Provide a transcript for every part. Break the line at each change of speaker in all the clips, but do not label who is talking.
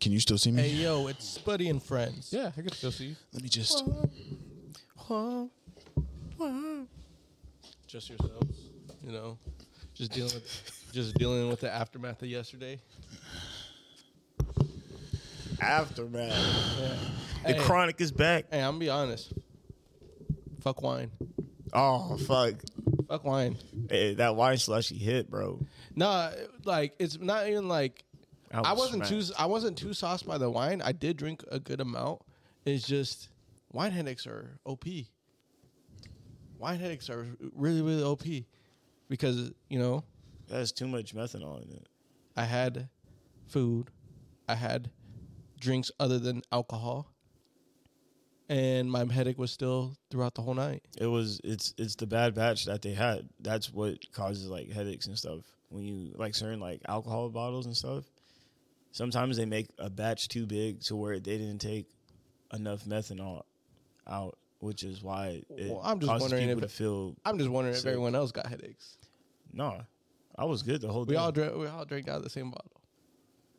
Can you still see me?
Hey, yo, it's Buddy and Friends.
Yeah, I could still see you.
Let me just.
Just yourselves, you know, just dealing with, just dealing with the aftermath of yesterday.
Aftermath.
Yeah.
The
Hey,
chronic is back.
hey, I'm gonna be honest. Fuck wine.
Oh fuck!
Fuck wine.
Hey, that wine slushy hit, bro.
Nah, like it's not even like
I
I
was
wasn't
smacked.
too I wasn't too sauced by the wine. I did drink a good amount. It's just wine headaches are OP. Wine headaches are really really OP because you know
That's too much methanol in it.
I had food, I had drinks other than alcohol, and my headache was still throughout the whole night.
It was it's it's the bad batch that they had. That's what causes like headaches and stuff. When you like certain like alcohol bottles and stuff, sometimes they make a batch too big to where they didn't take enough methanol out, which is why it
Well, I'm just
causes
wondering
people
if-
to feel
I'm just wondering if
Sick.
everyone else got headaches.
nah. I was good the whole
We
day.
all drank we all drank out of the same bottle.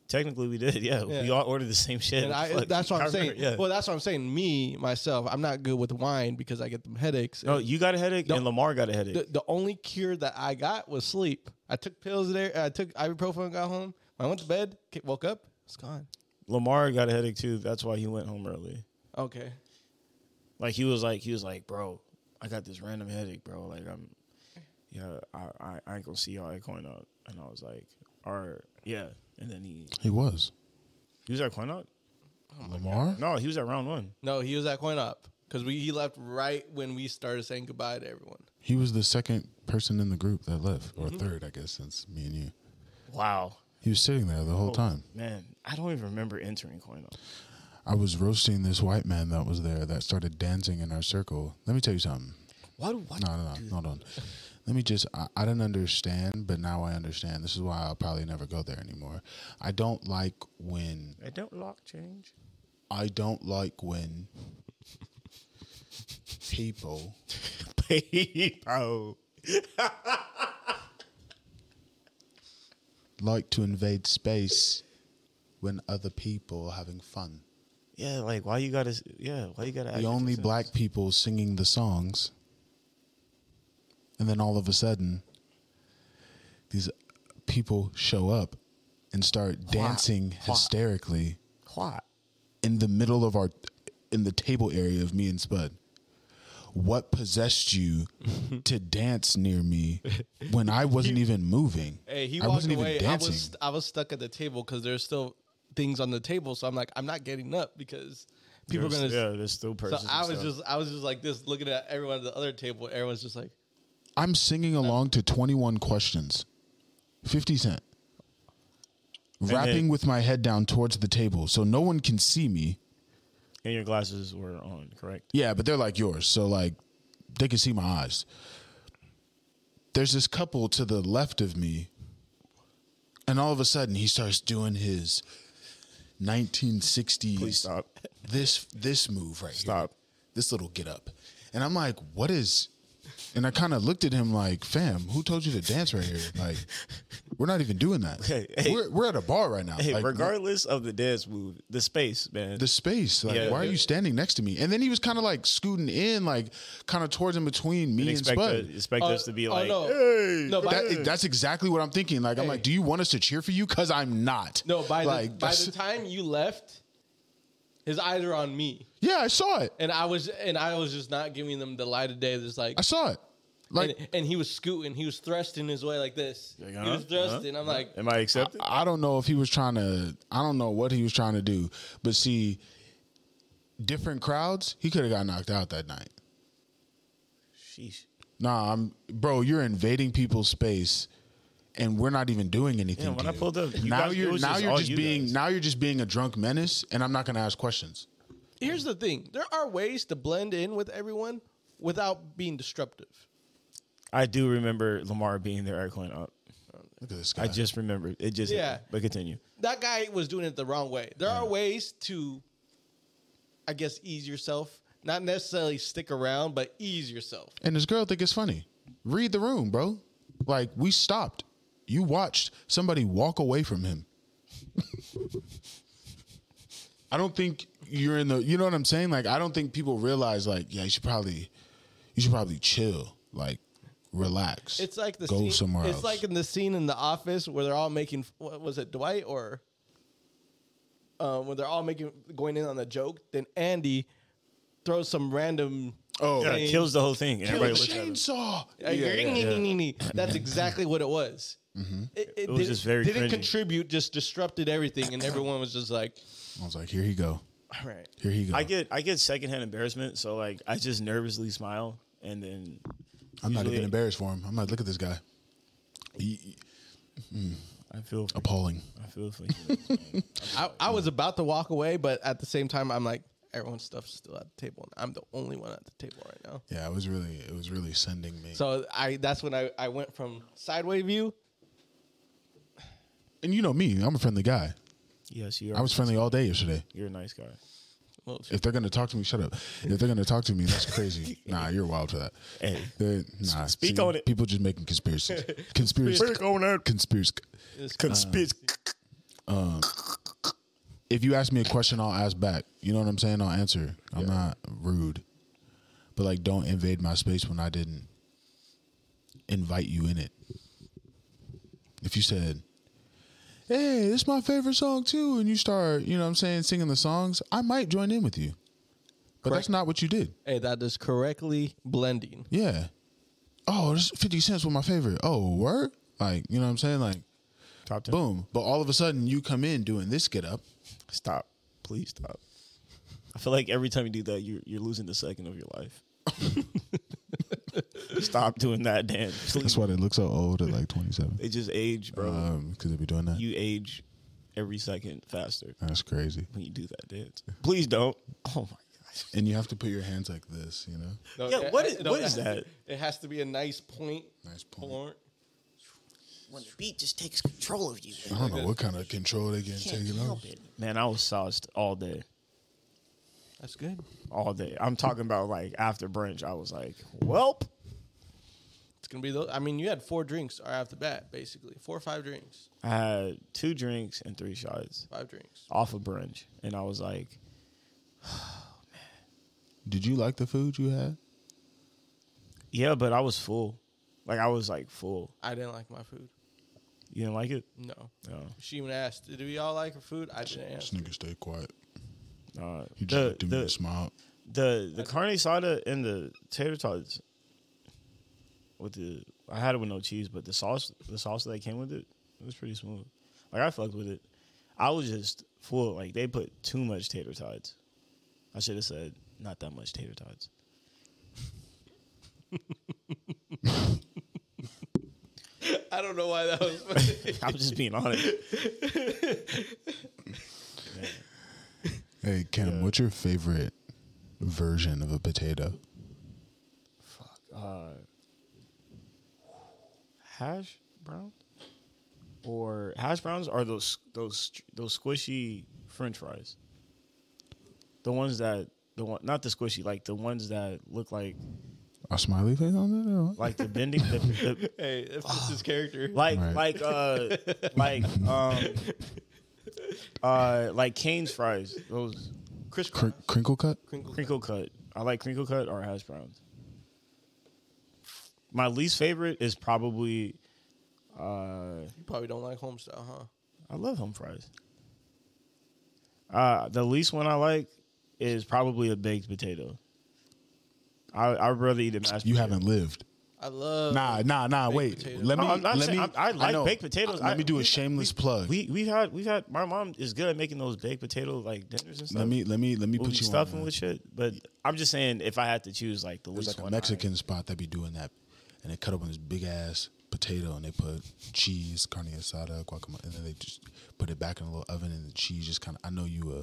Technically, we did. Yeah, we
Yeah.
all ordered the same shit.
And I,
Fuck.
that's what
I
I'm saying.
remember, Yeah.
Well, that's what I'm saying. Me myself, I'm not good with wine because I get them headaches.
no, you got a headache,
No.
and Lamar got a headache.
the, the only cure that I got was sleep. I took pills there. I took ibuprofen. Got home. When I went to bed. ca- Woke up. It's gone.
Lamar got a headache too. That's why he went home early.
Okay.
Like he was like he was like, bro, I got this random headache, bro. Like I'm, yeah, I I, I ain't gonna see y'all at coin up. And I was like, all right, yeah. And then he
He was.
he was at coin up.
Lamar?
No, he was at round one.
No, he was at coin op because we he left right when we started saying goodbye to everyone.
He was the second person in the group that left, or third, I guess, since me and you.
Wow,
He was sitting there the whole time.
man, I don't even remember entering coin up.
I was roasting this white man that was there that started dancing in our circle. Let me tell you something.
Why do why
No, no, no. Hold on. Let me just, I, I didn't understand, but now I understand. This is why I'll probably never go there anymore. I don't like when,
I don't lock change.
I don't like when people,
People.
like to invade space when other people are having fun.
Yeah, like why you gotta? s- Yeah, why you gotta? act
the only
like this?
black people singing the songs. And then all of a sudden, these people show up and start dancing hysterically
Why?
in the middle of our, in the table area of me and Spud. What possessed you to dance near me when I wasn't even moving?
Hey, he
I
walked
wasn't
away.
even
I
dancing.
was I was stuck at the table because there's still things on the table. So I'm like, I'm not getting up because people are
There's-
gonna. s-
Yeah, there's still
So
persons. and
I was
stuff.
just I was just like this, looking at everyone at the other table. Everyone's just like,
I'm singing along to 21 questions. 50 Cent. Rapping
then-
with my head down towards the table so no one can see me.
and your glasses were on, correct?
Yeah, but they're like yours. So, like, they can see my eyes. There's this couple to the left of me. And all of a sudden, he starts doing his 1960s.
Please stop.
This, this move right here.
Stop.
this little get up. And I'm like, what is and I kind of looked at him like, fam, who told you to dance right here? Like, we're not even doing that.
Hey, hey.
we're, we're at a bar right now.
Hey,
Like,
regardless of the dance move, the space, man.
The space. Like,
Yeah.
why are you standing next to me? And then he was kind of like scooting in, like kind of towards and between me
didn't
and
expect,
Spud.
the- expect us to be
oh,
like,
no.
hey,
No, by,
That- that's exactly what I'm thinking. Like, I'm like, do you want us to cheer for you? Because I'm not.
no, by
like,
the by
that's-
the time you left, his eyes are on me,
yeah, I saw it.
and I was and I was just not giving them the light of day. There's like,
I saw it. Like,
and, and he was scooting, he was thrusting his way like this.
Like,
he
huh?
was
uh-huh.
thrusting. I'm like,
am I accepted?
I don't know if he was trying to. I don't know what he was trying to do, but see, different crowds, he could have got knocked out that night.
Sheesh.
Nah, I'm bro. You're invading people's space, and we're not even doing anything.
Yeah, when
to
I
you.
pulled up, you
now
guys- it
you're
was
now
just
you're
all
just
you
being
guys.
now you're just being a drunk menace, and I'm not gonna ask questions.
here's the thing: there are ways to blend in with everyone without being disruptive.
I do remember Lamar being there at coin up.
Look at this guy.
I just remembered. It just
Yeah.
yeah. But continue.
that guy was doing it the wrong way. There are ways to, I guess, ease yourself. Not necessarily stick around, but ease yourself.
and this girl think it's funny. Read the room, bro. Like we stopped. You watched somebody walk away from him. I don't think you're in the. You know what I'm saying? Like I don't think people realize. Like yeah, you should probably, you should probably chill. Like relax.
It's like the
go
scene,
somewhere
It's
else.
like in the scene in the office where they're all making. What was it, Dwight or? Uh, when they're all making going in on the joke, then Andy throws some random.
oh,
Yeah, it kills the whole thing. And
kill
everybody
the
looks at him.
chainsaw.
Uh, That's exactly what it was.
Mm-hmm.
It, it
was
did,
just very
didn't
cringy.
contribute, just disrupted everything, and everyone was just like,
I was like, here he go.
"All right,
Here he go.
I get I get secondhand embarrassment, so like I just nervously smile and then
I'm not even
usually-
embarrassed for him. I'm like, look at this guy. He- he-
I feel for-
appalling.
I feel for you.
I, I was about to walk away, but at the same time, I'm like, everyone's stuff's still at the table, and I'm the only one at the table right now.
Yeah, it was really, it was really sending me.
So I that's when I, I went from sideways view.
and you know me, I'm a friendly guy.
yes, you are.
I was friendly all day yesterday.
You're a nice guy.
Well,
If they're gonna talk to me, shut up. If they're gonna talk to me, that's crazy. nah, you're wild for that.
Hey.
They're- nah,
Speak
see,
on it.
People just making conspiracies. Conspiracy.
Speak on it.
Conspiracy.
Conspiracy.
If you ask me a question, I'll ask back. You know what I'm saying? I'll answer. I'm not rude, but like, don't invade my space when I didn't invite you in it. If you said, "Hey, this is my favorite song too," and you start, you know what I'm saying, singing the songs, I might join in with you. But that's not what you did.
hey, that is correctly blending.
Yeah. Oh, this 50 cents was my favorite. Oh, word? Like, you know what I'm saying? Like,
Top ten.
boom. But all of a sudden you come in doing this get up.
Stop. Please stop. I feel like every time you do that, you're you're losing the second of your life. stop doing that, Dan. Please.
That's why they look so old at like 27.
They just age, bro.
Um, because they be doing that.
you age every second faster
That's crazy.
when you do that dance. Please don't. Oh my gosh.
And you have to put your hands like this, you know?
No,
Yeah,
it-
what is-
no,
what
it
is
has to-
that?
it has to be a nice point.
Nice point.
point.
when the beat just takes control of you.
I
Man.
don't know what kind of control they getting
Can't
taken off.
help it.
Man, I was sauced all day.
That's good.
All day. I'm talking about like after brunch. I was like, Welp.
It's gonna be those. I mean, you had four drinks right off the bat, basically four or five drinks,
I had two drinks and three shots
five drinks.
off of brunch. And I was like,
Did you like the food you had?
Yeah, but I was full. Like I was like full.
I didn't like my food.
You didn't like it?
No,
No.
she even asked, "Did we all like her food?" I didn't
This
answer.
nigga stay quiet.
Uh,
He just
the,
looked at me and
the,
smiled.
the the carne asada and the tater tots with the I had it with no cheese, but the sauce the sauce that came with it, it was pretty smooth. Like I fucked with it. I was just full. Like they put too much tater tots. I should have said not that much tater tots.
I don't know why that was. funny.
I'm just being honest.
Hey, Kim,
Yeah.
what's your favorite version of a potato?
uh, hash browns or hash browns are those those those squishy French fries. The ones that the one not the squishy like the ones that look like
A smiley face on it or what?
like the bending the, the,
hey, if this is character,
like
Right.
like uh like um uh like Cane's fries those
Chris
Cr- crinkle cut?
Crinkle.
crinkle cut I like crinkle cut or hash browns. My least favorite is probably uh
You probably don't like homestyle, huh?
I love home fries. Uh, the least one I like is probably a baked potato. I I rather eat a mashed.
You
potato. Uh,
haven't lived.
I love.
Nah, nah, nah.
baked
Wait,
potatoes.
let me.
No, I'm not
let
saying-
me.
I- I like
know.
baked potatoes.
Let
I-
me do a
we-
shameless plug.
We we've had we've had my mom is good at making those baked potato like dinners and stuff.
let me. Let me. Let me
we'll
put
be
you
stuffing
on.
with shit. But I'm just saying, if I had to choose, like the
There's
least
like a
one,
Mexican spot that be doing that, and they cut up on this big ass potato and they put cheese, carne asada, guacamole, and then they just put it back in a little oven and the cheese just kind of. I know you uh,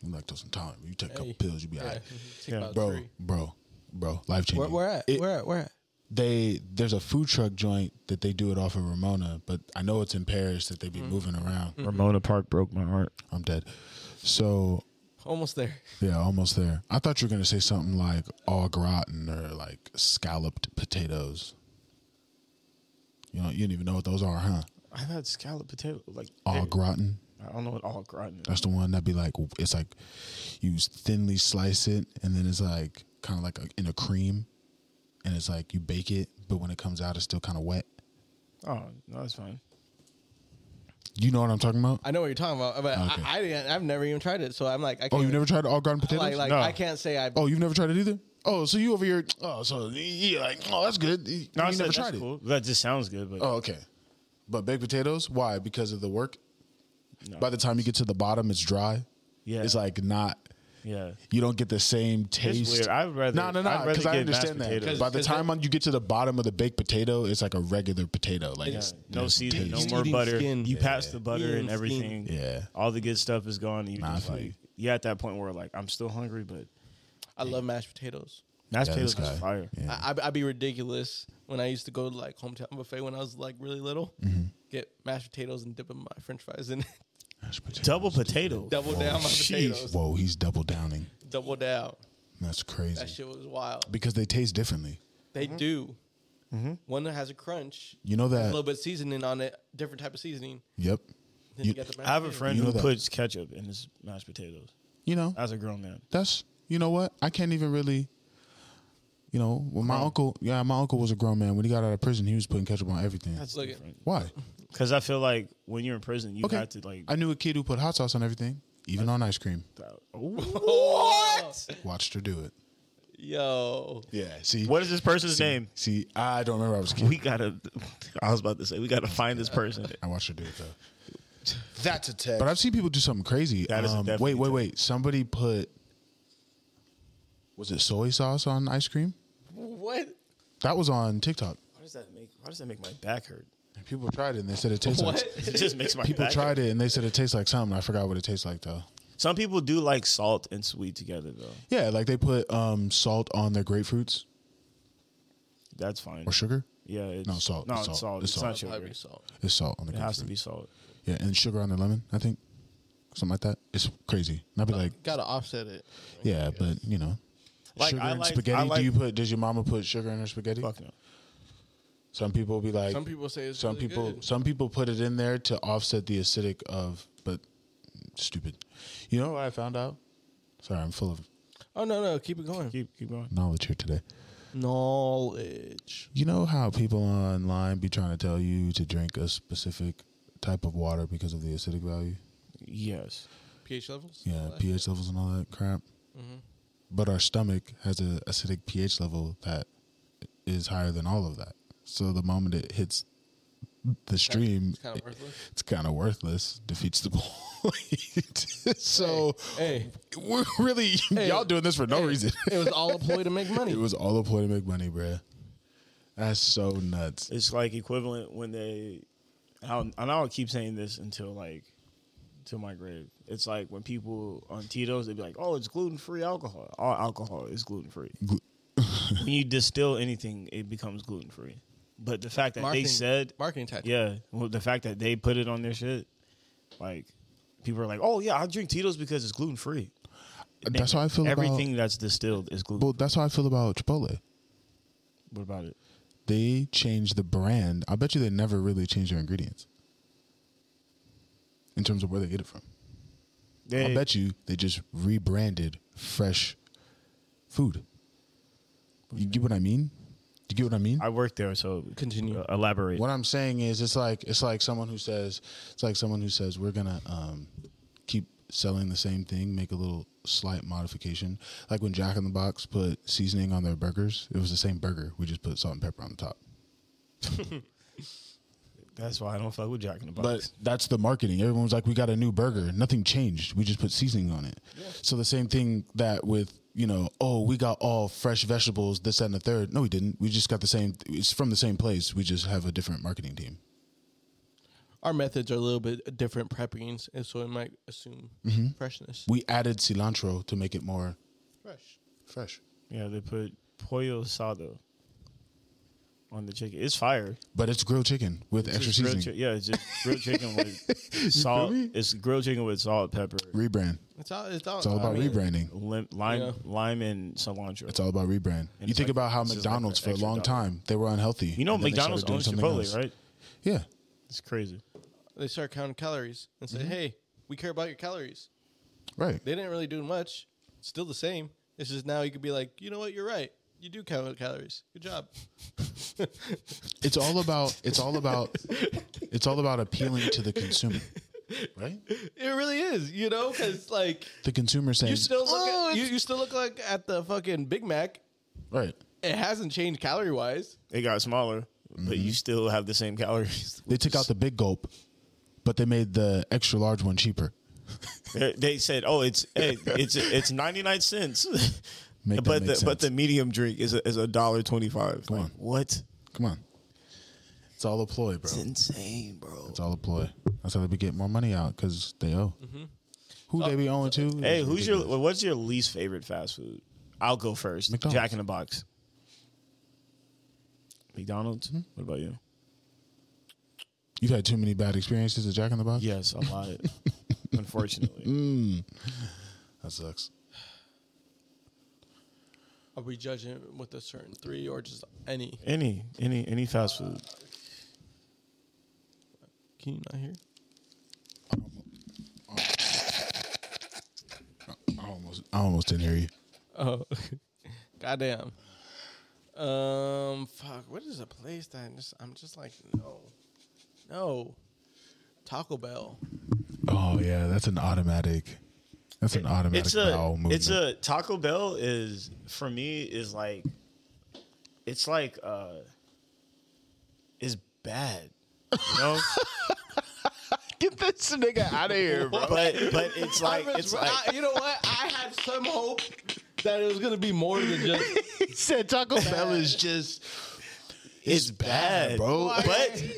you lactose intolerant. You take a couple
Hey.
pills, you be
Yeah,
alright.
take
Yeah.
about
Bro,
three.
bro, bro. Life changing.
Where, where at?
It-
where at? Where at?
they there's a food truck joint that they do it off of Ramona, but I know it's in Paris that they
Mm-hmm.
be moving around.
Mm.
I, Ramona Park broke my heart.
I'm dead. So
Almost there.
yeah, almost there. I thought you were gonna say something like au gratin or like scalloped potatoes. You know, you don't even know what those are, huh?
I've had scalloped potato like
Au
they-
gratin.
I don't know what all gratin is.
That's the one that be like it's like you thinly slice it and then it's like kind of like a, in a cream, and it's like you bake it, but when it comes out, it's still kind of wet.
Oh, no, that's fine.
You know what I'm talking about?
I know what you're talking about, but
Okay.
I, I didn't, I've never even tried it, so I'm like, I can't,
oh, you've never tried all garden potatoes?
like, like
No.
I can't say I.
oh, you've never tried it either? Oh, so you over here? Oh, so you like? Oh, that's good. You,
No, I
you
said
never
that's
tried it?
cool. That just sounds good, but
Oh, okay. But baked potatoes? Why? Because of the work.
No.
By the time you get to the bottom, it's dry.
Yeah.
it's like not.
yeah,
You don't get the same taste.
weird. I'd rather-
no, no, no.
I'd rather
Because I
get mashed
understand that.
potatoes.
By the
'Cause
time on you get to the bottom of the baked potato, it's like a regular potato. Like
yeah.
it's-
no
there's
season, no
taste.
more
Eating
butter.
skin.
You pass the butter
Eating
and everything.
skin. Yeah.
all the good stuff is gone. And you
Nah, I
just
feel
like
you.
yeah, at that point where like I'm still hungry, but
I love mashed potatoes.
mashed
Yeah,
potatoes
this
is
guy.
fire.
Yeah.
I, I'd, I'd be ridiculous when I used to go to like hometown buffet when I was like really little.
Mm-hmm.
Get mashed potatoes and dip 'em my French fries in. it.
Mashed potatoes.
Double potato.
double down my
sheesh.
potatoes.
Whoa, he's double downing.
Double down.
That's crazy.
That shit was wild.
because they taste differently.
They do. One that has a crunch,
You know
a
that.
little bit of seasoning on it, different type of seasoning.
Yep.
Then you,
You-
got the mashed
I have a
potatoes.
friend
You know
who
that.
puts ketchup in his mashed potatoes
You know
as a grown man.
that's. You know what? I can't even really. You know, when my uncle, yeah, my uncle was a grown man. When he got out of prison, he was putting ketchup on everything.
That's
Look at-
different.
Why?
Because I feel like when you're in prison, you
Okay.
have to like.
I knew a kid who put hot sauce on everything, even on ice cream.
Ooh.
What?
Watched her do it.
Yo.
Yeah. See.
What is this person's name?
See, I don't remember. I was a kid.
We gotta. I was about to say we gotta find this person.
I watched her do it though.
That's a text.
But I've seen people do something crazy.
That is a
Um,
definitely
wait, wait, wait. Somebody put. Was it soy sauce on ice cream?
What?
That was on TikTok.
Why does that make? Why does that make my back hurt?
And people tried it and they said it tastes
What?
like.
It just makes my
People
back
tried it and they said it tastes like something. I forgot what it tastes like though.
Some people do like salt and sweet together though.
Yeah, like they put um, salt on their grapefruits
That's fine.
or sugar.
Yeah, it's,
No, salt.
No,
It's
it's salt.
salt.
It's,
It's
not
salt.
sugar.
Probably
It
salt.
It's salt on the grapefruit.
has to be salt.
Yeah, and sugar on their lemon, I think. Something like that. It's crazy. And I'd be like,
Gotta offset it.
yeah, but you know,
Like,
sugar
I
and
like- I
spaghetti.
like-
Do you put? Does your mama put sugar in her spaghetti?
Fuck no.
Some people be like,
Some people say it's
some
really
people,
good.
some people put it in there to offset the acidic of, but stupid. You know what I found out? Sorry, I'm full of
Oh no no, keep it going.
Keep keep going.
knowledge here today.
Knowledge.
You know how people online be trying to tell you to drink a specific type of water because of the acidic value?
Yes.
pH levels.
Yeah,
All that Mm-hmm.
pH levels and all that crap. But our stomach has an acidic pH level that is higher than all of that. So the moment it hits the stream,
It's kind of worthless.
it's kind of worthless. Defeats the point. so
Hey,
we're really y'all doing this for no reason.
it was all a ploy to make money.
it was all a ploy to make money, bruh. That's so nuts.
It's like equivalent when they, and I'll, and I'll keep saying this until like, till my grave. It's like when people on Tito's, they'd be like, "Oh, it's gluten free alcohol. All alcohol is gluten free." when you distill anything, it becomes gluten free. But the fact that
Marketing-
they said,
marketing tactic.
yeah, well, the fact that they put it on their shit, like people are like, "Oh yeah, I drink Tito's because it's gluten free."
That's how I feel about-
Everything that's distilled is gluten.
Well, that's how I feel about Chipotle.
What about it?
They changed the brand. I bet you they never really changed their ingredients in terms of where they get it from. I
They-
bet you they just rebranded fresh food. You get what I mean? You get what I mean?
I work there, so
Continue.
uh, elaborate.
What I'm saying is, it's like it's like someone who says it's like someone who says we're gonna um, keep selling the same thing, make a little slight modification. Like when Jack in the Box put seasoning on their burgers, it was the same burger. We just put salt and pepper on the top.
That's why I don't fuck with Jack in the Box.
But that's the marketing. Everyone was like, "We got a new burger. Nothing changed. We just put seasoning on it." So the same thing that with you know, oh, we got all fresh vegetables, this that, and the third. No, we didn't. We just got the same. It's from the same place. We just have a different marketing team.
Our methods are a little bit different preppings, and so it might assume freshness.
Mm-hmm. We added cilantro to make it more
Fresh.
fresh.
yeah, they put pollo asado on the chicken. It's fire.
But it's grilled chicken with extra
Just grilled
seasoning.
chi- yeah, it's just grilled chicken with salt.
me?
It's grilled chicken with salt, pepper,
rebrand.
It's all. It's all,
It's all
Oh,
about rebranding.
lim- lime,
Yeah.
lime, and cilantro.
It's all about rebrand. you
it's
think
like-
about how
it's just like
McDonald's
an
for a
extra
long
dollar.
time they were unhealthy.
you know,
and then they started
McDonald's
doing
owns
something
Chipotle,
else.
right?
Yeah.
It's crazy.
Mm-hmm.
They start counting calories and say, "Hey, we care about your calories.
Right.
They didn't really do much. It's still the same. It's just now you could be like, you know what, you're right. You do count calories. Good job.
It's all about it's all about it's all about appealing to the consumer. Right?
It really is, you know, because like
The consumer saying
you still look
Oh,
at you,
it's-
you still look like at the fucking Big Mac.
Right.
It hasn't changed calorie wise.
It got smaller, but
Mm-hmm.
you still have the same calories.
They took out the big gulp, but they made the extra large one cheaper.
They- they said, "Oh, it's hey, it's it's ninety nine cents."
Make that
but
make
the but the
sense.
medium drink is a, is a dollar twenty five.
Come
Like,
on.
what?
Come on. It's all a ploy, bro.
It's insane, bro.
It's all a ploy. That's how they be getting more money out because they owe. Who they be owing to? is
Hey, who's your
ridiculous.
what's your least favorite fast food? I'll go first.
McDonald's.
Jack in the Box. McDonald's.
Mm-hmm.
What about you?
You've had too many bad experiences at Jack in the Box?
Yes, a lot. Unfortunately,
That sucks.
Are we judging it with a certain three or just any?
any any any fast food.
Can you not hear?
I almost I almost didn't hear you.
Oh, goddamn. Um, fuck. What is a place that I'm just, I'm just like no, no. Taco Bell.
Oh yeah, that's an automatic that's an automatic
It's a
bowel movement.
it's a Taco Bell is for me is like it's like uh is bad. You know?
Get this nigga out of here, bro.
but but it's like
I was-
it's like
I- you know what? I had some hope that it was gonna be more than just.
He said Taco Bell is just
it's bad,
bro.
But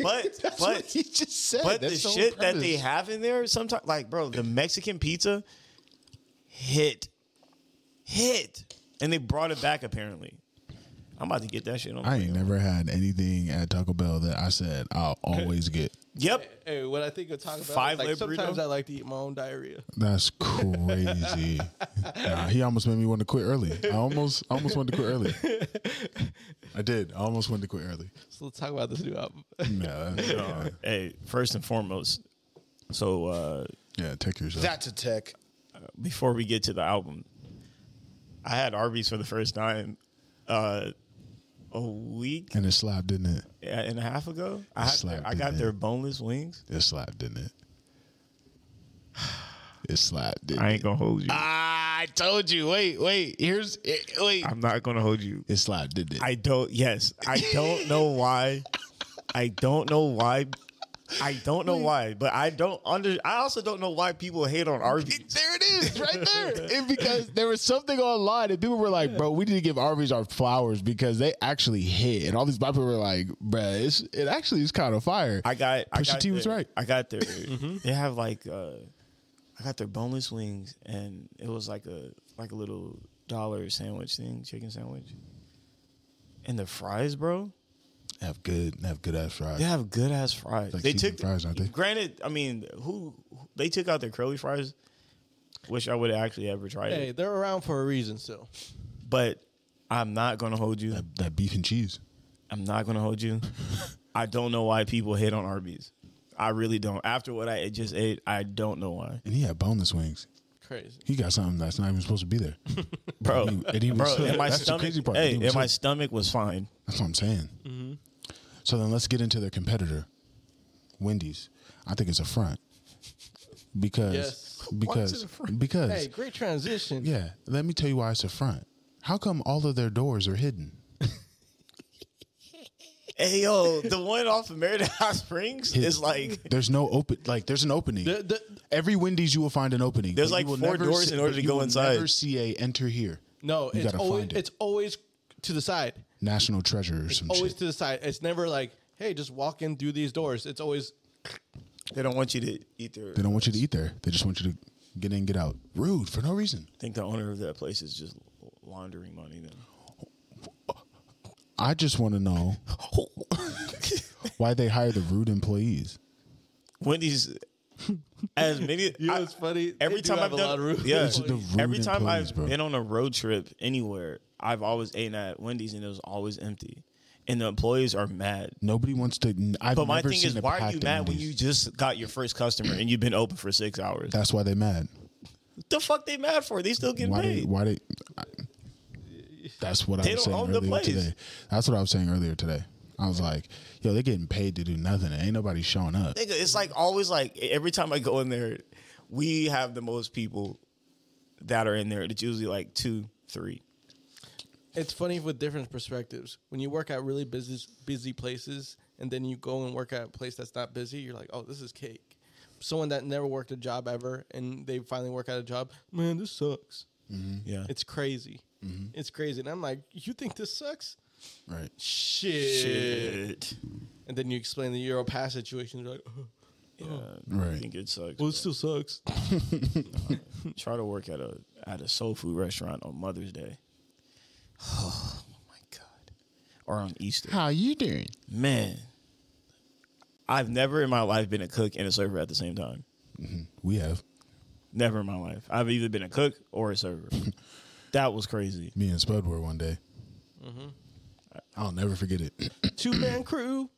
but
What
but
he just said.
but
That's
the
whole
shit that they
premise.
have in there sometimes like bro, the Mexican pizza hit hit and they brought it back apparently. I'm about to get that shit on.
I ain't never had anything at Taco Bell that I said I'll always get.
Yep.
hey, when I think of Taco Bell, it's
Five
like
lib
sometimes
burrito?
I like to eat my own diarrhea.
That's crazy. nah, he almost made me want to quit early. I almost I almost wanted to quit early. I did. I almost wanted to quit early.
So let's talk about this new album.
Yeah, yeah,
Hey, first and foremost, so uh
yeah. Take yourself.
a tech.
before we get to the album, I had Arby's for the first time uh, a week
and it slapped, didn't it?
and a half ago. I, had their,
Slapped
I
it,
got
man.
their boneless wings.
It slapped, didn't it? It slapped. Didn't
I
it?
ain't gonna hold you.
Ah, I told you. Wait, wait. Here's it, wait.
I'm not gonna hold you.
It slapped, didn't it?
I don't. Yes, I don't know why. I don't know why. I don't know why, but I don't under. I also don't know why people hate on
It-
Arby's.
there it is, right there. And because there was something online, and people were like, "Bro, we need to give Arby's our flowers because they actually hit." And all these black people were like, "Bro, it's, it actually is kind of fire."
I got. I
Pusha
got
T was
their-
right. Mm-hmm.
I got their. They have like. uh I got their boneless wings, and it was like a like a little dollar sandwich thing, chicken sandwich. And the fries, bro,
have good, have good ass fries.
they have good ass fries.
like
they
seasoned
took
fries, aren't they?
Granted, I mean, who who- they took out their curly fries. Wish I would have actually ever tried
Hey,
it,
they're around for a reason still.
but I'm not gonna hold you.
That, that beef and cheese.
I'm not gonna hold you. I don't know why people hate on Arby's. I really don't. After what I just ate, I don't know why,
And he had boneless wings.
Crazy.
He got something that's not even supposed to be there.
bro.
And he was
Bro,
sick.
and my
That's the
stomach,
crazy part.
hey,
He was
and my Mm-hmm.
sick.
stomach was fine.
That's what I'm saying. So then let's get into their competitor, Wendy's. I think it's a front because
Yes.
because because
Hey, great transition.
yeah. Let me tell you why it's a front. How come all of their doors are hidden?
Hey yo, the one off of Merida Hot Springs is like
There's no open like there's an opening.
The- the-
Every Wendy's you will find an opening.
There's
but
like
you will
four
never
doors
see-
in order
but
to
you
go
will
inside.
Never see a enter here.
no,
You
it's
gotta
always
find it.
it's always to the side.
National treasure or some
Always
shit.
to the side. It's never like, hey, just walk in through these doors. It's always
they don't want you to eat their.
They don't want you to eat there. They just want you to get in, get out. Rude for no reason.
I think the owner of that place is just laundering money. Then
I just want to know why they hire the rude employees.
Wendy's, as many.
You know,
I-
it's funny. They
Every
do
time
have
I've
a
done,
lot of rude
yeah.
It's the rude
every time
employees,
I've
bro.
been on a road trip anywhere, I've always eaten at Wendy's and it was always empty. and the employees are mad.
Nobody wants to. n- I've
But my
never
thing
seen
is,
a
why are you
packed
mad when
Wendy's.
you just got your first customer and you've been open for six hours?
That's why they mad.
the fuck they mad for? They still getting
Why? They,
paid.
why they? I, that's what
They
I was
don't
saying
own the
earlier
place.
today. That's what I was saying earlier today. I was like, yo, they're getting paid to do nothing. Ain't nobody showing up.
Nigga, it's like always like e-, every time I go in there, we have the most people that are in there. It's usually like two, three.
It's funny with different perspectives. When you work at really busy busy places and then you go and work at a place that's not busy, you're like, "Oh, this is cake." Someone that never worked a job ever and they finally work at a job, "Man, this sucks."
Mm-hmm.
Yeah.
It's crazy.
Mm-hmm.
It's crazy. And I'm like, "You think this sucks?"
Right.
Shit.
Shit.
And then you explain the Euro pass situation, you're like, "Oh,
Yeah. I
Right.
think it sucks.
"Well, it still sucks."
Try to work at a at a soul food restaurant on Mother's Day. Oh my god. Or on Easter.
How you doing?
Man. I've never in my life been a cook and a server at the same time.
We have
Never in my life. I've either been a cook or a server. that was crazy.
me and Spud were one day.
Mm-hmm.
I'll never forget it.
Two man crew.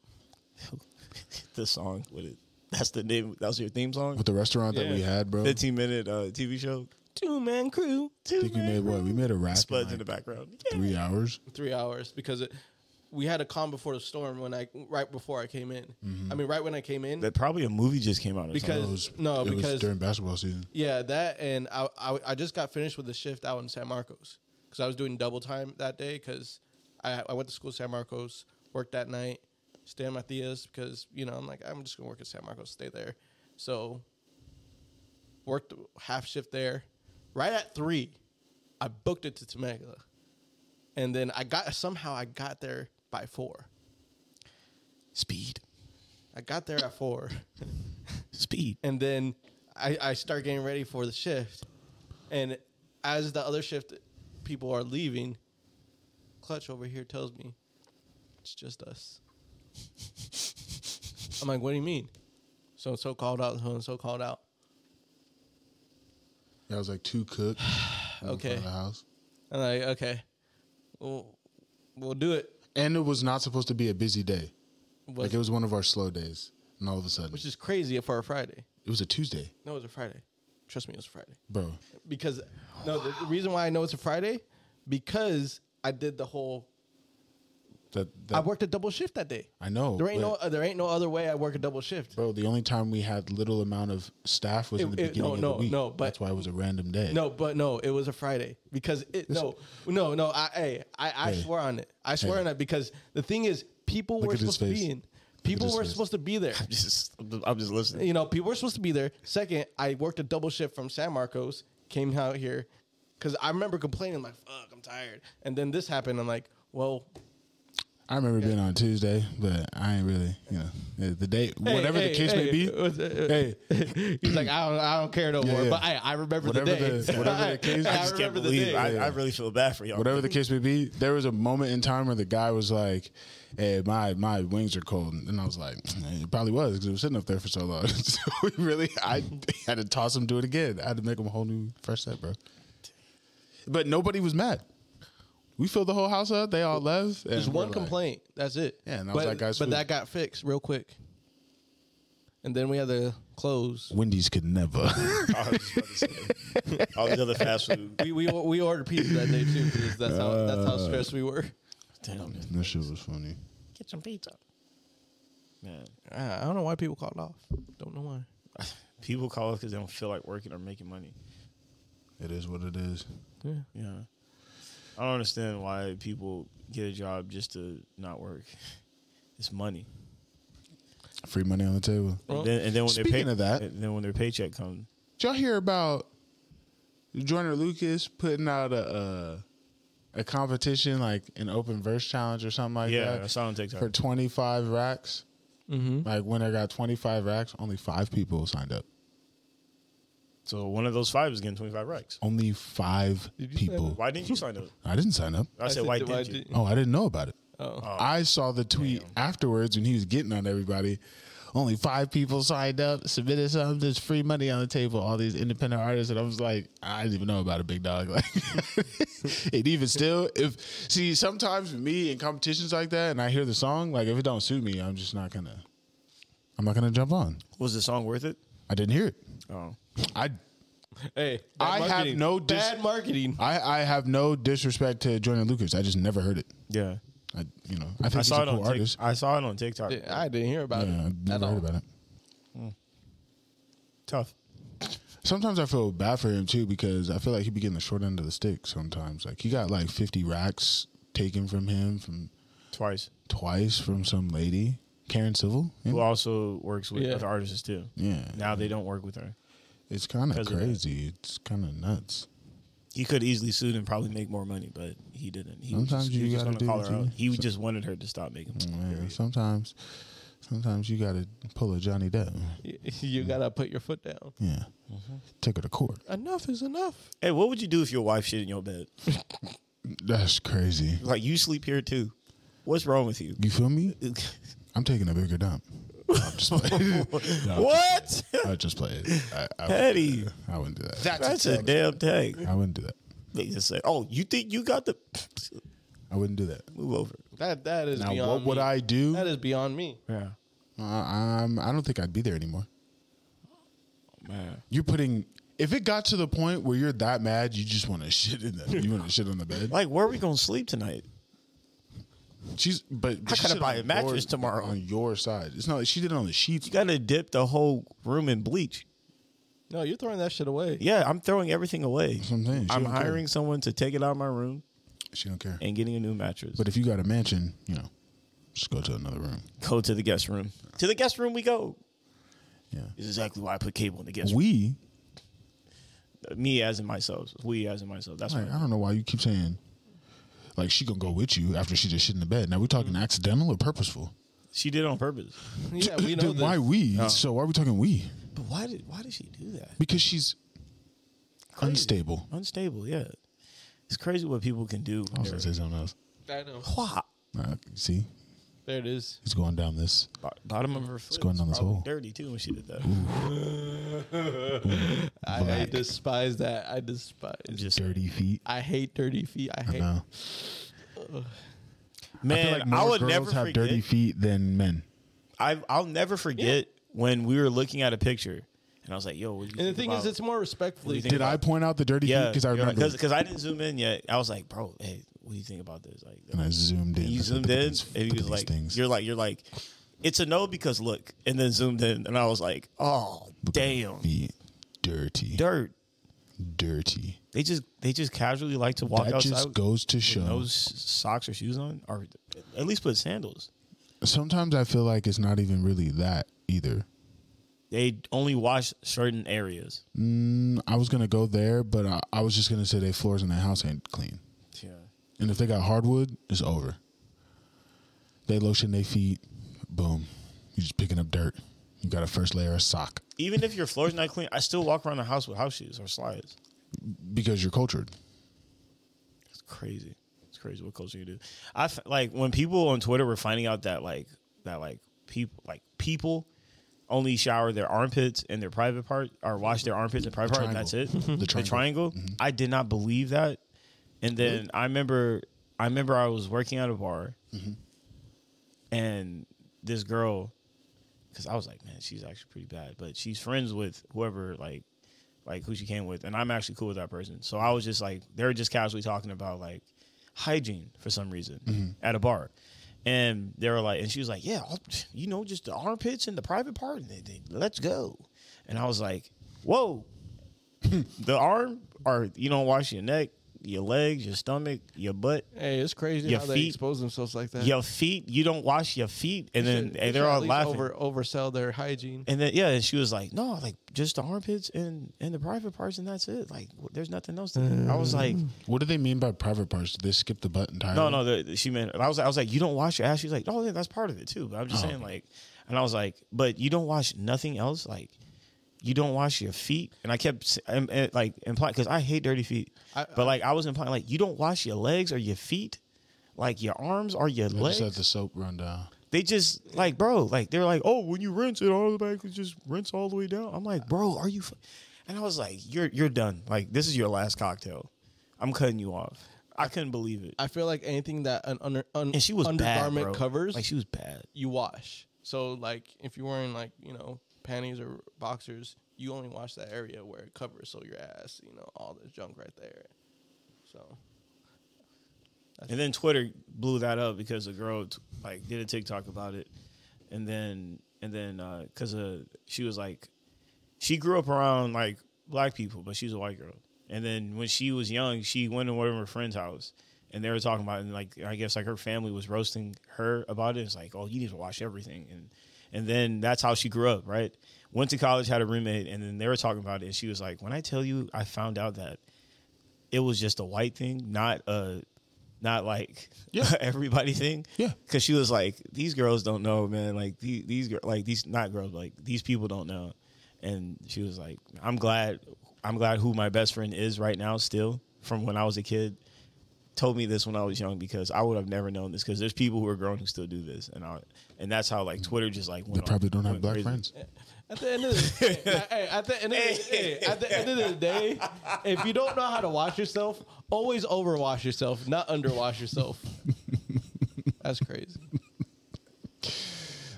the song with it. That's the name. That was your theme song.
With the restaurant that we
Yeah.
had, bro. I
Fifteen minute uh, TV show.
Two man crew.
think we made what? We made a rack. in,
Spuds in the
like,
background.
Three hours.
three hours because it, we had a calm before the storm when I right before I came in. I mean, right when I came in
That probably a movie just came out. Or
because
something.
It was,
no
it
because
was during basketball season.
yeah that and I, I I just got finished with the shift out in San Marcos because I was doing double time that day because I I went to school in San Marcos worked that night stayed at my tia's because you know I'm like I'm just gonna work at San Marcos stay there so worked half shift there right at three I booked it to Temecula and then I got somehow I got there by four.
speed,
I got there at four,
speed.
and then I, I start getting ready for the shift, and as the other shift people are leaving, Clutch over here tells me it's just us. I'm like, what do you mean? So and so called out, so and so called out.
Yeah, I was like two cook.
Okay.
okay. The house.
I'm like, okay, well, we'll do it.
And it was not supposed to be a busy day.
Was-
Like it was one of our slow days. And all of a sudden,
which is crazy for a Friday.
it was a Tuesday,
No, it was a Friday. Trust me, it was a Friday.
bro.
because no, the, the reason why I know it's a Friday because I did the whole.
That, that
I worked a double shift that day.
I know.
There ain't no
but-
uh, there ain't no other way I work a double shift.
Bro, the only time we had little amount of staff was
It-
in the
it-
beginning
no,
of
no,
the week.
no, but-
that's why it was a random day.
No, but no, it was a Friday because it no no no I hey, I I
Hey.
swear on it. I swear
Hey.
on it because the thing is people were
at his
supposed to be
face.
in. People
his
were
face.
supposed to be there.
Just, I'm just listening.
You know, people were supposed to be there. Second, I worked a double shift from San Marcos, came out here because I remember complaining like, "Fuck, I'm tired." And then this happened. I'm like, "Well,
I remember being on Tuesday, but I ain't really, you know, the- the day,
Hey,
whatever
hey,
the case
hey,
may be.
what's- uh,
Hey,
He's like, I don't, I don't care no more.
yeah.
But I, I remember
Whatever
the day.
the- whatever the case,
I,
I
I just can't
remember the
believe.
day.
It. I,
Yeah.
I really feel bad for y'all.
whatever the case may be, there was a moment in time where the guy was like, "Hey, my my wings are cold," and I was like, "Mm, "It probably was because it was sitting up there for so long." so we really, I had to toss him, do it again. I had to make him a whole new fresh set, bro. But nobody was mad. We filled the whole house up. They all left. and
There's
we're
one
like-
complaint. That's it.
Yeah, and I was
but,
like, guys,
but
who-
that got fixed real quick. And then we had to close.
Wendy's could never.
I was just about to say. All these other fast food.
We, we we ordered pizza that day too because that's how that's how stressed we were.
Damn, man.
that shit was funny.
Get some pizza.
man.
I I don't know why people called off. Don't know why.
People call us because they don't feel like working or making money.
It is what it is.
Yeah.
Yeah. I don't understand why people get a job just to not work. It's money.
Free money on the table.
Well,
then, and then when
speaking
their pay-
of that-
and then when their paycheck comes,
Did y'all hear about Joyner Lucas putting out a a, a competition like an open verse challenge or something like
yeah,
that
I saw on
for
TikTok.
twenty five racks? Like winner got twenty five racks. Only five people signed up.
So one of those five is getting twenty five racks.
Only five
Did you sign
people.
Why didn't you sign up?
I didn't sign up.
I, said, why didn't you?
Oh, I didn't know about it.
Oh.
I saw the tweet afterwards when he was getting on everybody. Only five people signed up, submitted something. There's free money on the table. All these independent artists, and I was like, I didn't even know about a big dog. Like, and even still, if see, sometimes with me in competitions like that, and I hear the song, like if it don't suit me, I'm just not gonna, I'm not gonna jump on.
Was the song worth it?
I didn't hear it.
Oh,
I
Hey, bad
I have
marketing.
no dis-
bad marketing.
I, I have no disrespect to Jordan Lucas. I just never heard it.
yeah.
I you know I think
I
he's
saw
a
it
cool
on Tik-
artist.
I saw it on TikTok.
Yeah, I didn't hear about
yeah, I
it. at
never
all.
heard about it.
Tough.
Sometimes I feel bad for him too because I feel like he be getting the short end of the stick. Sometimes like he got like fifty racks taken from him from
Twice.
twice from some lady Karen Civil. Yeah,
Who also works with
Yeah.
other artists too.
Yeah.
Now they don't work with her.
it's kind of
Because of that.
crazy. It's kind of nuts.
He could easily sue and probably make more money, but he didn't. He was
Sometimes
just, he
you
was just
gotta
gonna
do
call
what
her out.
you-
He just wanted her to stop making.
Yeah,
Period.
sometimes, sometimes you gotta pull a Johnny Depp.
You, you gotta put your foot down.
Yeah,
Mm-hmm.
take her to court.
Enough is enough.
Hey, what would you do if your wife shit in your bed?
That's crazy.
Like you sleep here too. What's wrong with you?
You feel me? I'm taking a bigger dump. I'm just playing.
what?
I just play it. I, I,
Petty.
I wouldn't do that.
That's a damn tag.
I wouldn't do that.
They just say, "Oh, you think you got the
I wouldn't do that.
move over?"
That that is
Now,
beyond.
what
me.
would I do?
That is beyond me.
Yeah,
Uh, um, I don't think I'd be there anymore.
Oh, man.
You're putting. If it got to the point where you're that mad, you just want to shit in the. You want to shit on the bed.
Like, where are we gonna sleep tonight?
She's but
I
she
gotta
shit
buy
on
a mattress
your-
tomorrow.
on your side. It's not like she did it on the sheets.
You gotta dip the whole room in bleach.
No, you're throwing that shit away.
Yeah, I'm throwing everything away.
what I'm saying. She don't care.
hiring someone to take it out of my room
She don't care.
and getting a new mattress.
But if you got a mansion, you know, just go to another room.
go to the guest room. To the guest room we go.
Yeah.
Is exactly why I put cable in the guest
We
room. Me as in myself. We as in myself. That's
Like,
right.
I don't know why you keep saying, like, she gonna go with you after she just shit in the bed. Now we
Mm.
talking accidental or purposeful?
She did it on purpose.
Yeah, we know
Then
this.
why we? So why are we talking we?
But why did why did she do that?
Because she's
Crazy.
unstable.
Unstable, yeah. It's crazy what people can do.
I was gonna say something else.
I know.
Wah.
Uh, see,
There it is.
it's going down this.
Bo- Bottom of her foot.
going
was
down this
probably
hole.
Dirty too when she did that.
I, I despise that. I despise.
Just
Dirty feet.
I hate dirty feet. I hate.
No, I feel
man,
like
I,
more
would
girls
never
have
forget.
dirty feet than men.
I I'll never forget when we were looking at a picture, and I was like, "Yo, what do you
And the
think
thing is,
about-
it's more
you
respectfully.
think
Did I point out the dirty feet?
yeah,
Because I remember. it.
because I didn't zoom in yet. I was like, bro, hey, what do you think about this? Like,
and I zoomed in.
you
I said,
zoomed
"Look at
in,
these-
and you
look at
was
these
like,
things.
you're like, you're like, it's a no because look, and then zoomed in, and I was like, oh damn,
feet dirty,
dirt.
dirty.
They just they just casually like to walk
That
outside
just
with
goes to show.
no s- socks or shoes on, or at least put sandals.
Sometimes I feel like it's not even really that either.
They only wash certain areas.
I was gonna go there, but I, I was just gonna say their floors in their house ain't clean.
Yeah,
And if they got hardwood, it's over. They lotion their feet, boom. You're just picking up dirt. You got a first layer of sock
even if your floor's not clean, I still walk around the house with house shoes or slides.
because you're cultured.
It's crazy. It's crazy what culture you do. I f- like when people on Twitter were finding out that like that like people like people only shower their armpits and their private part or wash their armpits and private part. and That's it.
triangle. The triangle. Mm-hmm.
I did not believe that. And then I remember I remember I was working at a bar
Mm-hmm.
and this girl because I was like, man, she's actually pretty bad. But she's friends with whoever, like, like who she came with, and I'm actually cool with that person. So I was just like, they were just casually talking about like hygiene for some reason
Mm-hmm.
at a bar, and they were like, and she was like, yeah, I'll, you know, just the armpits and the private part, and they, they, let's go. And I was like, whoa, the arm, or you don't wash your neck, your legs, your stomach, your butt.
Hey, it's crazy
Your
how they
feet-
expose themselves like that.
Your feet, you don't wash your feet, and then
Should-
and
should
they're
at
all
least
laughing.
Over oversell their hygiene.
And then yeah, and she was like, "No, like just the armpits and and the private parts, and that's it. Like w- there's nothing else." To do." I was like,
What do they mean by private parts? Do they skip the butt entirely?
"No, no." The, she meant I was I was like, "You don't wash your ass." She's like, "Oh, yeah, that's part of it too." But I'm just saying, like, and I was like, "But you don't wash nothing else, like." You don't wash your feet, and I kept s- and, and, like implying because I hate dirty feet.
I-
but like I was implying, like you don't wash your legs or your feet, like your arms or your
I just
legs.
let the soap run down.
They just like, bro, like they're like, oh, when you rinse it automatically just rinse all the way down. I'm like, bro, are you? F-? And I was like, you're you're done. Like this is your last cocktail. I'm cutting you off. I couldn't believe it.
I feel like anything that an under un,
And she was bad,
undergarment
bro.
covers,
Like she was bad.
you wash. So like if you're wearing like you know panties or boxers, you only wash that area where it covers. So your ass, you know, all the junk right there. So
And then Twitter blew that up because a girl t- like did a TikTok about it, and then and then because uh, she was like, she grew up around like black people, but she's a white girl. And then when she was young, she went to one of her friends' house, and they were talking about it. And like I guess like her family was roasting her about it. It's like, oh, you need to watch everything, and and then that's how she grew up, right? Went to college, had a roommate, and then they were talking about it. And she was like, when I tell you, I found out that it was just a white thing, not a not like everybody thing.
Yeah.
Cause she was like, these girls don't know, man. Like these, these gir- like these not girls, like these people don't know. And she was like, I'm glad I'm glad who my best friend is right now still from when I was a kid told me this when I was young because I would have never known this because there's people who are grown who still do this and I and that's how like Twitter just like went
They probably
off-
don't have
went
black
crazy.
friends.
At the end of the day, hey, at the end of the, hey, at the end of the day, if you don't know how to wash yourself, always overwash yourself, not underwash yourself. That's crazy.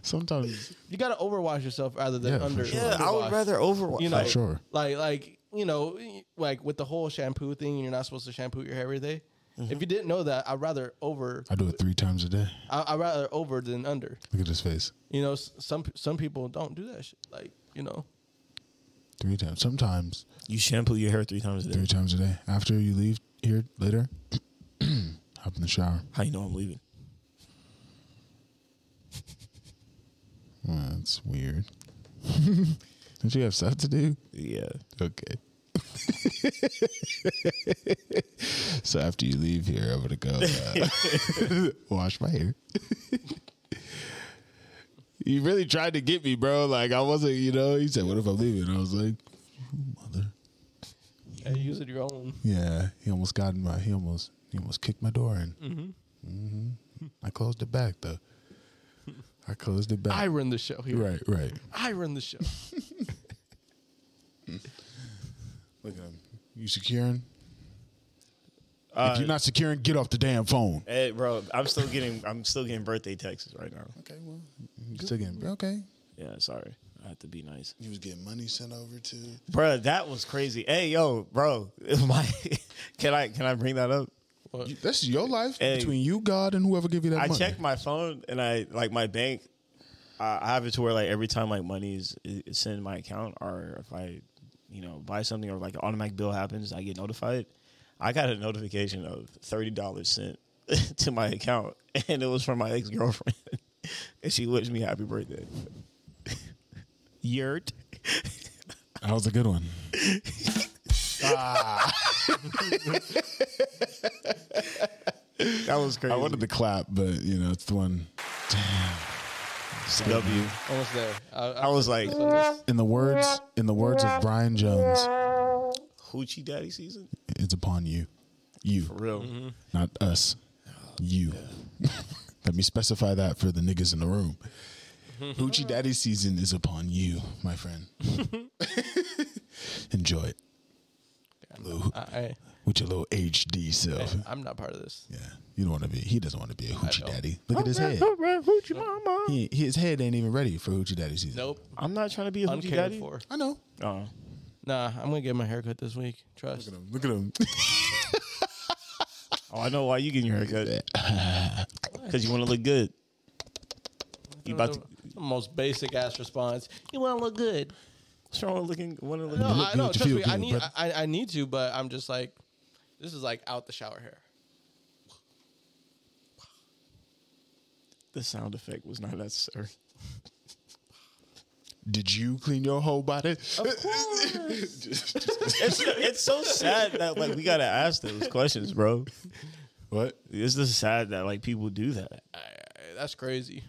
Sometimes,
You gotta overwash yourself rather than
Yeah, for
under.
sure.
Yeah, I
underwash.
would rather over.
You know,
like,
sure.
Like, like you know, like with the whole shampoo thing, you're not supposed to shampoo your hair every day.
Mm-hmm.
If you didn't know that, I'd rather over.
I do it three times a day.
I, I'd rather over than under.
Look at his face.
You know, s- some some people don't do that shit. Like, you know,
Three times. Sometimes
you shampoo your hair three times a day.
three times a day. After you leave here later, hop in the shower.
How you know I'm leaving?
Well, that's weird. Don't you have stuff to do?
Yeah.
Okay. so after you leave here, I'm gonna go uh, wash my hair. you really tried to get me, bro. Like I wasn't, you know. He said, "What if I'm leaving?" I was like, "Mother."
hey, use it your own.
Yeah, he almost got in my. He almost he almost kicked my door in. Mm-hmm. I closed it back though. I closed it back.
I run the show here.
right, right.
I run the show.
Look at him. You securing?
Uh,
if you're not securing, get off the damn phone.
Hey, bro, I'm still getting I'm still getting birthday texts right now.
Okay, well, you Mm-hmm. still getting okay.
Yeah, sorry. I have to be nice.
He was getting money sent over to.
Bro, that was crazy. Hey, yo, bro, my can I can I bring that up?
But
That's your life
Hey.
between you, God, and whoever give you that
I
money.
checked my phone and I like my bank. I I have it to where like every time like money is, is sent in my account or if I, you know, buy something or like an automatic bill happens, I get notified. I got a notification of thirty dollars sent to my account, and it was from my ex girlfriend, and she wished me happy birthday. Yurt.
That was a good one.
That was crazy.
I wanted to clap, but you know it's the one.
W.
almost there. I, I,
I was like,
In the words, in the words of Brian Jones,
hoochie daddy season?
it's upon you,
For
you,
real.
not us, you. Let me specify that for the niggas in the room. Hoochie Daddy season is upon you, my friend. Enjoy it Lou,
I, I,
with your little HD self.
I'm not part of this.
Yeah, you don't want to be. He doesn't want to be a hoochie
don't.
daddy. Look at his head. He, his head ain't even ready for hoochie daddy season.
Nope.
I'm not trying to be a hoochie
Uncared
daddy.
for.
I know.
Uh,
Nah, I'm gonna get my haircut this week. Trust.
Look at him.
oh, I know why you getting your haircut. Because you want to look good. You about to,
The most basic ass response. You want to look good.
what's wrong with looking? Want to look
No,
good?
I
look
know.
good, you
Trust me,
feel
I
good,
need,
brother.
I, I need to, but I'm just like, this is like out the shower hair.
The sound effect was not necessary.
Did you clean your whole body?
It's, it's so sad that like we gotta ask those questions, bro.
what?
It's just sad that like people do that.
I, I- that's crazy.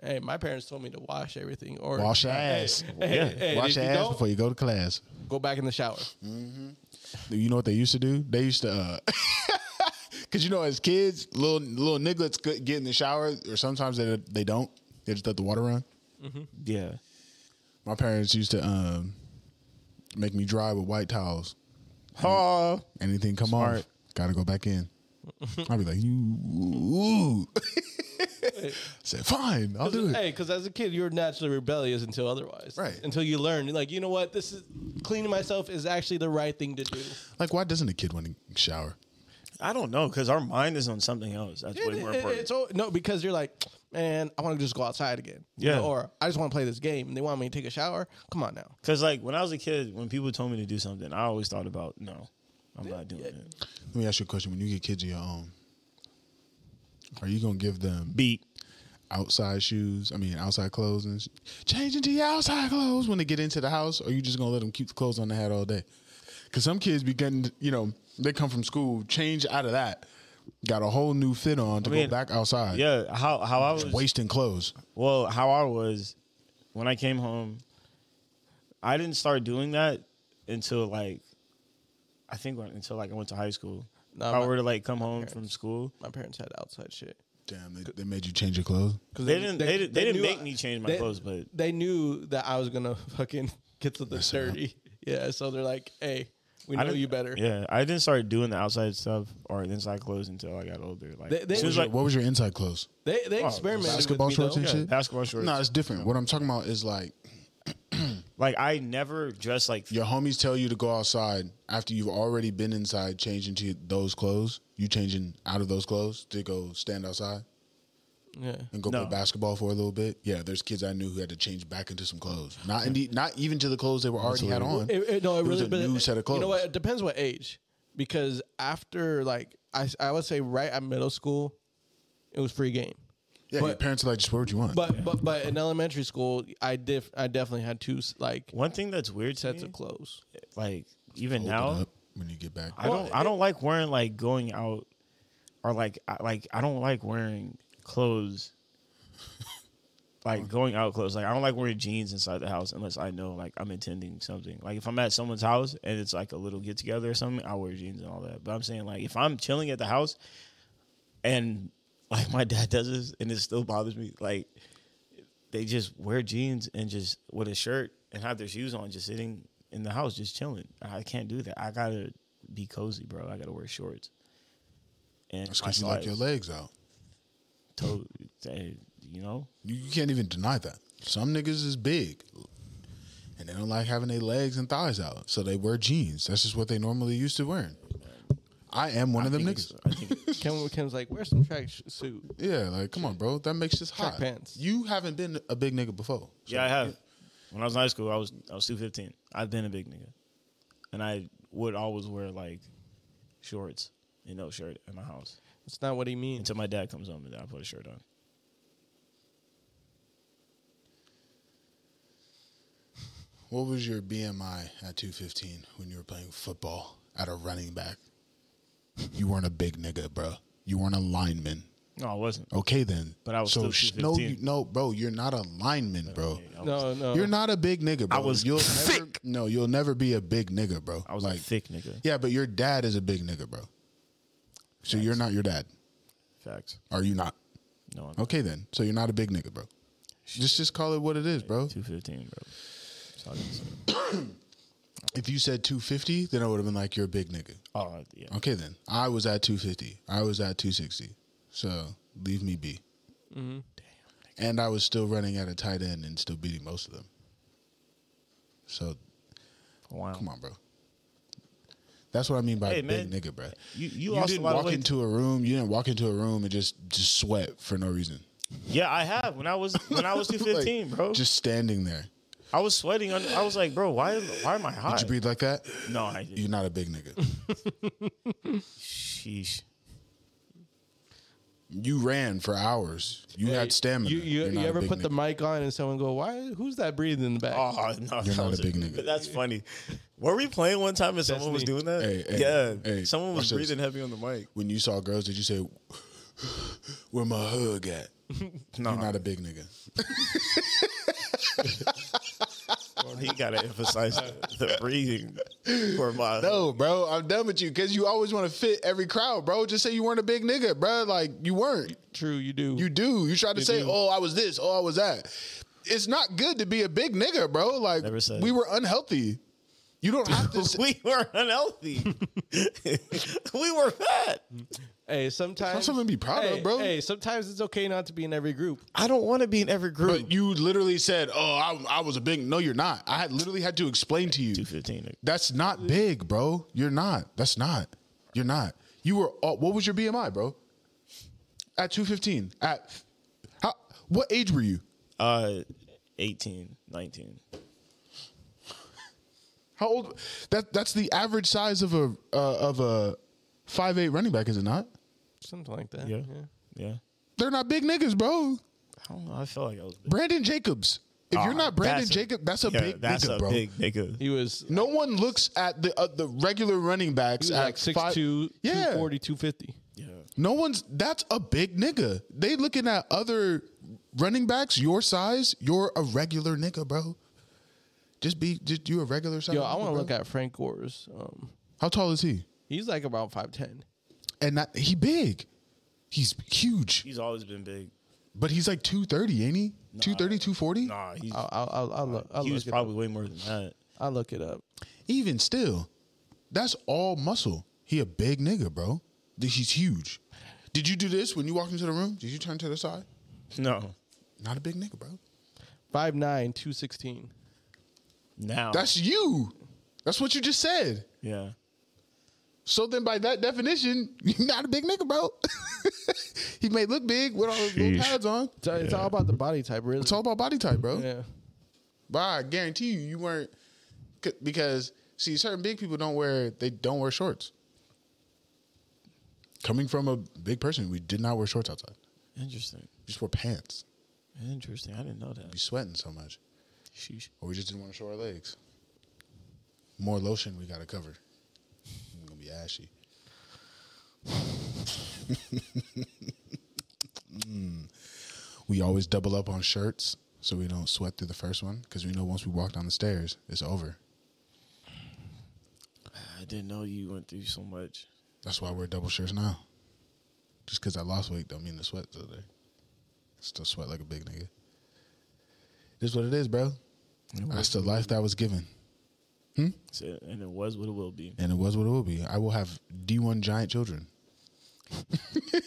Hey, my parents told me to wash everything or
Wash your
Hey,
ass.
Hey,
Yeah.
hey,
Wash
if
your
you
ass
don't,
before you go to class.
Go back in the shower.
You know what they used to do? They used to uh, Because you know, as kids, little little nigglets g- get in the shower, or sometimes they they don't. They just let the water run.
Yeah.
My parents used to um, make me dry with white towels.
Oh.
Anything come
Smart.
off, gotta go back in. I'd be like, you. I said, fine, I'll do it.
Hey, because as a kid, you're naturally rebellious until otherwise.
Right.
Until you learn, you're like, you know what? This is cleaning myself is actually the right thing to do.
Like, why doesn't a kid want to shower?
I don't know because our mind is on something else. That's way
It-
more
it-
important.
it's all- no, because you're like, man, I want to just go outside again. You
Yeah.
know, Or I just want to play this game, and they want me to take a shower. Come on now.
Because like when I was a kid, when people told me to do something, I always thought about no, I'm not doing it.
Let me ask you a question. When you get kids of your own, are you gonna give them
Beat.
outside shoes? I mean, outside clothes and sh- change into your outside clothes when they get into the house, or you just gonna let them keep the clothes on they had all day? Because some kids be getting, you know, they come from school, change out of that, got a whole new fit on to
mean,
go back outside,
Yeah. How how I was
wasting clothes.
well how I was when I came home. I didn't start doing that until like I think when- until like I went to high school.
No,
if I
my-
were to like come home from school,
My parents had outside shit.
Damn, they, they made you change your clothes.
Because
They didn't- they didn't- they didn't make me change my clothes, but-
they knew that I was gonna fucking get to the
up.
dirty. Yeah, so they're like, "Hey, we
I
know
didn't-
you better."
Yeah, I didn't start doing the outside stuff or the inside clothes until I got older. Like
They- they-
as
What
soon
was,
as
your,
I-
what was your inside clothes?
They they experimented
Basketball
with me,
shorts
though.
and shit.
basketball shorts.
No, it's different. What I'm talking about is like
like I never dressed like
your homies tell you to go outside after you've already been inside, changing to those clothes. You changing out of those clothes to go stand outside
Yeah.
and go
No.
play basketball for a little bit. Yeah, there's kids I knew who had to change back into some clothes. Not indeed, not even to the clothes they were already had on.
It, it- no, it,
It was
really
a
but
new set of
You know what?
clothes.
It depends what age, because after like I I would say right at middle school, it was free game.
yeah, your
but-
parents are like, just wear what you want.
But but but in elementary school, I diff I definitely had two like
one thing that's weird to
sets
me,
of clothes.
like even
Open
now.
up when you get back.
I
Well,
don't. I don't like wearing like going out, or like I, like I don't like wearing clothes. Like going out clothes. Like I don't like wearing jeans inside the house unless I know like I'm intending something. Like if I'm at someone's house and it's like a little get together or something, I wear jeans and all that. But I'm saying like if I'm chilling at the house, and like my dad does this and it still bothers me. Like they just wear jeans and just with a shirt and have their shoes on, just sitting in the house, just chilling. I can't do that. I gotta be cozy, bro. I gotta wear shorts. And
That's
my
because you like
slides.
your legs out.
Toe- eh, you know,
You, you can't even deny that. Some niggas is big, and they don't like having their legs and thighs out, so they wear jeans. That's just what they normally used to wearing. I am one of them
I think
niggas.
it's- I think it's-
Ken Ken's like, wear some track sh- suit.
Yeah, like come on, bro. That makes this
Track
hot.
pants.
You haven't been a big nigga before. So
yeah, I have. When I was in high school, I was I was two fifteen. I've been a big nigga, and I would always wear like shorts and no shirt in my house
It's not what he means.
until my dad comes home and then I put a shirt on.
What was your BMI at two fifteen when you were playing football at a running back? You weren't a big nigga, bro. You weren't a lineman.
No, I wasn't.
Okay then.
But I was still
sh- no,
215.
you, no, bro. You're not a lineman, bro.
No, no.
You're not a big nigga, bro.
I was
you'll Never,
thick.
no, you'll never be a big nigga, bro.
I was like, a thick nigga.
Yeah, but your dad is a big nigga, bro. So you're not your dad.
Facts.
Are you not?
No, I'm
Okay then. So you're not a big nigga, bro. Just just call it what it is, bro.
two fifteen, bro. That's all I can say.
If you said 250, then I would have been like you're a big nigga.
Oh yeah.
Okay then. I was at 250. I was at 260. So leave me be.
Mm-hmm.
And I was still running at a tight end and still beating most of them. So
Wow.
come on, bro. That's what I mean by
Hey,
big
man.
nigga, bro.
You you, lost a
didn't
lot of
walk
weight.
into a room. You didn't walk into a room and just just sweat for no reason.
yeah, I have. When I was when I was two fifteen,
Like,
bro.
Just standing there.
I was sweating. Under, I was like, bro, why why am I
Did
hot?
you breathe like that?
no, I didn't.
You're not a big nigga.
Sheesh.
you ran for hours. You
Hey,
had stamina.
You, you,
You're not
you
a
ever
big
put the
nigga.
mic on and someone go, why? Who's that breathing in the back?
Oh no,
You're
that
not
was
a big nigga.
That's funny. Were we playing one time and someone was
Destiny.
doing that?
Hey, hey,
yeah,
hey,
someone was
watch this.
breathing heavy on the mic.
when you saw girls, did you say, "Where my hug at"?
No,
You're not a big nigga.
You gotta emphasize the, the breathing for my
No, bro, I'm done with you because you always want to fit every crowd, bro. Just say you weren't a big nigga, bro. Like you weren't.
True, you do.
You do. You tried to say,
do.
"Oh, I was this. Oh, I was that." It's not good to be a big nigga, bro. Like
Never said
we
it.
were unhealthy. You don't have to. say,
We were unhealthy. we were fat.
hey, sometimes
That's something to be proud
hey,
of, bro.
Hey, sometimes it's okay not to be in every group.
I don't want to be in every group.
But you literally said, "Oh, I, I was a big." No, you're not. I had literally had to explain to you.
215.
That's not big, bro. You're not. That's not. You're not. You were. all what was your BMI, bro? At two fifteen. At how? What age were you?
Uh, 18, 19.
How old? That that's the average size of a uh, of a five eight running back, is it not?
Something like that.
Yeah.
Yeah.
Yeah.
They're not big niggas, bro.
I don't know. I felt like I was big.
Brandon Jacobs. If you're
Ah,
not Brandon
that's a-
Jacob, that's a
Yeah,
big
that's
nigga,
a
bro.
big nigga.
He was,
no one looks at the uh, the regular running backs
he was
at
like 6'2",
five-
240, 250.
Yeah.
No one's that's a big nigga. They looking at other running backs your size. You're a regular nigga, bro. Just be just you a regular size.
Yo, I want
nigga,
to look
bro.
at Frank Gore's. Um,
how tall is he?
he's like about 5'10".
And not, he big. He's huge,
He's always been big.
but he's like 230, ain't he? 230, 240?
Nah, he's,
I'll, I'll, I'll, I'll look, I'll
he was
look it
probably way more than that.
up. I'll look it up.
Even still, that's all muscle. He a big nigga, bro. Th- He's huge. Did you do this when you walked into the room? Did you turn to the side?
No.
Not a big nigga, bro.
5'9", 216.
Now.
That's you. That's what you just said.
yeah.
So then, by that definition, you're not a big nigga, bro. he may look big with all his little pads on.
It's, it's all about the body type, really.
It's all about body type, bro.
yeah.
But I guarantee you, you weren't c- because see, certain big people don't wear they don't wear shorts. Coming from a big person, we did not wear shorts outside.
Interesting.
We just wore pants.
Interesting. I didn't know
We
that.
sweating so much,
Sheesh.
or we just didn't want to show our legs. More lotion we got to cover. I'm gonna be ashy. Mm. We always double up on shirts so we don't sweat through the first one because we know once we walk down the stairs, it's over.
I didn't know you went through so much.
That's why I wear double shirts now. Just because I lost weight don't mean the sweat's still there. Still sweat like a big nigga. This is what it is, bro. That's the life that was given.
So- And it was what it will be.
And it was what it will be. I will have D1 giant children.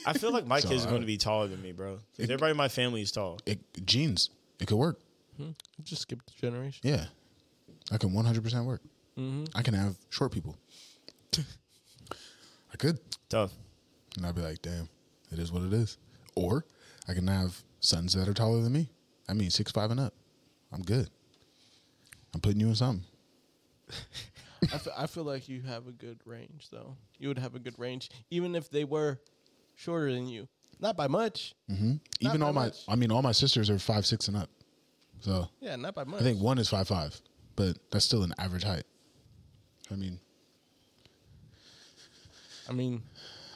I feel like my
So,
kids are
I-
going to be taller than me, bro. 'Cause Everybody in my family is tall.
It, genes. It could work.
Just skip the generation.
Yeah. I can 100% work.
Mm-hmm.
I can have short people. I could.
Tough.
And I'd be like, damn, it is what it is. Or I can have sons that are taller than me. I mean, six, five and up. I'm good. I'm putting you in something.
I, feel, I feel like you have a good range, though. You would have a good range, even if they were shorter than you. Not by much.
Mm.
Not
Even
by
all my,
much.
I mean, all my sisters are five, six and up. So
Yeah, not by much.
I think one is five, five, but that's still an average height. I mean,
I mean,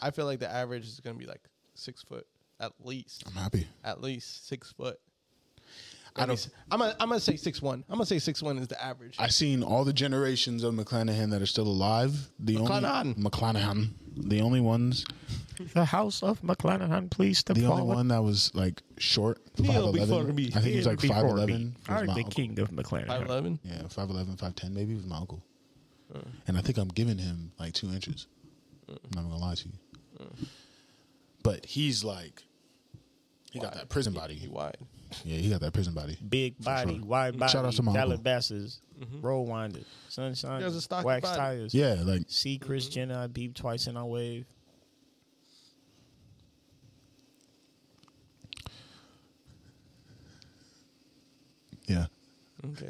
I feel like the average is going to be like six foot at least.
I'm happy.
At least six foot.
I
I
don't.
I'm gonna, I'm gonna say six one. I'm gonna say six one is the average.
I've seen all the generations of McClanahan that are still alive. The
McClanahan.
only McClanahan, the only ones,
The house of McClanahan, please step
the only one that was like short,
Kneel
five
before
eleven.
me.
I think he was
kneel
like
before
five
me.
eleven.
I'm the king of
Five
McLaren.
eleven.
Yeah, 5'11, 5'10 maybe was my uncle.
Uh.
And I think I'm giving him like two inches. I'm not gonna lie to you.
Uh.
But he's like, he got that prison body.
He wide.
yeah, he got that prison body.
Big body, wide body,
Shout out to my uncle.
Calabasas, roll winded, sunshine,
Mm-hmm. He has a stocky
wax
body. Mm-hmm.
tires.
Yeah, like,
See Chris Jenner, I beep twice and I wave.
yeah.
Okay.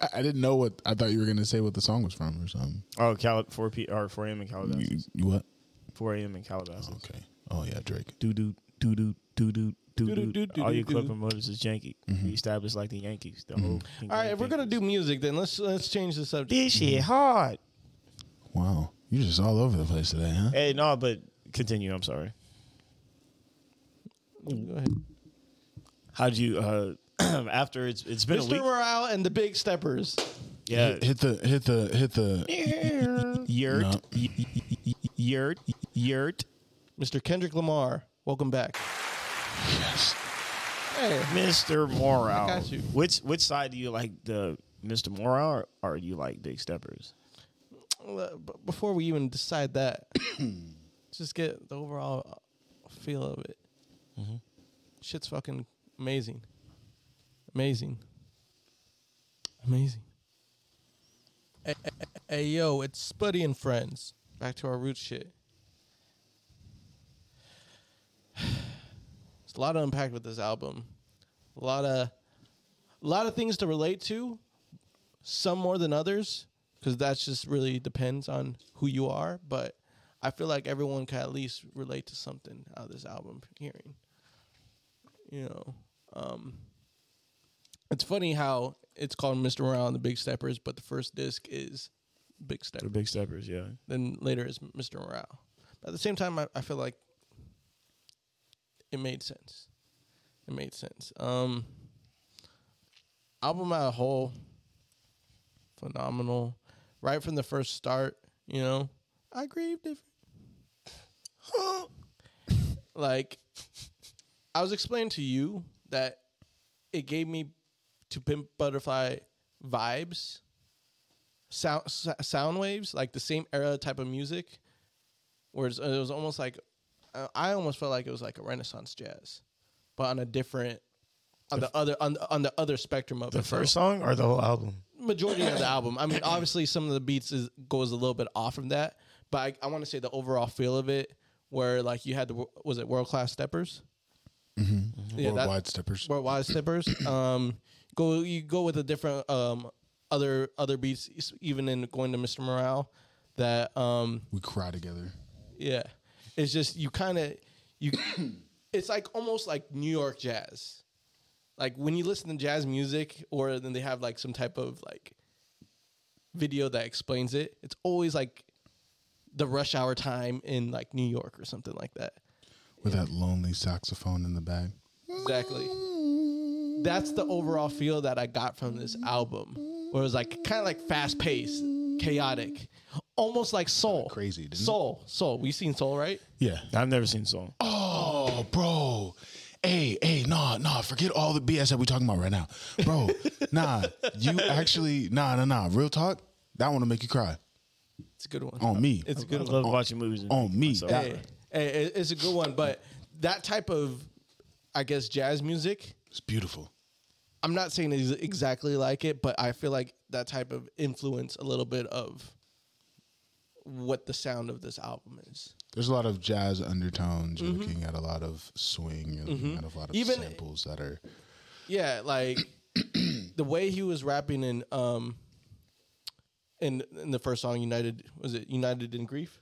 I- I didn't know what, I thought you were gonna say what the song was from or something.
Oh, Cal- 4 p or 4 a.m. in
You,
Calabasas.
you what?
4 a.m. in Calabasas.
Okay. Oh, yeah, Drake.
Do do do do do do do do.
Doo-doo-doo-doo-doo-doo.
All your clipping motors is janky.
Mm-hmm.
We established like the Yankees. The whole.
All right, if we're gonna do music, then let's let's change the subject.
this
Mm-hmm.
shit hard.
Wow. You're just all over the place today, huh?
Hey, no, but continue. I'm sorry.
Go ahead.
How'd you? uh after it's it's been a
Mr.
week.
Morale and the Big Steppers.
Yeah,
Hit the hit the hit the
yurt,
No.
y- y- y- yurt, yurt.
Mr. Kendrick Lamar, welcome back.
yes.
Hey,
Mr. Morrow.
got you.
Which which side do you like the Mr. Morrow or, or you like Big Steppers?
l- b- before we even decide that, just get the overall feel of it. Shit's fucking amazing, amazing, amazing. Hey, yo, it's Spuddy and friends. Back to our root shit. It's a lot to unpack with this album. A lot of, a lot of things to relate to. Some more than others, because that's just really depends on who you are. But I feel like everyone can at least relate to something out of this album hearing. You know, um, it's funny how it's called Mr. Morale and the Big Steppers, but the first disc is Big Stepper
The Big Steppers, yeah.
then later is Mr. Morale. But at the same time, I, I feel like it made sense. It made sense. Um, album as a whole, phenomenal. Right from the first start, you know, I grieve different. like, I was explaining to you that it gave me to Pimp Butterfly vibes sound s- sound waves, like the same era type of music, where it's- it was almost like uh, I almost felt like it was like a Renaissance jazz, but on a different on the other on the, on the other spectrum of
The
it. So
first song or the whole album?
majority of the album. I mean, obviously some of the beats is, goes a little bit off from that, but I, I want to say the overall feel of it, where like you had the wo- was it world class steppers, mm-hmm. yeah, that-
Worldwide steppers.
worldwide steppers. Um, go you go with a different um other other beats, s- even in going to Mr. Morale. That um
We cry together.
yeah, it's just you kind of you. it's like almost like New York jazz. Like when you listen to jazz music, or then they have like some type of like video that explains it. It's always like the rush hour time in like New York or something like that.
With that lonely saxophone in the back.
Exactly. That's the overall feel that I got from this album. Where it was like kind of like fast paced, chaotic, almost like soul.
crazy, didn't it?
soul, soul. We seen soul, right?
Yeah.
I've never seen Soul.
Oh, bro. Hey, hey, nah, nah. Forget all the BS that we're talking about right now, bro. nah, you actually, nah, nah, nah. Real talk. That one will make you cry.
It's a good one.
On me.
It's a good
I
one.
love watching movies. and
on me,
myself.
that-
Hey, hey, it- it's a good one. But that type of, I guess, jazz music.
It's beautiful.
I'm not saying it's exactly like it, but I feel like that type of influence a little bit of what the sound of this album is.
There's a lot of jazz undertones. You're looking at a lot of swing. You're looking at a lot of
Even-
samples that are.
Yeah, like the way he was rapping in um in in the first song United was it United in Grief?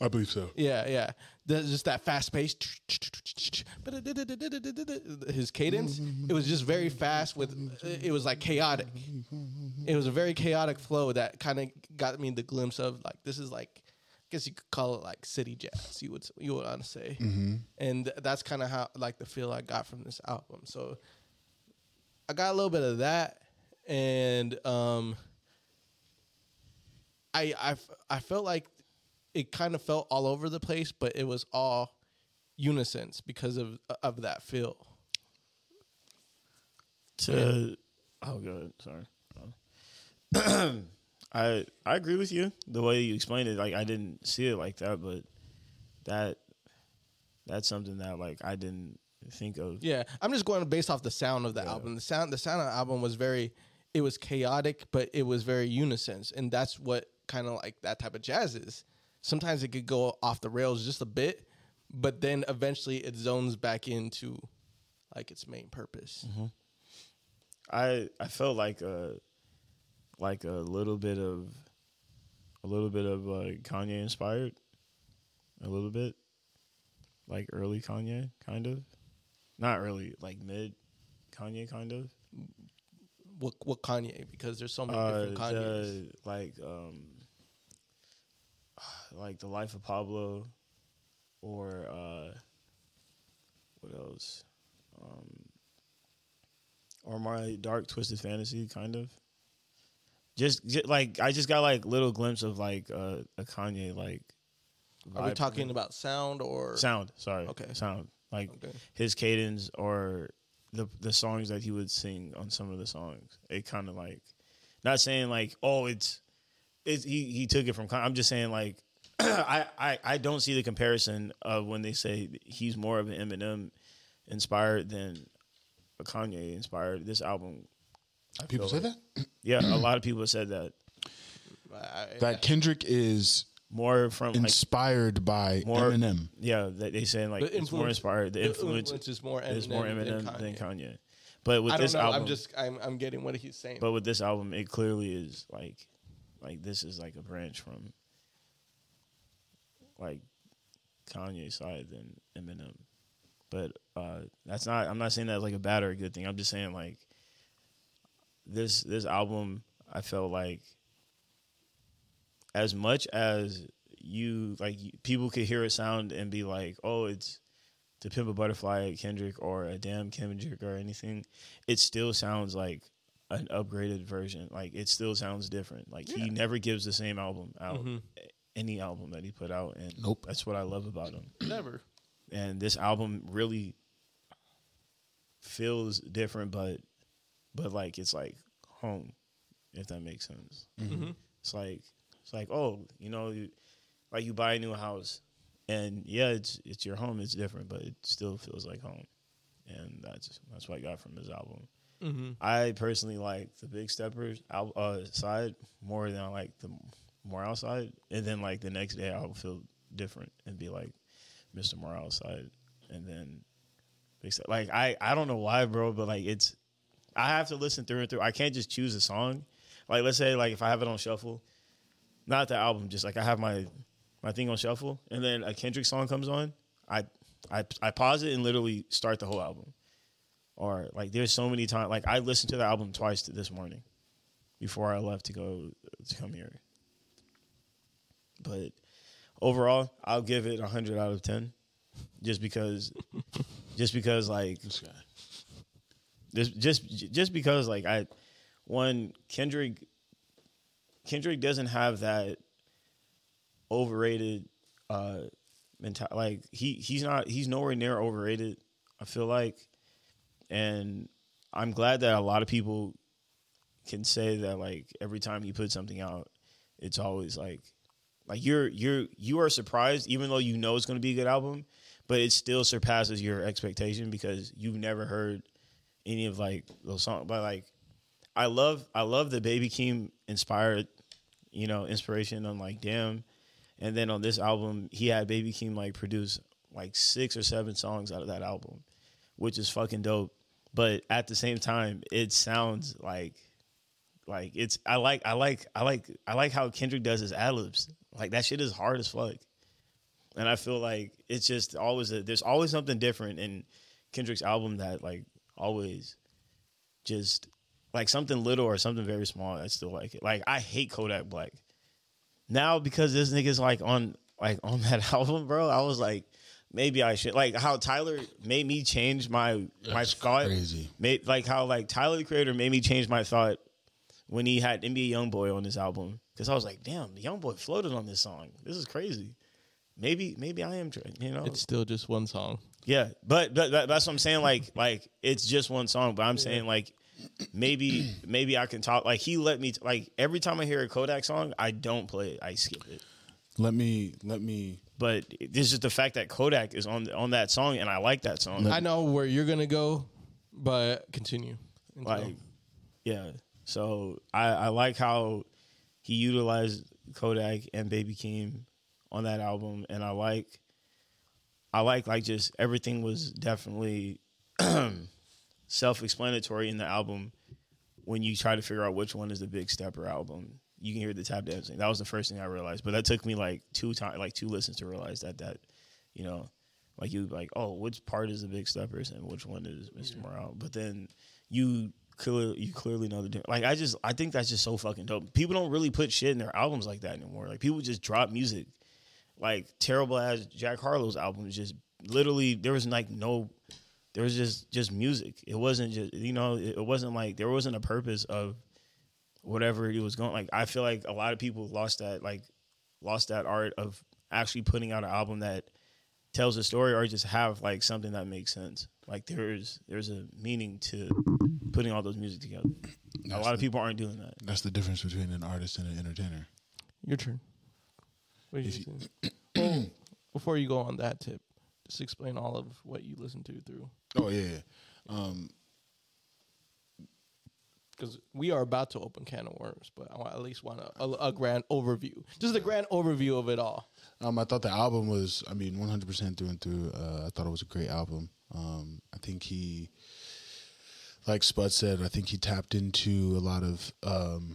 I believe so.
Yeah, yeah. There's just that fast pace. His cadence, it was just very fast with it was like chaotic. It was a very chaotic flow that kind of got me the glimpse of like this is like I guess you could call it like city jazz. You would you would honestly say. And that's kind of how like the feel I got from this album. So I got a little bit of that, and um, I I f- I felt like it kind of felt all over the place, but it was all unisons because of of that feel.
to oh god sorry i i agree with you the way you explained it like i didn't see it like that but that that's something that like i didn't think of
Yeah, I'm just going based off the sound of the album. The sound the sound of the album was very it was chaotic, but it was very unisons, and that's what kind of like that type of jazz is. Sometimes it could go off the rails just a bit, but then eventually it zones back into like its main purpose.
Mm-hmm. i i felt like a like a little bit of a little bit of uh, kanye inspired a little bit like early kanye kind of not early like mid kanye kind of
What what Kanye? Because there's so many different
Uh,
Kanyes.
the- like um like the life of Pablo or uh what else? Um or my dark twisted fantasy, kind of. Just, ju- like I just got like little glimpse of like uh, a Kanye like.
Are we
vibe.
talking about sound or
sound? Sorry,
Okay.
sound like
Okay.
his cadence or the the songs that he would sing on some of the songs. It kind of like, not saying like oh it's, it's he he took it from. Con- I'm just saying like. I, I, I don't see the comparison of when they say he's more of an Eminem inspired than a Kanye inspired. This album, I
People say
feel like-
that
Yeah, a lot of people have said that
I-
that Kendrick is
more from like
inspired by
more
Eminem.
Yeah, they, they saying like
The
it's more
influence-
inspired. The
the
influence,
influence is more
is more
Eminem than
Eminem than Kanye.
Kanye.
But with
I don't
this
know.
album,
I'm just I'm I'm getting what he's saying.
but with this album, it clearly is like, like this is like a branch from, like, Kanye's side than Eminem. But uh, that's not. I'm not saying that's like a bad or a good thing. I'm just saying like, this this album, I felt like, as much as you like, you- people could hear a sound and be like, oh, it's. To Pimp a Butterfly, Kendrick, or a damn Kendrick, or anything, it still sounds like an upgraded version. Like it still sounds different. Like he never gives the same album out,
Mm-hmm.
any album that he put out, and
Nope.
that's what I love about him.
Never.
And this album really feels different, but but like it's like home, if that makes sense. It's like it's like oh, you know, you, like you buy a new house, and yeah, it's it's your home. It's different, but it still feels like home. And that's that's what I got from his album.
Mm-hmm.
I personally like the Big Steppers al- uh, side more than I like the Morale side. And then like the next day, I'll feel different and be like Mr. Morale side. And then Big Step- like I I don't know why, bro, but like it's I have to listen through and through. I can't just choose a song. Like let's say like if I have it on shuffle, not the album, just like I have my my thing on shuffle, and then a Kendrick song comes on, I I I pause it and literally start the whole album. Or like there's so many times like I listened to the album twice t- this morning before I left to go to come here. But overall, I'll give it 100 out of 10 just because just because like just just just because like I one Kendrick Kendrick doesn't have that overrated uh mental like he he's not he's nowhere near overrated I feel like and I'm glad that a lot of people can say that like every time you put something out it's always like like you're you're you are surprised even though you know it's going to be a good album but it still surpasses your expectation because you've never heard any of like those songs but like I love I love the Baby Keem inspired, you know, inspiration on like damn. And then on this album, he had Baby Keem like produce like six or seven songs out of that album, which is fucking dope. But at the same time, it sounds like like it's I like I like I like I like how Kendrick does his ad libs. Like that shit is hard as fuck. And I feel like it's just always a, there's always something different in Kendrick's album that like always just like something little or something very small. I still like it. Like I hate Kodak Black now because this nigga's like on like on that album, bro. I was like, maybe I should like how Tyler made me change my my
That's
thought.
crazy.
Made like how like Tyler the Creator made me change my thought when he had NBA YoungBoy on this album because I was like, damn, YoungBoy floated on this song. This is crazy. Maybe maybe I am, tra- you know.
It's still just one song.
Yeah, but, but that, that's what I'm saying. Like, like it's just one song, but I'm saying like maybe maybe I can talk. Like he let me t- like every time I hear a Kodak song, I don't play it, I skip it.
Let me let me
But this is the fact that Kodak is on on that song, and I like that song.
I know where you're gonna go, but continue. Until-
like yeah so i i like how he utilized kodak and baby keem on that album and i like i like like just everything was definitely self-explanatory in the album when you try to figure out which one is the big stepper album you can hear the tap dancing that was the first thing i realized but that took me like two time like two listens to realize that that you know like you like oh which part is the big steppers and which one is mr morale but then you clearly you clearly know the difference like i just i think that's just so fucking dope people don't really put shit in their albums like that anymore like people just drop music like terrible ass jack harlow's album is just literally there was like no there was just just music. It wasn't just you know it it wasn't like there wasn't a purpose of whatever it was going. Like I feel like a lot of people lost that like lost that art of actually putting out an album that tells a story or just have like something that makes sense. Like there's there's a meaning to putting all those music together. A lot of people aren't doing that.
That's the difference between an artist and an entertainer.
Your turn. What did you say? Well, before you go on that tip, just explain all of what you listen to through.
Oh yeah, yeah. Um,
Because we are about to open can of worms, but I wa- at least want a, a, a grand overview. Just a grand overview of it all.
Um, I thought the album was, I mean, 100% through and through. Uh, I thought it was a great album. Um, I think he, like Spud said, I think he tapped into a lot of um,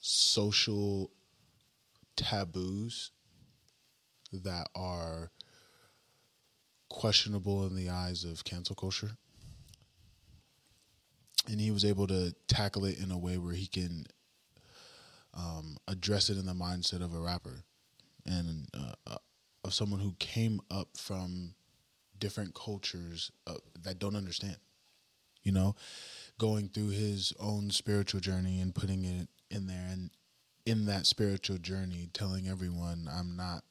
social taboos that are questionable in the eyes of cancel culture. And he was able to tackle it in a way where he can address it in the mindset of a rapper and uh, uh, of someone who came up from different cultures uh, that don't understand you know going through his own spiritual journey and putting it in there and in that spiritual journey telling everyone i'm not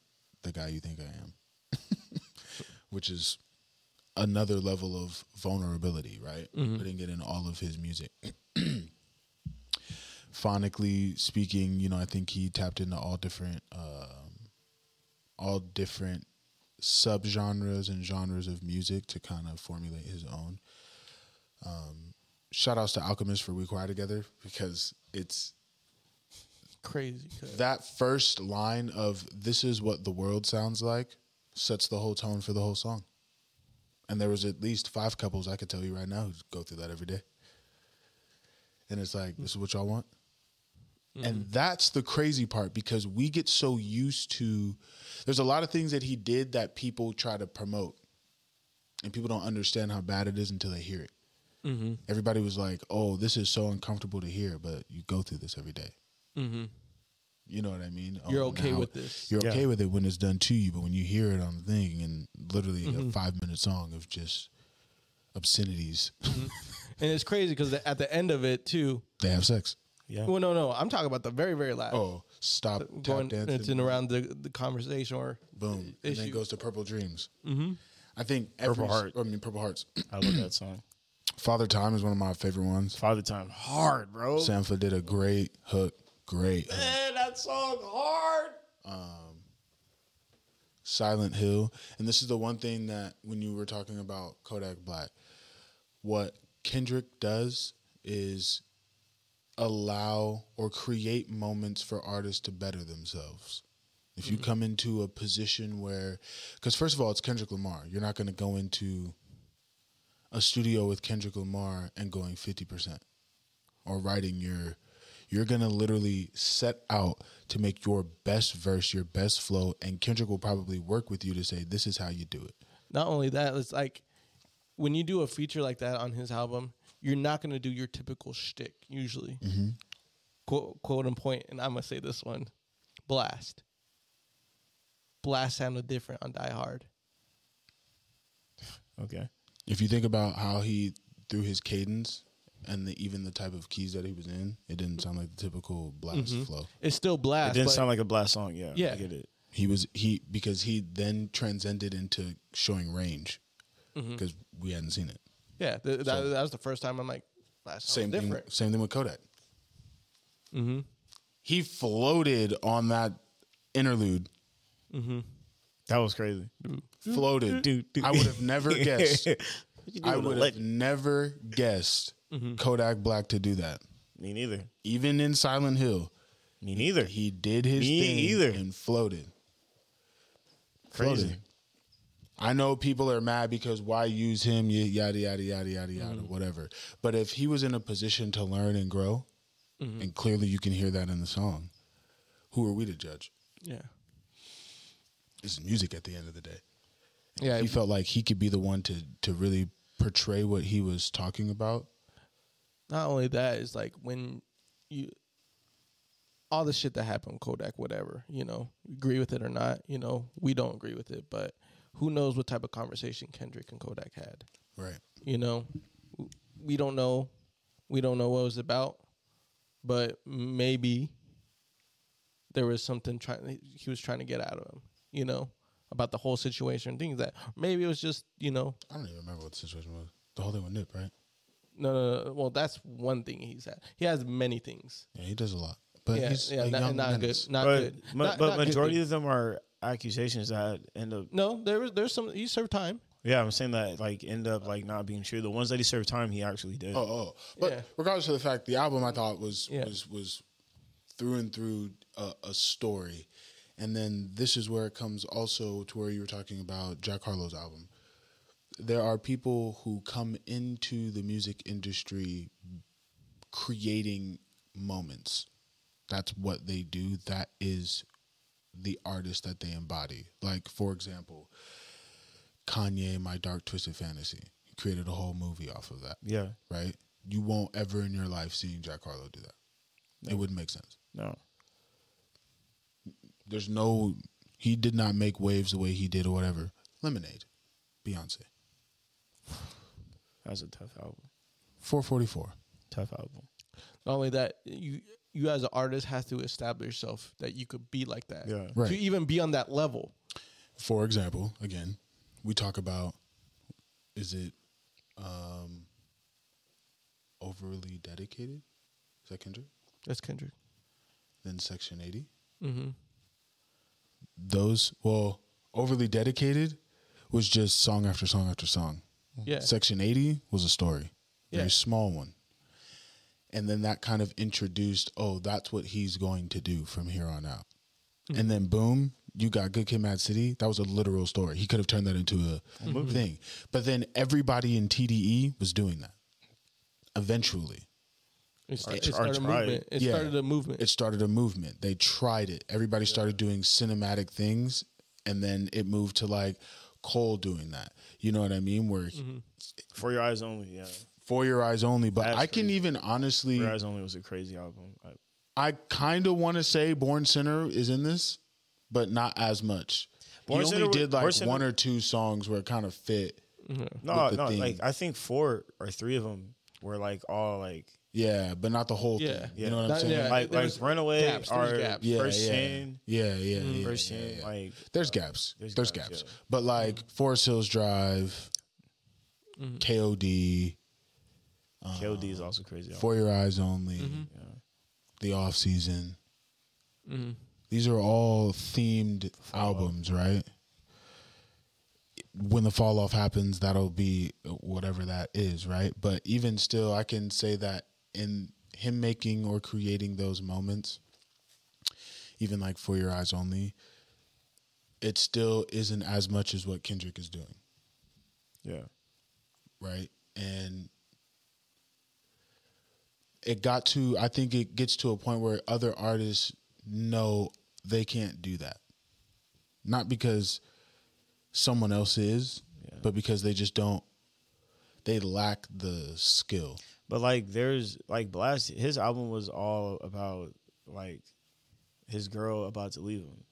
the guy you think i am which is another level of vulnerability right putting it in all of his music phonically speaking, you know, I think he tapped into all different, um, all different subgenres and genres of music to kind of formulate his own. Um, shout outs to Alchemist for We Cry Together because it's
Crazy. 'cause
that first line of this is what the world sounds like sets the whole tone for the whole song. And there was at least five couples I could tell you right now who go through that every day. And it's like, this is what y'all want. And
Mm-hmm.
that's the crazy part because we get so used to there's a lot of things that he did that people try to promote. And people don't understand how bad it is until they hear it.
Mm-hmm.
Everybody was like, oh, this is so uncomfortable to hear, but you go through this every day. You know what I mean?
Mm-hmm. You're
Oh,
okay
now-
with this.
You're
Yeah.
okay with it when it's done to you, but when you hear it on the thing and literally
Mm-hmm.
a five minute song of just obscenities,
And it's crazy because at the end of it, too.
they have sex.
Uh,
Yeah.
Well, no, no. I'm talking about the very, very last.
Oh, stop
going,
tap
it's in
dancing.
around the, the conversation or
Boom. And then
issue.
it goes to Purple Dreams. Mm-hmm. I think every,
Purple Heart.
I mean, Purple Hearts.
I love that song.
Father Time is one of my favorite ones.
Father Time hard, bro.
Sanford did a great hook. Great. hook.
Man, that song hard.
Silent Hill. And this is the one thing that when you were talking about Kodak Black, what Kendrick does is allow or create moments for artists to better themselves. If you come into a position where, because first of all, it's Kendrick Lamar. You're not going to go into a studio with Kendrick Lamar and going 50% or writing your you're gonna literally set out to make your best verse, your best flow, and Kendrick will probably work with you to say this is how you do it.
not only that, it's like when you do a feature like that on his album, you're not going to do your typical shtick usually.
Mm-hmm.
Quote, quote and point, and I'm going to say this one Blast. Blast sounded different on Die Hard.
Okay.
If you think about how he through his cadence and the, even the type of keys that he was in, it didn't sound like the typical blast flow.
It's still
It
Blast.
didn't
but
sound like a blast song. Yeah.
Yeah.
I get it.
He was he because he then transcended into showing range because we hadn't seen it.
yeah, th- that, that was the first time I'm like, Blast
Same
sounds
thing.
different.
Same thing with Kodak. He floated on that interlude.
That was crazy.
Floated.
Dude, dude.
I would have never guessed.
you
I
with a
would have
leg?
never guessed
Mm-hmm.
Kodak Black to do that.
Me neither.
Even in Silent Hill,
Me neither.
he did his
Me
thing
either.
and floated.
Crazy.
Floated. I know people are mad because why use him? y- Yada yada yada yada yada,
Mm-hmm.
whatever. But if he was in a position to learn and grow,
Mm-hmm.
and clearly you can hear that in the song. Who are we to judge?
Yeah.
It's music at the end of the day.
Yeah.
he felt like he could be the one to to really portray what he was talking about.
not only that is like when you all the shit that happened kodak whatever you know agree with it or not you know we don't agree with it but who knows what type of conversation Kendrick and Kodak had?
Right.
You know, W- we don't know. We don't know what it was about, but maybe there was something trying he was trying to get out of him. You know, about the whole situation and things like that maybe it was just you know
I don't even remember what the situation was. The whole thing with Nip, right?
no no, no well that's one thing he's had. He has many things.
Yeah, he does a lot, but
yeah,
he's
yeah,
a
not,
young
not good,
menace.
not
but
good.
ma-
Not-
but
not good
majority
thing.
of them are accusations that end up.
No, there was there's some. He served time.
Yeah, I'm saying that like end up like not being true. The ones that he served time, he actually did.
Oh, oh. But
Yeah.
regardless of the fact, the album I thought was
Yeah.
was was through and through a, a story, and then this is where it comes also to where you were talking about Jack Harlow's album. There are people who come into the music industry creating moments. That's what they do. That is the artist that they embody. Like for example, Kanye, My Dark Twisted Fantasy, He created a whole movie off of that
Yeah,
right? You won't ever in your life seeing Jack Harlow do that. It wouldn't make sense.
no,
There's no he did not make waves the way he did or whatever. Lemonade, Beyonce,
that was a tough album.
444.
Tough album.
Not only that, you you as an artist has to establish yourself that you could be like that.
Yeah.
Right.
To even be on that level.
For example, again, we talk about is it um overly dedicated? Is that Kendrick?
That's Kendrick.
Then Section 80.
Mm-hmm.
Those well, overly dedicated was just song after song after song.
Yeah.
Section 80 was a story, very
Yeah.
small one. And then that kind of introduced, oh, that's what he's going to do from here on out.
Hmm.
And then boom, you got Good Kid, Mad City. That was a literal story. He could have turned that into a thing. But then everybody in TDE was doing that. Eventually,
It, sta-
Or
it
tr- or
started a
try
movement. It
Yeah.
started a movement.
it started a movement. They tried it. Everybody started doing cinematic things, and then it moved to like Cole doing that. You know what I mean? Where he-
For your eyes only. Yeah,
for your eyes only. But
Mm-hmm. That's
I can even honestly,
for your eyes only was a crazy album. I,
I kind of want to say Born Sinner is in this, but not as much.
Born
he only
Sinner was-
did
Born
like
Sinner- Mm-hmm.
one or two songs where it kind of fit.
no,
With the
no,
theme.
like I think four or three of them were like all like
Yeah, but not the whole
Yeah.
thing.
Yeah.
You know what I'm
That-
saying?
yeah.
Like,
like
there
like
was
Runaway
gaps, there was
or
gaps.
yeah,
First
yeah.
Sin,
yeah, yeah, yeah,
First
yeah,
Sin,
yeah.
like
There's gaps.
there's
There's,
gaps,
gaps.
yeah.
But like Forest Hills Drive, Mm-hmm. KOD,
KOD is also a crazy. Album.
For Your Eyes Only, The Off Season. These are all themed albums, right? When the fall off happens, that'll be whatever that is, right? But even still, I can say that in him making or creating those moments, even like For Your Eyes Only, it still isn't as much as what Kendrick is doing
Yeah,
right? And it got to, I think it gets to a point where other artists know they can't do that. Not because someone else is,
Yeah.
but because they just don't, they lack the skill.
but like there's like Blast. His album was all about like his girl about to leave him.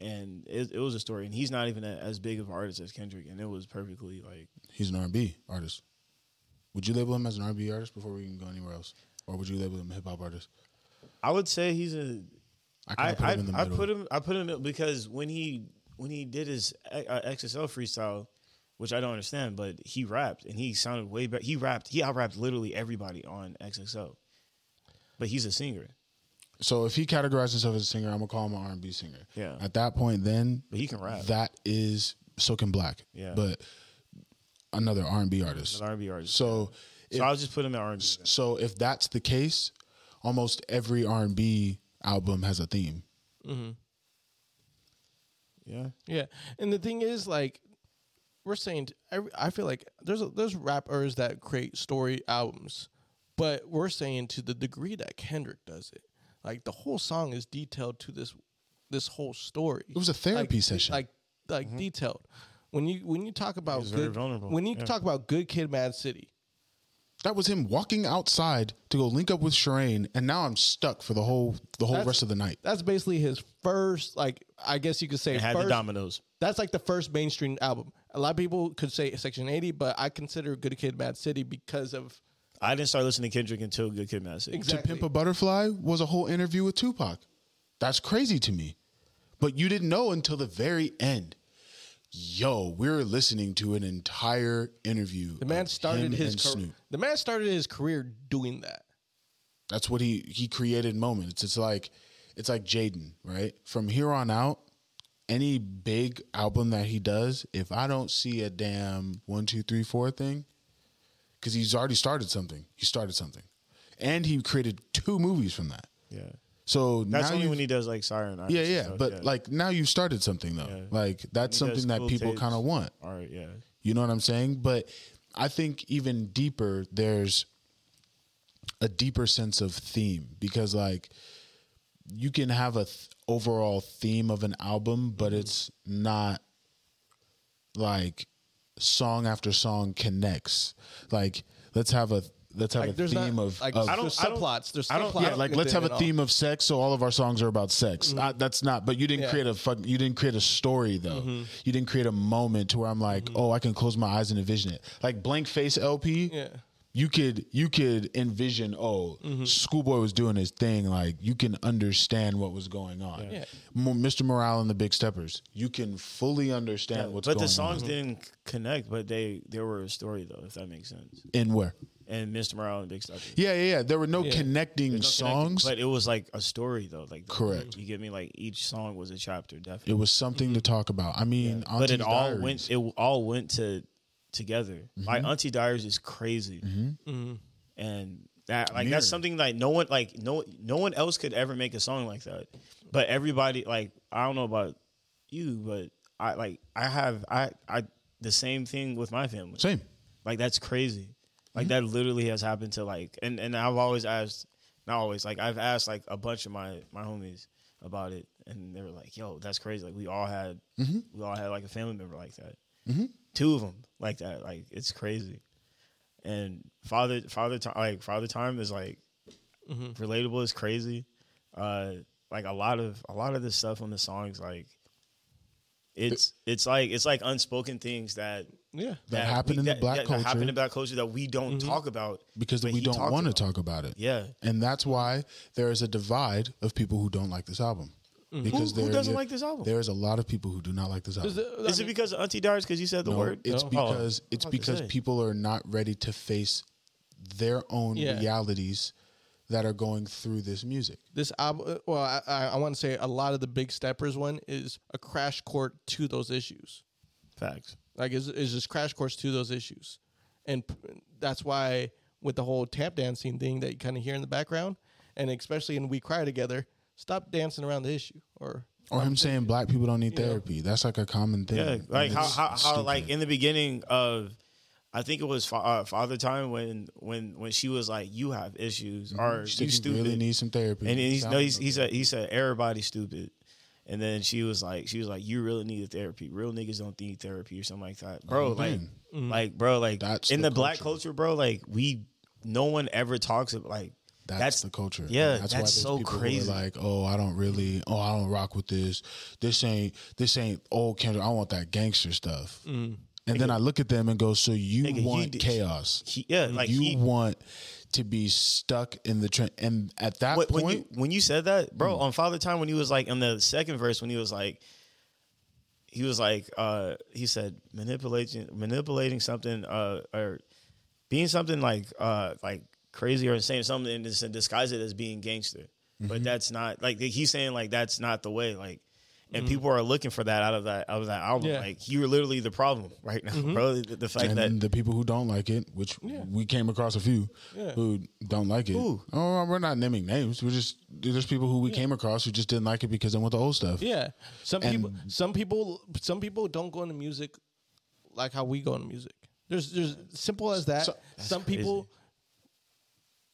And it, it was a story, and he's not even a, as big of an artist as Kendrick, and it was perfectly like
He's an R&B artist. Would you label him as an R&B artist before we can go anywhere else? Or would you label him a hip hop artist?
I would say he's a I,
kinda
I, I put him. I put him because when he when he did his uh, XSL freestyle, which I don't understand, but he rapped and he sounded way better. He rapped. He out rapped literally everybody on XXL. But he's a singer,
So if he categorizes himself as a singer, I'm gonna call him an R&B singer.
Yeah.
At that point, then
but he can rap.
that is so can Black.
Yeah.
But another R and B artist.
An R&B artist. So,
So if,
I'll just put him in R&B.
so if that's the case, almost every R and B album has a theme.
Yeah,
Yeah, and the thing is, like, we're saying, every, I feel like there's a, there's rappers that create story albums, but we're saying to the degree that Kendrick does it, like the whole song is detailed to this this whole story. It
was a therapy session.
like like detailed. When you when you talk about
was Mm-hmm. very
good,
vulnerable,
when you
yeah.
talk about Good Kid, Mad City,
That was him walking outside to go link up with Shireen, and now I'm stuck for the whole the whole rest of the night.
That's basically his first, like I guess you could say,
It had the
first-
dominoes.
That's like the first mainstream album. A lot of people could say Section 80, but I consider Good Kid, Mad City because of
I didn't start listening to Kendrick until Good Kid, Mad City.
exactly.
To Pimp a Butterfly was a whole interview with Tupac. That's crazy to me. But you didn't know until the very end. Yo, we're listening to an entire interview.
the man started his
career.
career. The man started his career doing that.
That's what he he created moments. It's like it's like Jaden, right? From here on out, any big album that he does, if I don't see a damn one, two, three, four thing, because he's already started something. He started something, and he created two movies from that.
Yeah,
So
that's
now
only
you've-
when he does like Siren. Eyes
Yeah,
and
yeah,
stuff,
but like now you've started something though. Like that's
He does
something that
cool
people
tapes.
kind of want.
all right, yeah,
You know what I'm saying? But I think even deeper, there's a deeper sense of theme because like you can have a th- overall theme of an album, but
Mm-hmm.
it's not like song after song connects. Like let's have a let's have
Like,
a
there's
theme
not,
of,
like
of
I don't-
there's
I don't-
subplots. There's
I don't-
subplots.
yeah,
yeah, like let's have a theme of sex, so all of our songs are about sex.
Mm-hmm.
I, that's not, but you didn't
Yeah.
create a fuck, you didn't create a story though.
Mm-hmm.
You didn't create a moment to where I'm like, oh, I can close my eyes and envision it. Like blank face LP,
Yeah.
You could you could envision. Oh,
Mm-hmm.
Schoolboy was doing his thing. Like you can understand what was going on.
Yeah.
Mo- Mr. Morale and the Big Steppers, you can fully understand what's
but
going
the songs
on.
didn't c- connect, but they there were a story though, if that makes sense.
in where.
And Mr. Morale and Big Stuff.
Yeah, yeah, yeah. There were no connecting songs.
but it was like a story though. Like the-
Correct.
You get me? Like each song was a chapter, definitely.
it was something to talk about. I mean,
Mm-hmm. but it
Auntie's
all
Diaries. Mm-hmm.
went. It all went to together. Like Auntie Diaries is crazy, and that like
Mirror.
that's something like no one like no no one else could ever make a song like that. But everybody like I don't know about you, but I like I have I I the same thing with my family.
Same.
Like that's crazy. Like that literally has happened to like and and I've always asked not always like I've asked like a bunch of my my homies about it and they were like, "Yo, that's crazy." Like we all had we all had like a family member like that. Two of them like that. Like it's crazy. And father father time like father time is like relatable is crazy. Uh like a lot of a lot of the stuff on the songs like it's it's like it's like unspoken things that
yeah.
that happen
we-
in the black
That happen
culture.
in black culture that we don't talk about
because
but
we
he
don't
talked
want to
about.
talk about it.
Yeah.
And that's why there is a divide of people who don't like this album. Because
Mm-hmm. Who- who
there-
doesn't like this album?
There is a lot of people who do not like this album.
Is it because of Auntie Darius? Because you said the
No,
word.
It's
Oh.
because it's
about to
because
say.
people are not ready to face their own
Yeah.
realities that are going through this music.
this album? Well, I, I, I want to say a lot of the Big Steppers one is a crash court to those issues.
Oh, facts.
Like it's, it's just crash course to those issues, and p- that's why with the whole tap dancing thing that you kind of hear in the background, and especially in We Cry Together, stop dancing around the issue. Or
Or him saying black people don't need therapy. That's like a common thing.
Yeah, like
And
how
it's
how, how
stupid.
like in the beginning of, I think it was fa- uh, Father Time when when when she was like, "You have issues," or
Mm-hmm.
"You
She said you
stupid."
really need some therapy.
and he's
Sound
no, he's,
okay.
he said he said everybody's stupid. And then she was like, she was like, "You really need therapy. Real niggas don't need therapy or something like that, bro. like,
man.
like, bro, like
That's
in
the
the, black
culture.
culture, bro. Like, we no one ever talks about like
That's,
that's
the culture.
yeah,
And
that's
there's
so
people who are
crazy.
Like, oh, I don't really, oh, I don't rock with this. This ain't, this ain't old Kendrick. I want that gangster stuff. And then I look at them and go, so you
Mm. Nigga, you
want
did-
chaos?
he, yeah, like
you
he,
want to be stuck in the trend? And at that
when,
point, Mm.
when you when you said that, bro, on Father Time when he was like in the second verse when he was like he was like uh he said manipulating manipulating something uh or being something like uh like crazy or insane something and just disguise it as being gangster.
Mm-hmm.
But that's not like he's saying like that's not the way like and
Mm-hmm.
people are looking for that out of that out of that album.
Yeah.
Like you're literally the problem right now, bro. The, the fact
Mm-hmm. and
that
then the people who don't like it, which we came across a few who don't like it. Oh, we're not naming names. We're just there's people who we came across who just didn't like it because they want the old stuff.
yeah, some
And-
people, some people, some people don't go into music like how we go into music. There's, there's simple as that. some people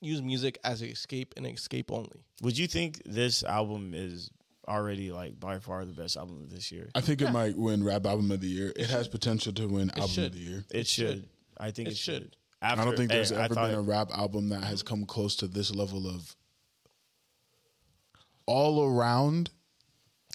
use music as an escape and escape only.
Would you think this album is already like by far the best album of this year?
I think it might win rap album of the year. It has potential to win album
should.
of the year.
It should. I think it,
It should.
should. After,
I don't think there's
hey, I
ever
thought-
been a rap album that has come close to this level of all around.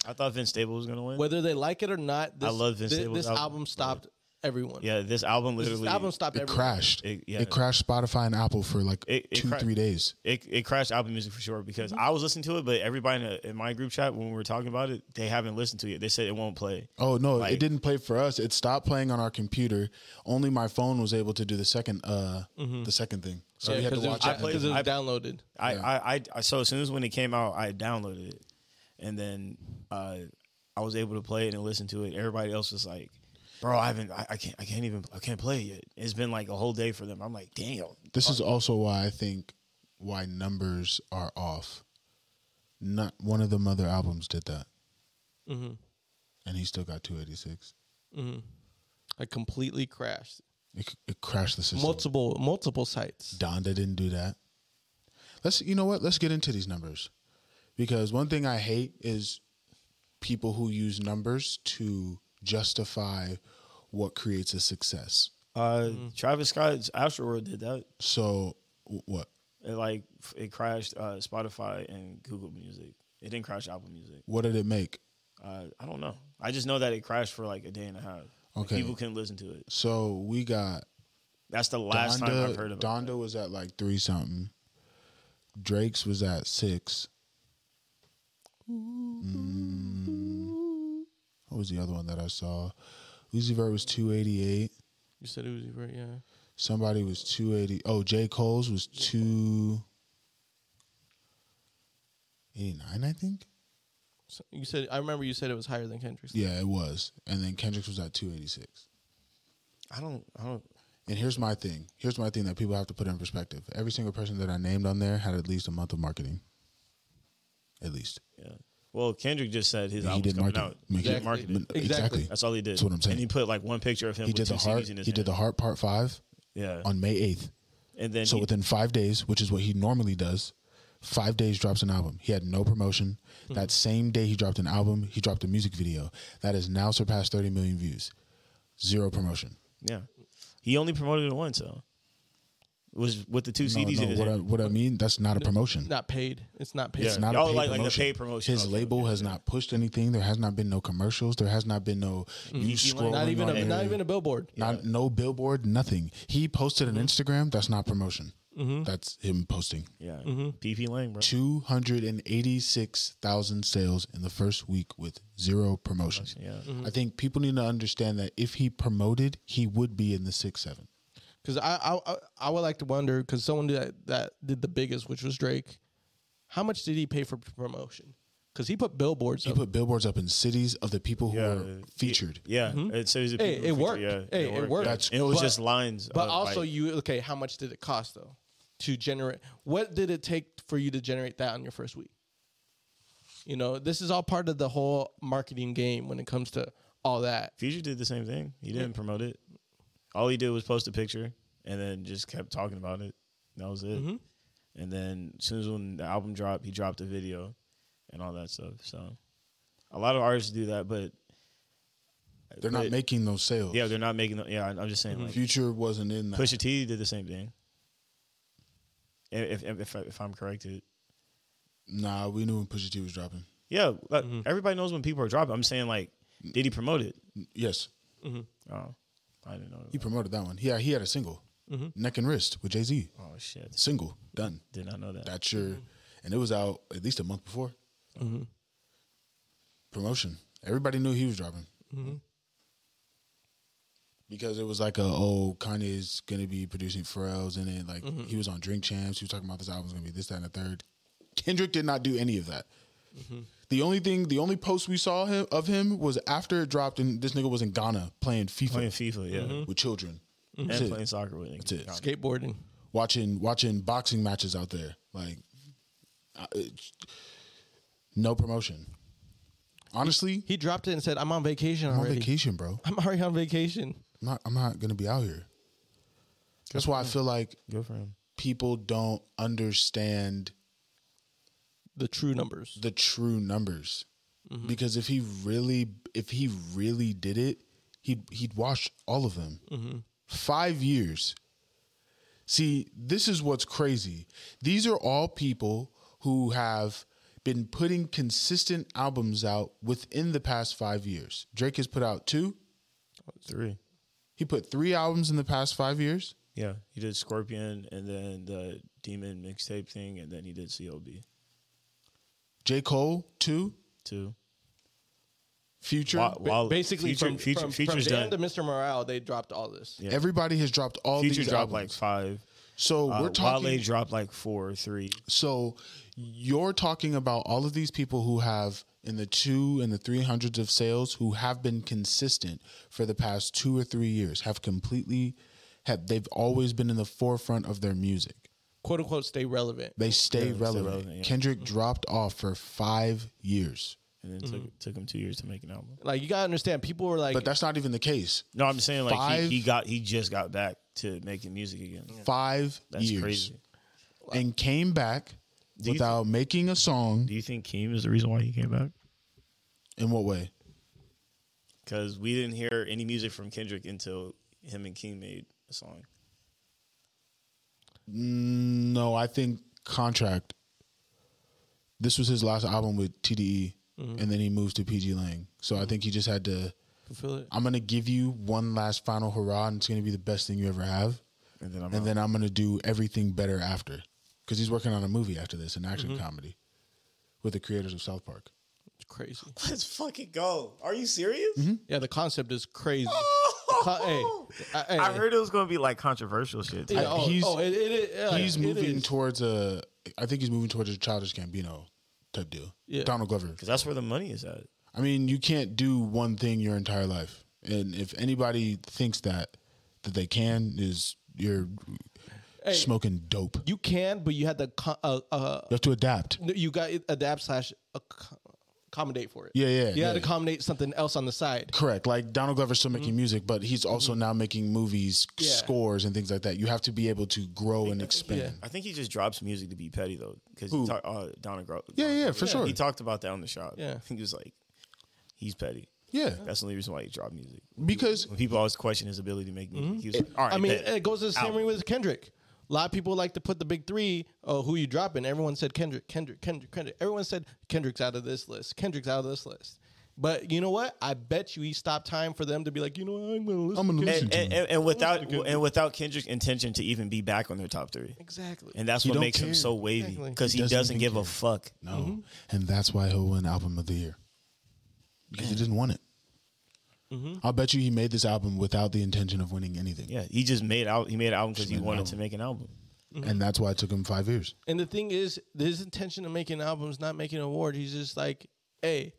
I thought Vince Staples was gonna win.
Whether they like it or not, this,
love Vince
thi-
Staples'
this
album,
album,
but-
stopped everyone.
yeah, this album
this
literally
album stopped
It
everyone.
crashed.
It-
It,
yeah.
crashed Spotify and Apple for like
It- it
two,
cra-
three days.
it, it crashed album music for sure because I was listening to it, but everybody in, in my group chat when we were talking about it, they haven't listened to it. They said it won't play.
Oh no,
Like-
it didn't play for us. It stopped playing on our computer. Only my phone was able to do the second uh
Mm-hmm.
the second thing. So we Oh, had to
because it was,
watch
I
I
it.
played-
it was
I-
downloaded.
I, I, I, I so as soon as when it came out, I downloaded it, and then uh, I was able to play it and listen to it. Everybody else was like, "Bro, I haven't, I, I can't, I can't even, I can't play it yet." It's been like a whole day for them. I'm like, "Damn,
This is also why I think why numbers are off. Not one of them other albums did that. And he still got 286.
I completely crashed.
It, c- it crashed the system.
Multiple multiple sites.
Donda didn't do that. Let's you know what? Let's get into these numbers. Because one thing I hate is people who use numbers to justify what creates a success.
uh,
Mm-hmm.
Travis Scott's Astroworld did that.
So w- what?
It like f- it crashed uh, Spotify and Google Music. It didn't crash Apple Music.
What did it make?
Uh, I don't know. I just know that it crashed for like a day and a half. Like,
Okay.
people couldn't listen to it.
So we got
That's the last time I've heard of
Donda
it.
was at like three something. Drake's was at six. Mm. what was the other one that I saw? Uzi Vert was two eighty eight.
You said Uzi Vert, yeah.
Somebody was two eighty. Oh, J Cole's was two eighty nine. I think.
So you said I remember you said it was higher than Kendrick's.
Yeah, it was. And then Kendrick's was at two eighty six.
I don't. I don't.
And here's my thing. Here's my thing that people have to put in perspective. Every single person that I named on there had at least a month of marketing. At least.
Yeah. Well, Kendrick just said his
He
album's
did
coming
market-
out. He
make it-
did market it.
Exactly.
That's all he did.
That's what I'm saying.
And he put like one picture of him.
He
with
did
two
the heart.
CDs in his
He did the
hand.
heart part five
Yeah.
on May eighth.
and then
So
he-
within five days, which is what he normally does, five days drops an album. He had no promotion.
Hmm.
That same day he dropped an album, he dropped a music video that has now surpassed 30 million views. Zero promotion.
yeah, he only promoted it once. So It was with the two
No,
CDs
no,
in his
what, I,
hand.
what I mean, that's not a promotion.
Not paid. It's not paid.
Yeah.
It's not
Oh,
a paid
like- like the
promotion.
paid promotion.
His
Okay,
label
okay,
has not pushed anything. There has not been no commercials. There has not been no you
He- he
scrolling.
Not even
on
a,
your-
not even a billboard.
not- no billboard, nothing. He posted
Mm-hmm.
an Instagram. That's not promotion. That's him posting.
yeah, PP Lang, bro.
Two hundred and eighty-six thousand sales in the first week with zero promotion.
Yeah. Mm-hmm.
I think people need to understand that if he promoted, he would be in the six seven.
Because I, I I I would like to wonder because someone did that, that did the biggest, which was Drake. How much did he pay for promotion? Because he put billboards.
He
up.
put billboards up in cities of the people who
Yeah.
were featured.
Yeah. It says
Mm-hmm. Hey, it worked.
Yeah,
Hey, it worked.
Yeah.
That's-
And it was
but-
just lines.
But
of,
also,
like-
you okay? How much did it cost though to generate? What did it take for you to generate that on your first week? You know, this is all part of the whole marketing game when it comes to all that.
Future did the same thing. He didn't promote it. All he did was post a picture and then just kept talking about it. That was it.
Mm-hmm.
And then as soon as when the album dropped, he dropped a video and all that stuff. So a lot of artists do that, but
They're not
but-
making those sales.
Yeah, they're not making. The, yeah, I'm just saying. Like,
Future wasn't in that.
Pusha T did the same thing. If if if, if I'm corrected,
Nah, we knew when Pusha T was dropping.
yeah, like, everybody knows when people are dropping. I'm saying like,
Mm.
did he promote it?
Yes,
Oh, I didn't know.
he promoted that one. Yeah, he had a single, Neck and Wrist with Jay Z.
oh shit,
Single done.
did not know that.
That's your, and it was out at least a month before. Promotion. Everybody knew he was dropping because it was like a oh Kanye's gonna be producing Pharrell's in it. Like he was on Drink Champs. He was talking about this album's gonna be this, that, and the third. Kendrick did not do any of that. The only thing, the only post we saw him, of him was after it dropped, and this nigga was in Ghana playing FIFA
Playing FIFA, yeah,
with children. That's
and
it.
playing soccer with. That's
it.
Skateboarding.
watching watching boxing matches out there. Like, I- it's- no promotion. Honestly,
He dropped it and said, "I'm on vacation
I'm on
already.
vacation, bro.
I'm already on vacation."
I'm not. I'm not gonna be out here. That's why I feel like
Good for him.
people don't understand
The true numbers.
the true numbers
Mm-hmm.
because if he really if he really
Mm-hmm.
did it he'd he'd watch all of them five years See, this is what's crazy. These are all people who have been putting consistent albums out within the past five years. Drake has put out two.
Three.
He put three albums in the past five years.
Yeah, he did Scorpion and then the Demon mixtape thing, and then he did CLB
J. Cole, two.
too.
Future.
Wa- Wale-
Basically,
Future-
from,
Future-
from,
Future's
from Dan
done.
to Mr. Morale, they dropped all this.
yeah.
Everybody has dropped all
Future
these
dropped like
albums.
five.
so
Uh,
we're talking.
Wale dropped like four, three.
So you're talking about all of these people who have in the two and the three hundreds of sales who have been consistent for the past two or three years have completely have they've always been in the forefront of their music.
Quote unquote, stay relevant.
They stay relevant.
relevant, yeah.
Kendrick dropped off for five years.
And then took took him two years to make an album.
Like you gotta understand, people were like,
But that's not even the case.
No, I'm saying like
Five-
he, he got he just got back to making music again.
Five
That's
years.
crazy.
And came back
you
without making a song.
Do you think Keem is the reason why he came back?
In what way?
Because we didn't hear any music from Kendrick until him and Keem made a song.
No, I think contract. This was his last album with TDE,
Mm-hmm.
and then he moves to PG Lang. So I think he just had to.
fulfill it.
I'm gonna give you one last final hurrah, and it's gonna be the best thing you ever have,
And then I'm
and then I'm gonna do everything better after, because he's working on a movie after this, an
Mm-hmm.
action comedy, with the creators of South Park.
It's crazy.
let's fucking go. Are you serious?
Mm-hmm.
Yeah, the concept is crazy. Con- hey, I, hey,
I heard it was going to be like controversial shit. too.
Yeah, oh,
he's-
oh, it, it, it, yeah,
he's
it
moving
is.
towards a. I think he's moving towards a Childish Gambino type deal.
Yeah.
Donald Glover.
Because that's where the money is at.
I mean, you can't do one thing your entire life. And if anybody thinks that that they can is you're
Hey.
smoking dope. You
You can, but you had to co- uh, uh,
have to adapt.
you got to adapt slash acc- accommodate for it.
Yeah, yeah,
You had to
yeah.
accommodate something else on the side.
Correct. Like Donald Glover's still making music, but he's also now making movies,
Mm-hmm. Yeah.
scores and things like that. You have to be able to grow and expand.
I think he just drops music to be petty though, because
Who?
he talk, uh, Donna Gro-
Yeah,
Donna
yeah,
Gro-
for sure.
He talked about that on the shop.
Yeah.
he was like, he's petty.
Yeah.
That's the only reason why he dropped music.
Because Mm-hmm.
When people always question his ability to make music, he was like, all right.
I mean,
bet.
it goes the same
Out.
way with Kendrick. A lot of people like to put the big three. Oh, who you dropping? Everyone said Kendrick, Kendrick, Kendrick, Kendrick. Everyone said Kendrick's out of this list. Kendrick's out of this list. But you know what? I bet you he stopped time for them to be like, you know what? I'm gonna listen.
I'm gonna
to Kendrick.
listen
and,
to
and,
him.
and, and without and without Kendrick's intention to even be back on their top three,
Exactly.
and that's
He
what
don't
makes
care.
him so wavy
Exactly.
because he,
doesn't
doesn't,
even
give
care.
a fuck.
No.
Mm-hmm.
And that's why he'll win album of the year. Because he didn't want it.
Mm-hmm.
I'll bet you he made this album without the intention of winning anything.
Yeah, he just made out. He made an album because he
made an
wanted
album.
to make an album.
Mm-hmm.
And that's why it took him five years.
And the thing is, his intention of making an album is not making an award. He's just like, hey,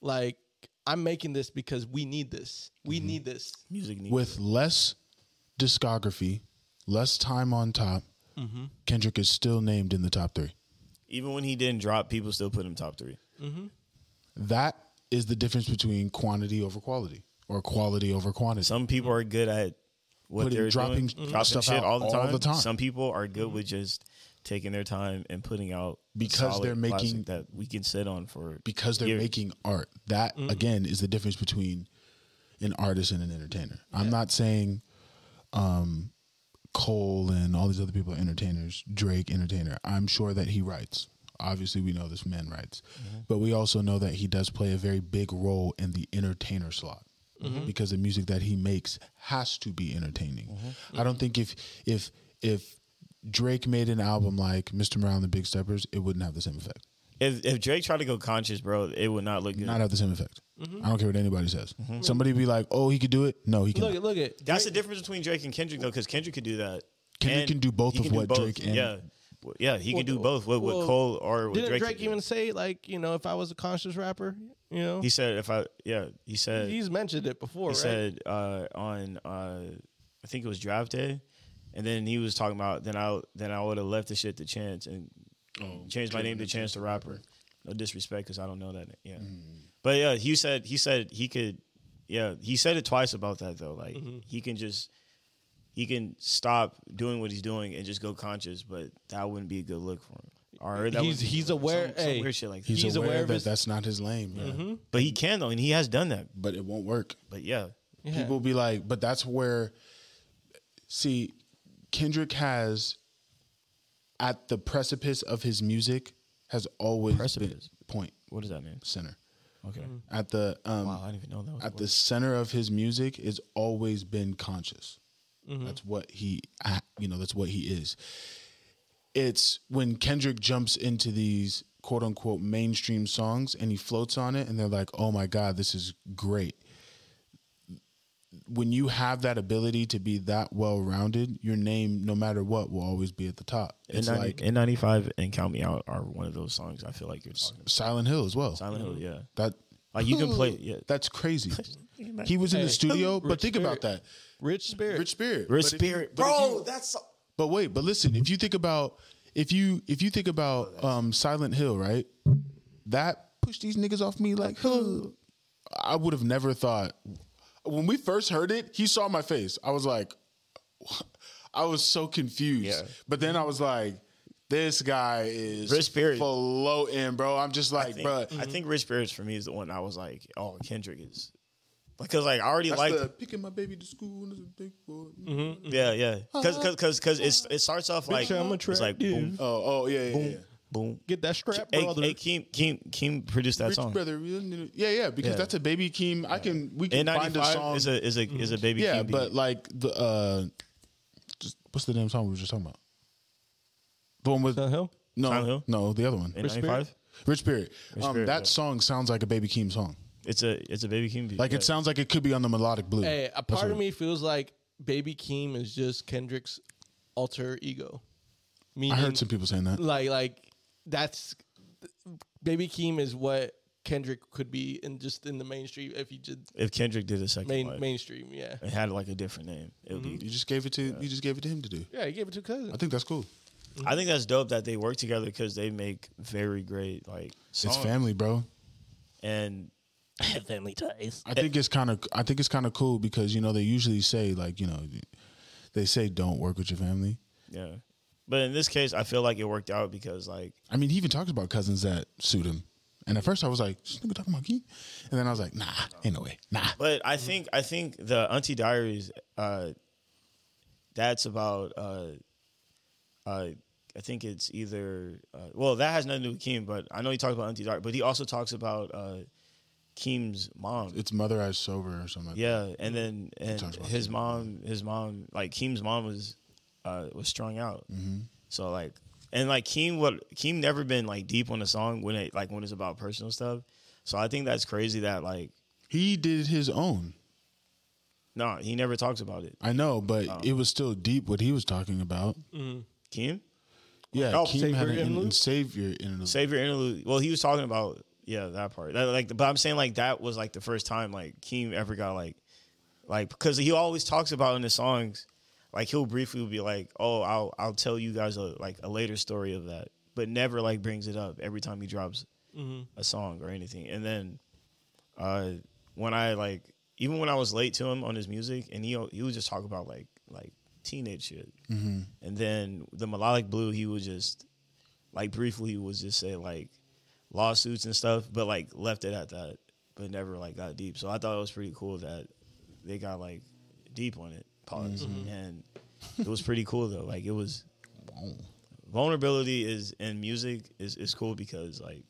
like I'm making this because we need this. We
Mm-hmm.
need this.
Music needs
with less discography, less time on top, Kendrick is still named in the top three.
even when he didn't drop, people still put him top three.
That is the difference between quantity over quality or quality over quantity.
Some people are good at what
Putting-
they're
dropping
doing,
Mm-hmm.
dropping
stuff
shit
out
all, the,
all
time.
the time.
Some people are good with just taking their time and putting out a
Because they're
solid classic
making-
that we can sit on for
because they're
years.
making art. That again is the difference between an artist and an entertainer. I'm not saying um, Cole and all these other people are entertainers. Drake entertainer. I'm sure that he writes. Obviously, we know this man writes, but we also know that he does play a very big role in the entertainer slot. Because the music that he makes has to be entertaining. I don't think if if if Drake made an album like Mr. Morale and the Big Steppers, it wouldn't have the same effect
If, if Drake tried to go conscious, bro, it would not look good.
not have the same effect.
Mm-hmm.
I don't care what anybody says. Somebody be like, "Oh, he could do it." No, he can.
Look at look at
That's the difference between Drake and Kendrick though, because Kendrick could do that.
Kendrick can do both
he
of
can do
what Drake and-
yeah, Well, yeah, he can do both. What what
well,
Cole or what
Didn't Drake,
Drake? could do.
even say like, you know, if I was a conscious rapper, you know,
He said if I yeah he said
he's mentioned it before,
He
right?
said uh, on uh, I think it was draft day, and then he was talking about then I then I would have left the shit to Chance and
Oh,
changed my name to Chance the Rapper. No disrespect, because I don't know that. Yeah,
Mm-hmm.
but yeah, he said he said he could. Yeah, he said it twice about that though. Like
Mm-hmm.
he can just he can stop doing what he's doing and just go conscious, but that wouldn't be a good look for him. Or that
He's-
would be-
he's aware-
some, some
hey,
weird shit like that.
he's,
he's
aware,
aware of
that
his-
that's not his lane, man.
But he can though, and he has done that.
but it won't work.
But yeah,
Yeah.
People be like, "But that's where." See, Kendrick has at the precipice of his music has always
Precipice.
been point
What does that mean?
center.
Okay.
Mm-hmm.
At the um
Wow, I didn't even know that was a
at
word.
the center of his music is always been conscious.
Mm-hmm.
That's what he, I- you know, that's what he is. It's when Kendrick jumps into these quote unquote mainstream songs and he floats on it, and they're like, "Oh my god, this is great." When you have that ability to be that well rounded, your name, no matter what, will always be at the top.
N
It's like
ninety ninety five and Count Me Out are one of those songs I feel like you're talking about.
Silent Hill as well.
Silent Hill, yeah.
That
Like you can play yeah.
that's crazy. He was in the
Hey,
studio, but
Rich
think about that.
Spirit. Rich Spirit.
Rich Spirit.
Rich
But if-
Spirit,
but if you-
Bro, that's so-
But wait, but listen, if you think about if you if you think about um Silent Hill, right? That pushed these niggas off me like huh. I would have never thought when we first heard it, he saw my face. I was like I was so confused.
Yeah.
But then I was like this guy is
Rich Spirit.
floating, bro. I'm just like,
think-
bro.
I think Rich Spirits for me is the one I was like, oh, Kendrick is. Because like Mm-hmm. I already
That's
liked,
the picking my baby to school. and the thing for-
yeah, yeah. Because because because it's it starts off like
I'm
it's like boom,
attractive.
Oh, oh yeah, yeah, yeah.
boom.
Get that strap,
Hey,
brother.
hey, Keem, Keem, Keem produced that
Rich
song.
brother, yeah, yeah, because
Yeah.
that's a baby Keem. I can we can
And
find
ninety
a
five
song. Mm-hmm.
is a is a is a baby.
yeah,
Keem beat.
but like the uh, just what's the damn song we were just talking about? The one with
Silent Hill?
no,
Silent Hill?
no, the other one,
in
Rich,
ninety five,
Spirit. um,
Spirit,
that
yeah.
song sounds like a baby Keem song.
it's a it's a baby Keem. beat,
Like
yeah.
it sounds like it could be on the melodic blue.
Hey, a part of me feels like Baby Keem is just Kendrick's alter ego.
I
Meaning,
heard some people saying that.
like like that's Baby Keem is what Kendrick could be in just in the mainstream if he did
if Kendrick did a second
main
life
mainstream. Yeah,
and had like a different name, it would be.
You just gave it to you just gave it to him to do.
yeah, he gave it to
I
cousin.
think that's cool.
I think that's dope that they work together because they make very great like songs.
It's family, bro.
and
Family ties.
I think it's kind of I think it's kind of cool because you know they usually say like you know they say don't work with your family.
yeah. But in this case, I feel like it worked out because like
I mean, he even talks about cousins that suit him. And at first, I was like, "This nigga talking about Keem," and then I was like, "Nah, ain't no way, nah."
But I think I think the Auntie Diaries, uh, that's about. Uh, uh, I think it's either. Uh, well, that has nothing to do with Keem, but I know he talks about Auntie Diaries, but he also talks about uh, Keem's mom.
It's mother eyes sober or something. Like
yeah, and then and
talks about
his mom, his mom, like Keem's mom was uh, was strung out.
Mm-hmm.
So like, and like Keem, what Keem never been like deep on the song when it like when it's about personal stuff. So I think that's crazy that like.
that. he did his own.
No, he never talks about it.
I know, but
Oh.
it was still deep what he was talking about.
Keem?
Yeah,
Oh,
Keem
Savior
had an in,
interlude?
in savior interlude.
Savior interlude. Well, he was talking about yeah that part. That, like, but I'm saying like that was like the first time like Keem ever got like like because he always talks about in the songs like he'll briefly be like oh I'll I'll tell you guys a, like a later story of that, but never like brings it up every time he drops a song or anything. And then uh when I like even when I was late to him on his music and he he would just talk about like like teenage shit. And then the melodic blue he would just like briefly he was just say like lawsuits and stuff, but like left it at that, but never like got deep. So I thought it was pretty cool that they got like deep on it, pause, and it was pretty cool though. Like it was vulnerability is in music is is cool because like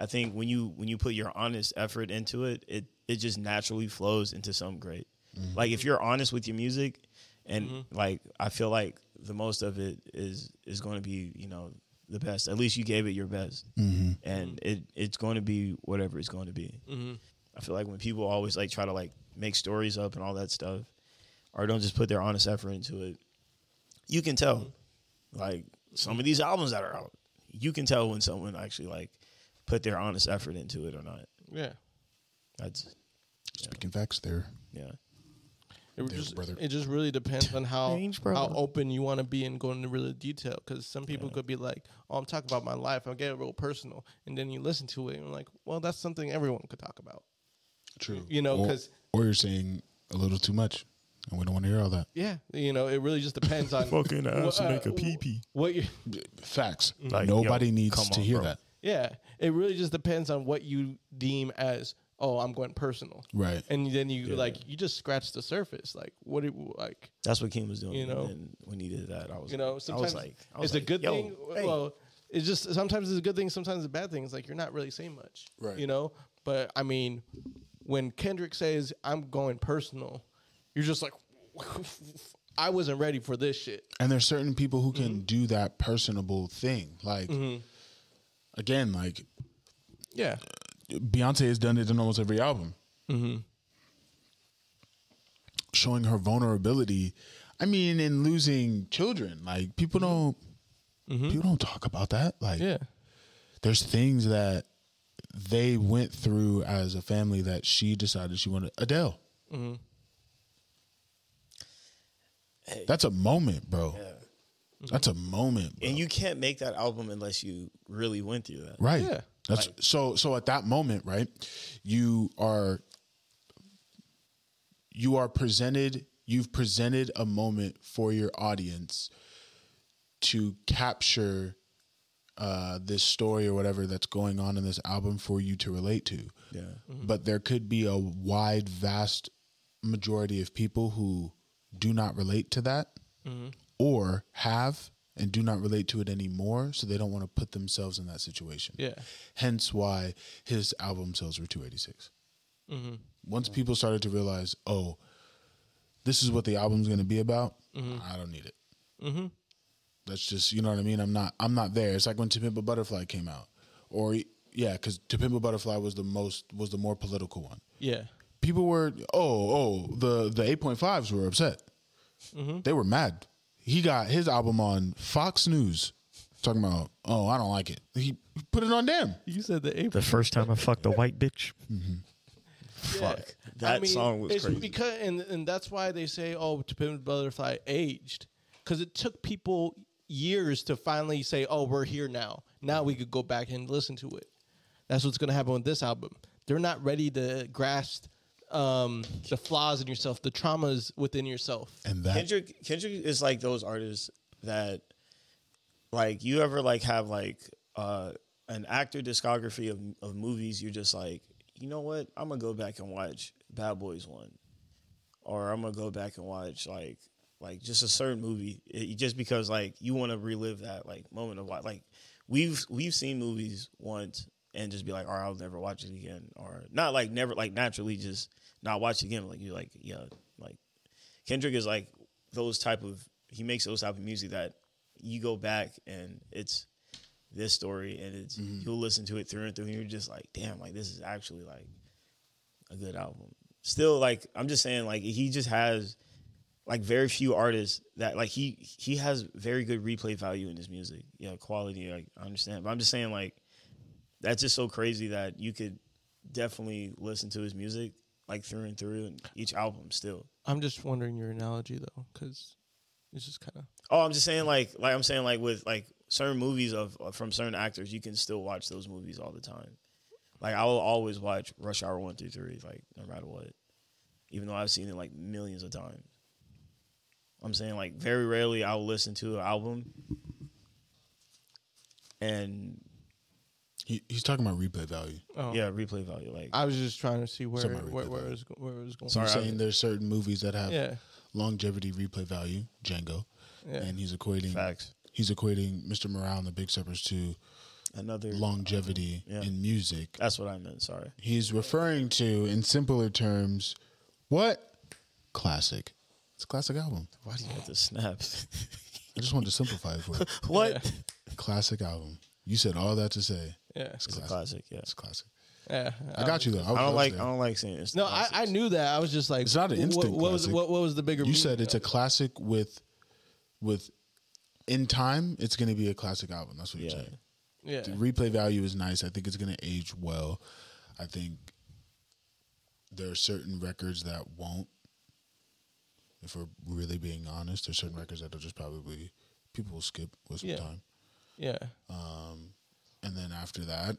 I think when you when you put your honest effort into it, it it just naturally flows into something great. Like if you're honest with your music, and like I feel like the most of it is is going to be you know the best. At least you gave it your best, and it it's going to be whatever it's going to be. I feel like when people always like try to like make stories up and all that stuff, or don't just put their honest effort into it, you can tell. Like some of these albums that are out, you can tell when someone actually like put their honest effort into it or not.
Yeah,
That's
Speaking facts, there.
yeah.
it
There,
just
brother.
it just really depends on how
Range,
how
brother.
open you want to be and go into really detail. Because some people could be like, "Oh, I'm talking about my life. I'll get real personal," and then you listen to it and you're like, "Well, that's something everyone could talk about."
True.
You know,
Or-
'cause-
or, you're saying a little too much, and we don't want to hear all that.
Yeah, you know, it really just depends on
Fucking ass make a
wh-
pee-pee.
What you
Facts.
Like,
Nobody
yo,
needs
come
to
on,
hear
bro.
that.
Yeah, it really just depends on what you deem as oh, I'm going personal.
Right.
And then you like you just scratch the surface. Like what do you like
That's what Keem was doing.
You know?
and then when he did that, I was
you know,
I was
sometimes
like, I was
it's a
like,
good
yo,
thing.
hey.
Well, it's just sometimes it's a good thing, sometimes it's a bad thing. It's like you're not really saying much,
Right.
You know, but I mean, when Kendrick says I'm going personal, you're just like, I wasn't ready for this shit.
and there's certain people who
Mm-hmm.
can do that personable thing. Like again, like
Yeah,
Beyonce has done it in almost every album. Showing her vulnerability. I mean, in losing children, like people don't people don't talk about that. Like
yeah,
there's things that they went through as a family that she decided she wanted Adele.
Hey.
That's a moment, bro.
Yeah.
That's a moment, bro.
And you can't make that album unless you really went through that.
right?
Yeah.
That's so. So at that moment, right, you are you are presented. You've presented a moment for your audience to capture uh, this story or whatever that's going on in this album for you to relate to. Mm-hmm.
Yeah.
but there could be a wide, vast majority of people who do not relate to that Mm-hmm. or have and do not relate to it anymore. So they don't want to put themselves in that situation.
Yeah.
Hence why his album sales were 286. Once people started to realize, oh, this is what the album's going to be about, I don't need it. That's just you know what I mean. I'm not I'm not there. It's like when To Pimp a Butterfly came out, or yeah, because To Pimp a Butterfly was the most was the more political one.
yeah,
People were oh oh the the eight point fives were upset.
Mm-hmm.
They were mad. He got his album on Fox News, talking about oh I don't like it. He put it on them.
you said the April.
The first time I fucked a white bitch.
Fuck. Mm-hmm. That song was
it's
crazy.
Because and and that's why they say oh, to Pimp a Butterfly aged because it took people years to finally say oh, we're here now. Now we could go back and listen to it. That's what's going to happen with this album. They're not ready to grasp um, the flaws in yourself, the traumas within yourself.
And that
Kendrick Kendrick is like those artists that like you ever like have like uh an actor discography of of movies you're just like, you know what? I'm going to go back and watch Bad Boys 1 or I'm going to go back and watch like like just a certain movie it, just because like you want to relive that like moment of what like we've we've seen movies once and just be like, "All right, I'll never watch it again." Or not like never like naturally just not watch it again like you're like, yeah, like Kendrick is like those type of he makes those type of music that you go back and it's this story and it's you'll listen to it through and through and you're just like damn like this is actually like a good album still like i'm just saying like he just has like very few artists that like he he has very good replay value in his music yeah quality like i understand but i'm just saying like that's just so crazy that you could definitely listen to his music like through and through and each album still
I'm just wondering your analogy though, because it's just kind of
Oh, I'm just saying, like, like I'm saying, like with like certain movies of from certain actors, you can still watch those movies all the time. Like I will always watch Rush Hour one through three, like no matter what, even though I've seen it like millions of times. I'm saying like very rarely I'll listen to an album, and
he, he's talking about replay value.
oh.
yeah, replay value. Like
I was just trying to see where
Somebody
where,
did
where
that.
it was go- where it was going.
So
Sorry,
you're
I-
saying there's certain movies that have
Yeah.
longevity replay value, Django,
Yeah.
and he's equating
facts,
he's equating Mr. Morale and the Big Steppers to
another.
longevity
Yeah.
in music.
That's what I meant. Sorry.
He's referring to, in simpler terms, what classic? It's a classic album.
Why do you have to snap?
I just wanted to simplify it for you.
what?
classic album. You said all that to say
Yeah,
it's
It's a
classic.
classic. Yeah.
It's classic.
yeah.
I got you though. was
I don't
close
like. I
there.
don't like saying it's
No, I, I knew that. I was just like,
It's not an
wh-
instant
What, what was
classic.
what, what was the bigger?
you said it's a classic with, with, in time it's going to be a classic album. That's what you're
Yeah.
saying.
yeah.
The replay value is nice. I think it's going to age well. I think there are certain records that won't. If we're really being honest, there's certain records that'll just probably people will skip with some
Yeah.
time,
yeah,
Um, and then after that,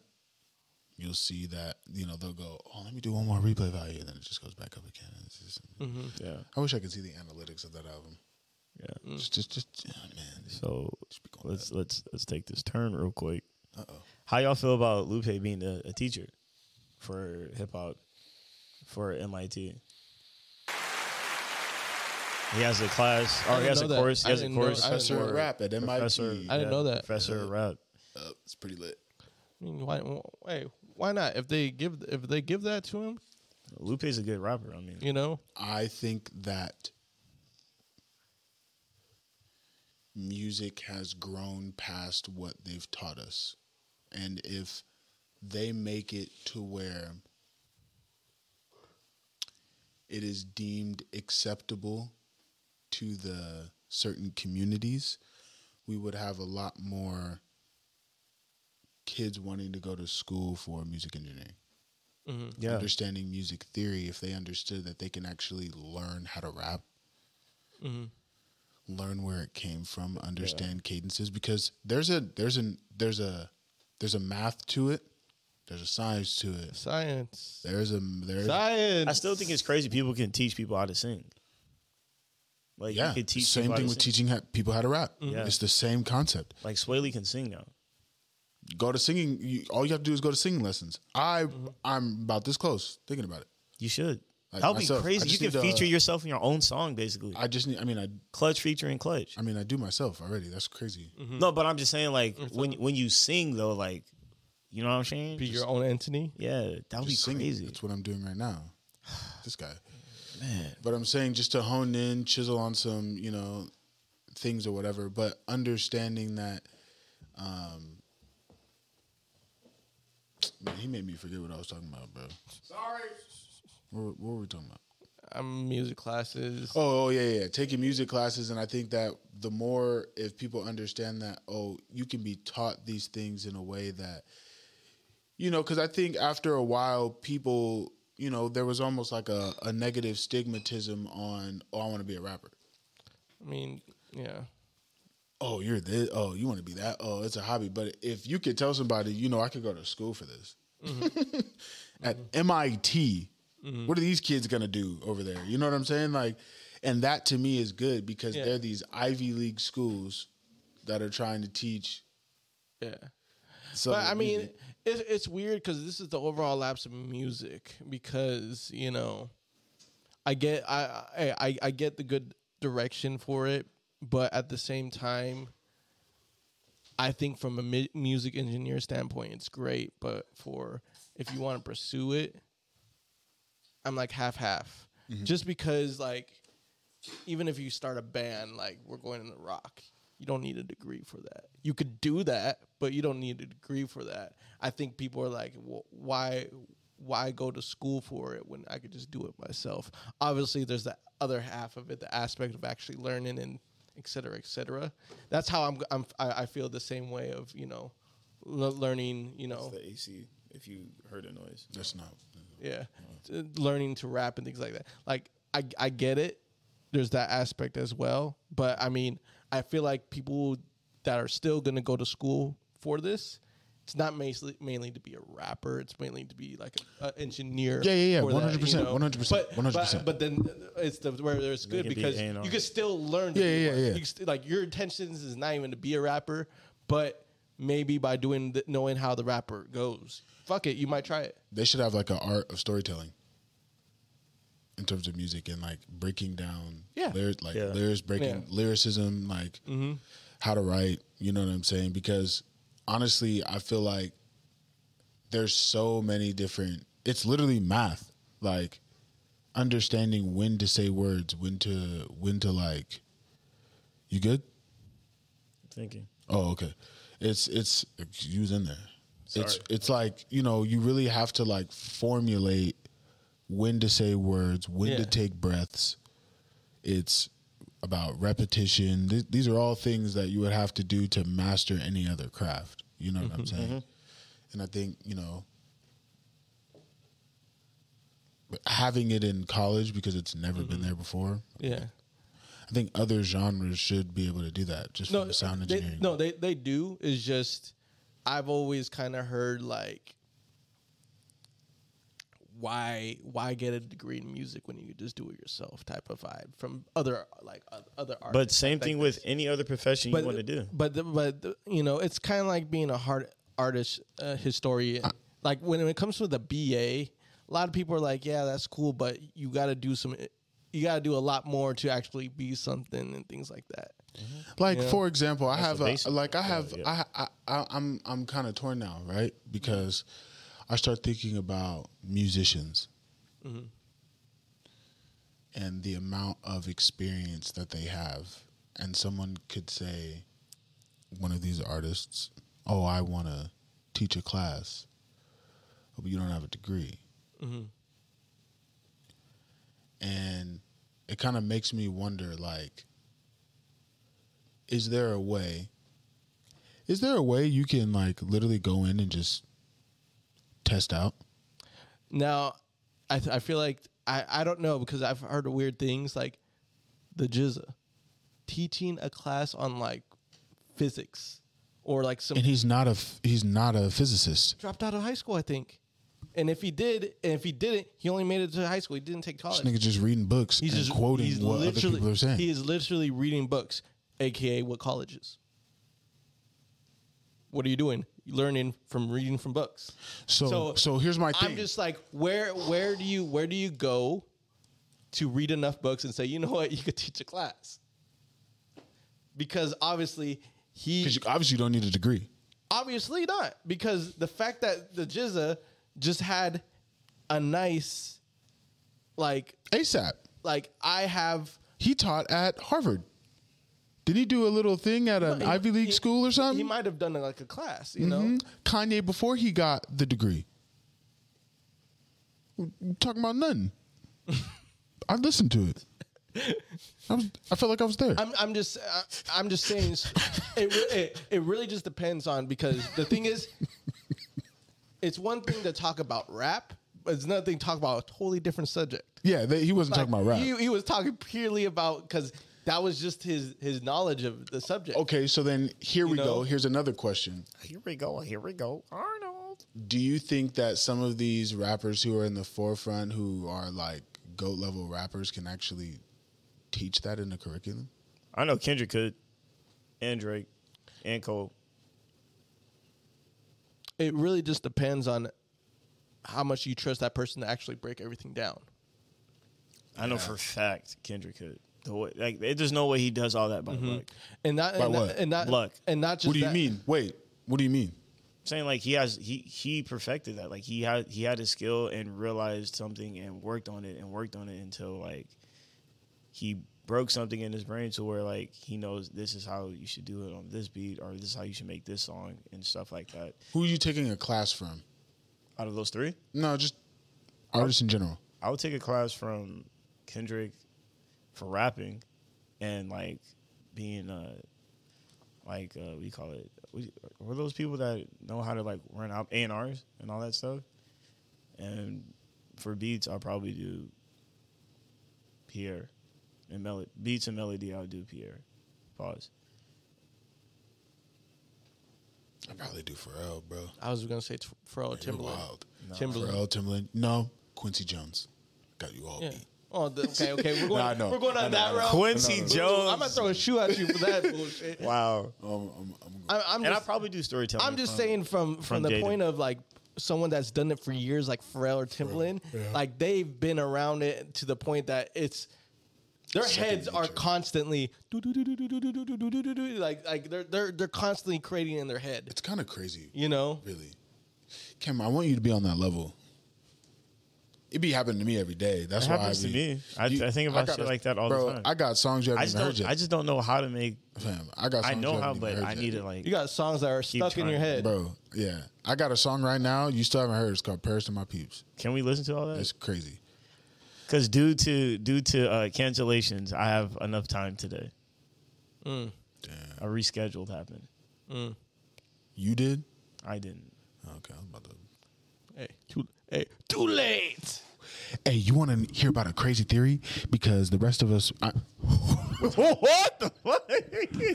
you'll see that you know they'll go, oh, let me do one more replay value, and then it just goes back up again. It's just-
Yeah.
I wish I could see the analytics of that album.
Yeah.
Mm.
Just, just, just, oh, man. just-
So
just be going
Mm. let's let's let's take this turn real quick.
Uh oh.
How y'all feel about Lupe being a, a teacher for hip hop? for MIT. He has a class, or he
didn't
has a
know that.
course. He
I
has a
didn't know-
course.
I didn't
for
know
Professor of rap at MIT.
Professor,
I didn't know that.
Professor of rap.
Uh, it's pretty lit.
I mean, why? Wait, why not? If they give, if they give that to him,
Lupe's a good rapper. I mean,
you know,
I think that music has grown past what they've taught us. And if they make it to where it is deemed acceptable to the certain communities, we would have a lot more kids wanting to go to school for music engineering
yeah,
understanding music theory if they understood that they can actually learn how to rap
Mm-hmm.
learn where it came from understand cadences because there's a there's an there's a there's a math to it there's a science to it
science,
there's a there's
science.
I still think it's crazy. People can teach people how to sing. Like
yeah
you could teach
same
people
thing
how to
with
sing. Mm-hmm.
teaching how, people how to rap
Yeah.
it's the same concept
Like Sway Lee can sing now.
go to singing you, all you have to do is go to singing lessons i
Mm-hmm.
i'm about this close thinking about it
You should.
Like
that would
myself, I
be crazy. You
just
could
need to-
uh,
feature yourself in your own song, basically.
i just need i mean i
clutch featuring clutch.
i mean i do myself already that's crazy
Mm-hmm.
No, but I'm just saying, like when when you sing though, like you know what I'm saying.
be your
Just-
own entity.
yeah, that would be
Just singing.
crazy.
That's what I'm doing right now. This guy. Man. But I'm saying just to hone in, chisel on some, you know, things or whatever, but understanding that um man, he made me forget what I was talking about, bro. Sorry. What, what were we talking about?
I'm music classes.
Oh, oh yeah, yeah. Taking music classes, and I think that the more if people understand that, oh, you can be taught these things in a way that, you know, because I think after a while, people, you know, there was almost like a, a negative stigmatism on, oh, I want to be a rapper.
I mean, yeah.
Oh, you're this. Oh, you want to be that. Oh, it's a hobby. But if you could tell somebody, you know, I could go to school for this
Mm-hmm.
at MIT. What are these kids gonna do over there? You know what I'm saying? Like, and that to me is good because
Yeah.
they're these Ivy League schools that are trying to teach.
Yeah.
So
but I mean, it's it's weird because this is the overall lapse of music because you know, I get I I I- I get the good direction for it, but at the same time, I think from a mi- music engineer standpoint, it's great. But for if you want to pursue it, I'm like half half, just because like even if you start a band like we're going in the rock you don't need a degree for that you could do that but you don't need a degree for that i think people are like "Wh- why why go to school for it when i could just do it myself obviously there's the other half of it the aspect of actually learning and et cetera et cetera that's how i'm, I'm I, I feel the same way of you know le- learning you know
the AC, if you heard a noise,
that's not.
yeah T- learning to rap and things like that like i i get it there's that aspect as well but i mean i feel like people that are still going to go to school for this it's not mainly mainly to be a rapper it's mainly to be like an engineer
Yeah, yeah, yeah.
for that, you
100%,
know?
100%,
But-
100%.
but, but then uh, it's the where it's good
could be
because
A&R.
you can still learn to
Yeah,
be
yeah,
one.
yeah.
You can st- like your intentions is not even to be a rapper but maybe by doing the, knowing how the rapper goes fuck it you might try it
They should have like an art of storytelling in terms of music and like breaking down
Yeah.
lyrics, like
Yeah.
lyrics breaking
Yeah.
lyricism, like how to write. You know what I'm saying? Because honestly, I feel like there's so many different. It's literally math, like understanding when to say words, when to when to like. You good?
thinking.
Oh, okay. It's it's you was in there. It's
Sorry.
it's like you know you really have to like formulate when to say words, when
Yeah.
to take breaths. It's about repetition. Th- these are all things that you would have to do to master any other craft. You know what
Mm-hmm,
I'm saying? And I think you know having it in college because it's never
Mm-hmm.
been there before.
yeah
I think other genres should be able to do that. Just from the sound
they-
engineering.
no, they they do. It's just I've always kind of heard like why why get a degree in music when you could just do it yourself type of vibe from other like oth- other artists.
But same
like
thing
this.
with any other profession you
but
want to do.
But the, but the, you know, it's
Uh,
kind of like being a hard artist uh, historian. like when it comes to the BA, a lot of people are like, yeah, that's cool, but you got to do some, you got to do a lot more to actually be something and things like that.
Like
Yeah.
for example, I
the
have a,
basic
like I
part,
have
yeah.
I, I I I'm I'm kind of torn now, right? Because I start thinking about musicians
Mm-hmm.
and the amount of experience that they have, and someone could say, one of these artists, "Oh, I want to teach a class," but you don't have a degree,
Mm-hmm.
and it kind of makes me wonder, like is there a way is there a way you can like literally go in and just test out
Now, I, th- I feel like I, I don't know because I've heard of weird things like the Jizza teaching a class on like physics or like some
and he's not a f- he's not a physicist
dropped out of high school, I think. And if he did, and if he didn't, he only made it to high school. He didn't take
this
college.
nigga just reading books
He's
and
just
quoting
he's
what other
literally-
people are saying
He is literally reading books, aka what colleges. What are you doing? You're learning from reading from books.
so, so here's my thing
I'm just like, where where do you where do you go to read enough books and say, you know what, you could teach a class? Because obviously he
'Cause you obviously don't need a degree
Obviously not, because the fact that the Jizza just had a nice, like,
asap
like I have.
he taught at harvard did he do a little thing at an ivy league
he-
school or
He
something
might have done like a class, you know.
Mhm. kanye before he got the degree We're talking about nothing i listened to it I, was, I felt like i was there
I'm, I'm just, uh, I'm just saying, s- it, re- it, it really just depends on because the thing is, it's one thing to talk about rap, but it's another thing to talk about a totally different subject.
Yeah, they, he wasn't talking
Like,
about rap.
He, he was talking purely about because that was just his his knowledge of the subject.
okay, so then here we
know?
go. Here's another question.
Here we go. Here we go. Arnold.
Do you think that some of these rappers who are in the forefront, who are like goat level rappers, can actually teach that in the curriculum?
I know Kendrick could, and Drake, and Cole.
it really just depends on how much you trust that person to actually break everything down.
I know for a fact Kendrick could. The way, like, there's no way he does all that by
Mm-hmm.
luck.
And not and,
what?
not, and not
Luck.
and not just
what do you
that-
mean? Wait, what do you mean?
saying like he has he he perfected that like he had he had a skill and realized something and worked on it and worked on it until like he broke something in his brain to where like he knows this is how you should do it on this beat or this is how you should make this song and stuff like that
Who are you taking a class from?
out of those three
No, just artists in general.
i would take a class from kendrick for rapping and like being uh like uh we call it we- were those people that know how to like run out a and r's and all that stuff and for beats i'll probably do pierre and melody beats and melody i'll do pierre pause
I probably do Pharrell, bro.
I was gonna say T- Pharrell
You're
Timberlake.
wild.
Timberlake.
Pharrell Timberland. No, Quincy Jones. Got you all
Yeah.
beat.
Oh, the, okay, okay. We're
Nah, I
going.
know.
we're going
I
on
know, I
that
know.
route.
quincy
Ooh, I'm gonna
jones
throw a shoe at you for that bullshit.
wow
Um, I'm, I'm gonna-
I, I'm
and i'll
just,
probably do storytelling
I'm just
from-
saying from from,
from
the
Jada.
point of like someone that's done it for years, like Pharrell or Timbaland, like they've been around it to the point that it's their heads are constantly do do do do do do do do do do do like like they're they're they're constantly creating in their head.
it's kind of crazy.
You know,
Really. Cameron, I want you to be on that level. It be happening to me every day. That's
It
why
happens
I
to
be,
me. I- I think about
got
shit
a-
like that all the
bro,
time.
I got songs you
I
haven't
just
even heard
don't. I
yet.
just don't know how to make.
Fam, I got. Songs
I know
you
how,
haven't even
but
heard
I
yet.
need to like.
you got songs that are
Keep
stuck in your
trying.
head.
Bro, yeah, I got a song right now you still haven't heard. It's called "Paris to My Peeps."
Can we listen to all that?
It's crazy.
Because due to due to uh, cancellations, I have enough time today. A rescheduled happened.
You did?
I didn't.
Okay, I was about to.
Hey, too, hey, too late.
Hey, you want to hear about a crazy theory? Because the rest of us, I,
what the fuck?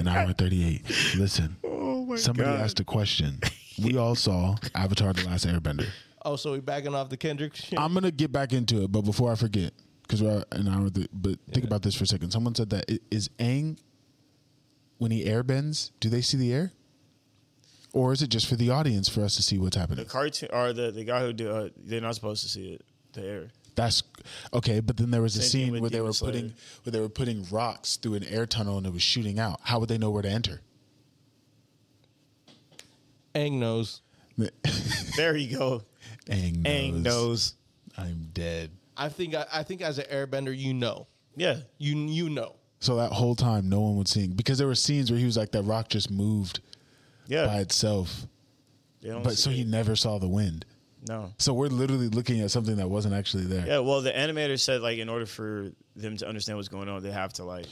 an hour and thirty-eight. Listen, somebody asked a question. We all saw Avatar: The Last Airbender.
Oh, so we backing off the Kendrick shit.
I'm gonna get back into it, but before I forget, because we're at an hour. Th- but think about this for a second. Someone said that i- is Aang when he airbends, do they see the air, or is it just for the audience for us to see what's
The
happening?
cartoon or the, the guy who do uh, they're not supposed to see it. the air.
That's okay, but then there was a
Same thing
scene
with
where they
Demon
were
Slayer.
putting where they were putting rocks through an air tunnel and it was shooting out. How would they know where to enter?
Ang knows.
There you go.
Aang knows.
Ang knows.
I'm dead.
I think I, I think as an airbender, you know,
Yeah.
you you know.
So that whole time, no one would sing because there were scenes where he was like, "That rock just moved
Yeah.
by itself,"
They don't
but so
see
he
it.
never saw the wind.
no.
So we're literally looking at something that wasn't actually there.
Yeah, well, the animator said like in order for them to understand what's going on, they have to like.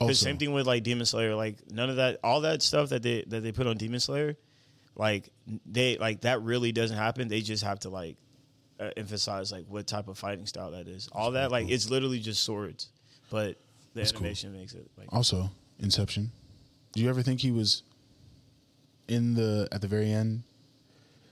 Also,
Because same thing with like Demon Slayer, like none of that, all that stuff that they that they put on Demon Slayer, like they like that really doesn't happen. They just have to like uh, emphasize like what type of fighting style that is. All that like it's literally just swords, but the
That's cool.
animation makes it like
Also, Inception. Do you ever think he was in the at the very end?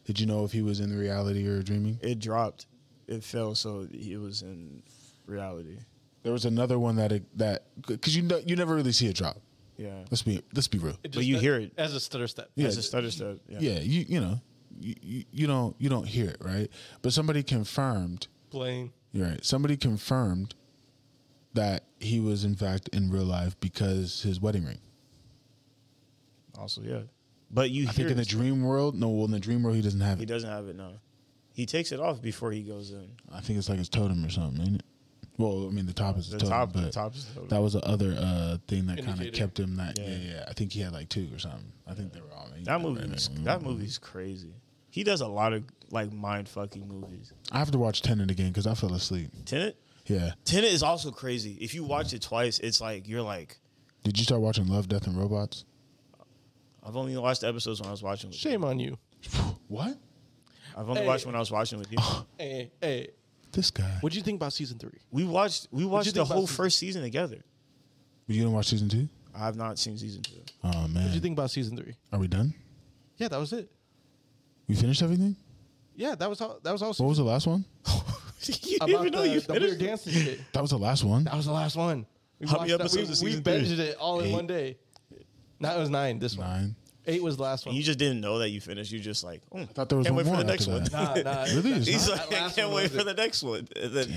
Did you know if he was in the reality or dreaming?
it dropped, it fell, so it was in reality.
There was another one that it, that because you know, you never really see it drop.
Yeah,
Let's be let's be real.
It
But you hear it.
as a stutter step.
Yeah.
as a stutter step. Yeah.
Yeah, you you know you, you- you don't you don't hear it right, but somebody confirmed.
Blaine.
You're right. Somebody confirmed that he was in fact in real life because his wedding ring.
Also, yeah, but you
I
hear
think in the
it.
dream world, no, well in the dream world he doesn't have
He
it.
doesn't have it now. He takes it off before he goes in.
I think it's like his totem or something, ain't it? Well, I mean the top is
The
his totem,
top, the
but
top is the
that was the other uh, thing that kind of
Indicator.
kept him. That yeah.
Yeah.
yeah, I think he had like two or something. I think they were all
That movie was that movie's crazy. He does a lot of like mind fucking movies.
I have to watch Tenet again because I fell asleep.
Tenet,
Yeah.
Tenet is also crazy. If you watch it twice, it's like you're like
Did you start watching Love, Death, and Robots?
I've only watched the episodes when I was watching. With
Shame on you.
What?
You. I've only
Hey.
watched when I was watching with you.
Hey, hey.
This guy.
What do you think about season three?
We watched we watched the
think about
whole
season-
first season together.
you didn't watch season two?
I have not seen season two.
Oh man.
What do you think about season three?
Are we done?
Yeah, that was it.
We finished everything?
Yeah, that was all. That was all.
What was the last one?
you didn't even know
the,
you
the weird
finished.
dancing shit.
That was the last one.
That was the last one. We
How many
watched that-
episodes
we-
is
We
season three?
binged it all in
Eight.
one day. No, it was nine. This one.
Nine.
Eight was the last
And you
one.
just didn't know that you finished. You just like mm,
I thought there was
can't
one
wait for
more
the next
after
one.
that.
Nah, nah,
Really?
that-
It's
He's
that
like I
last
can't
one
wait
was
for
it.
the next one. And then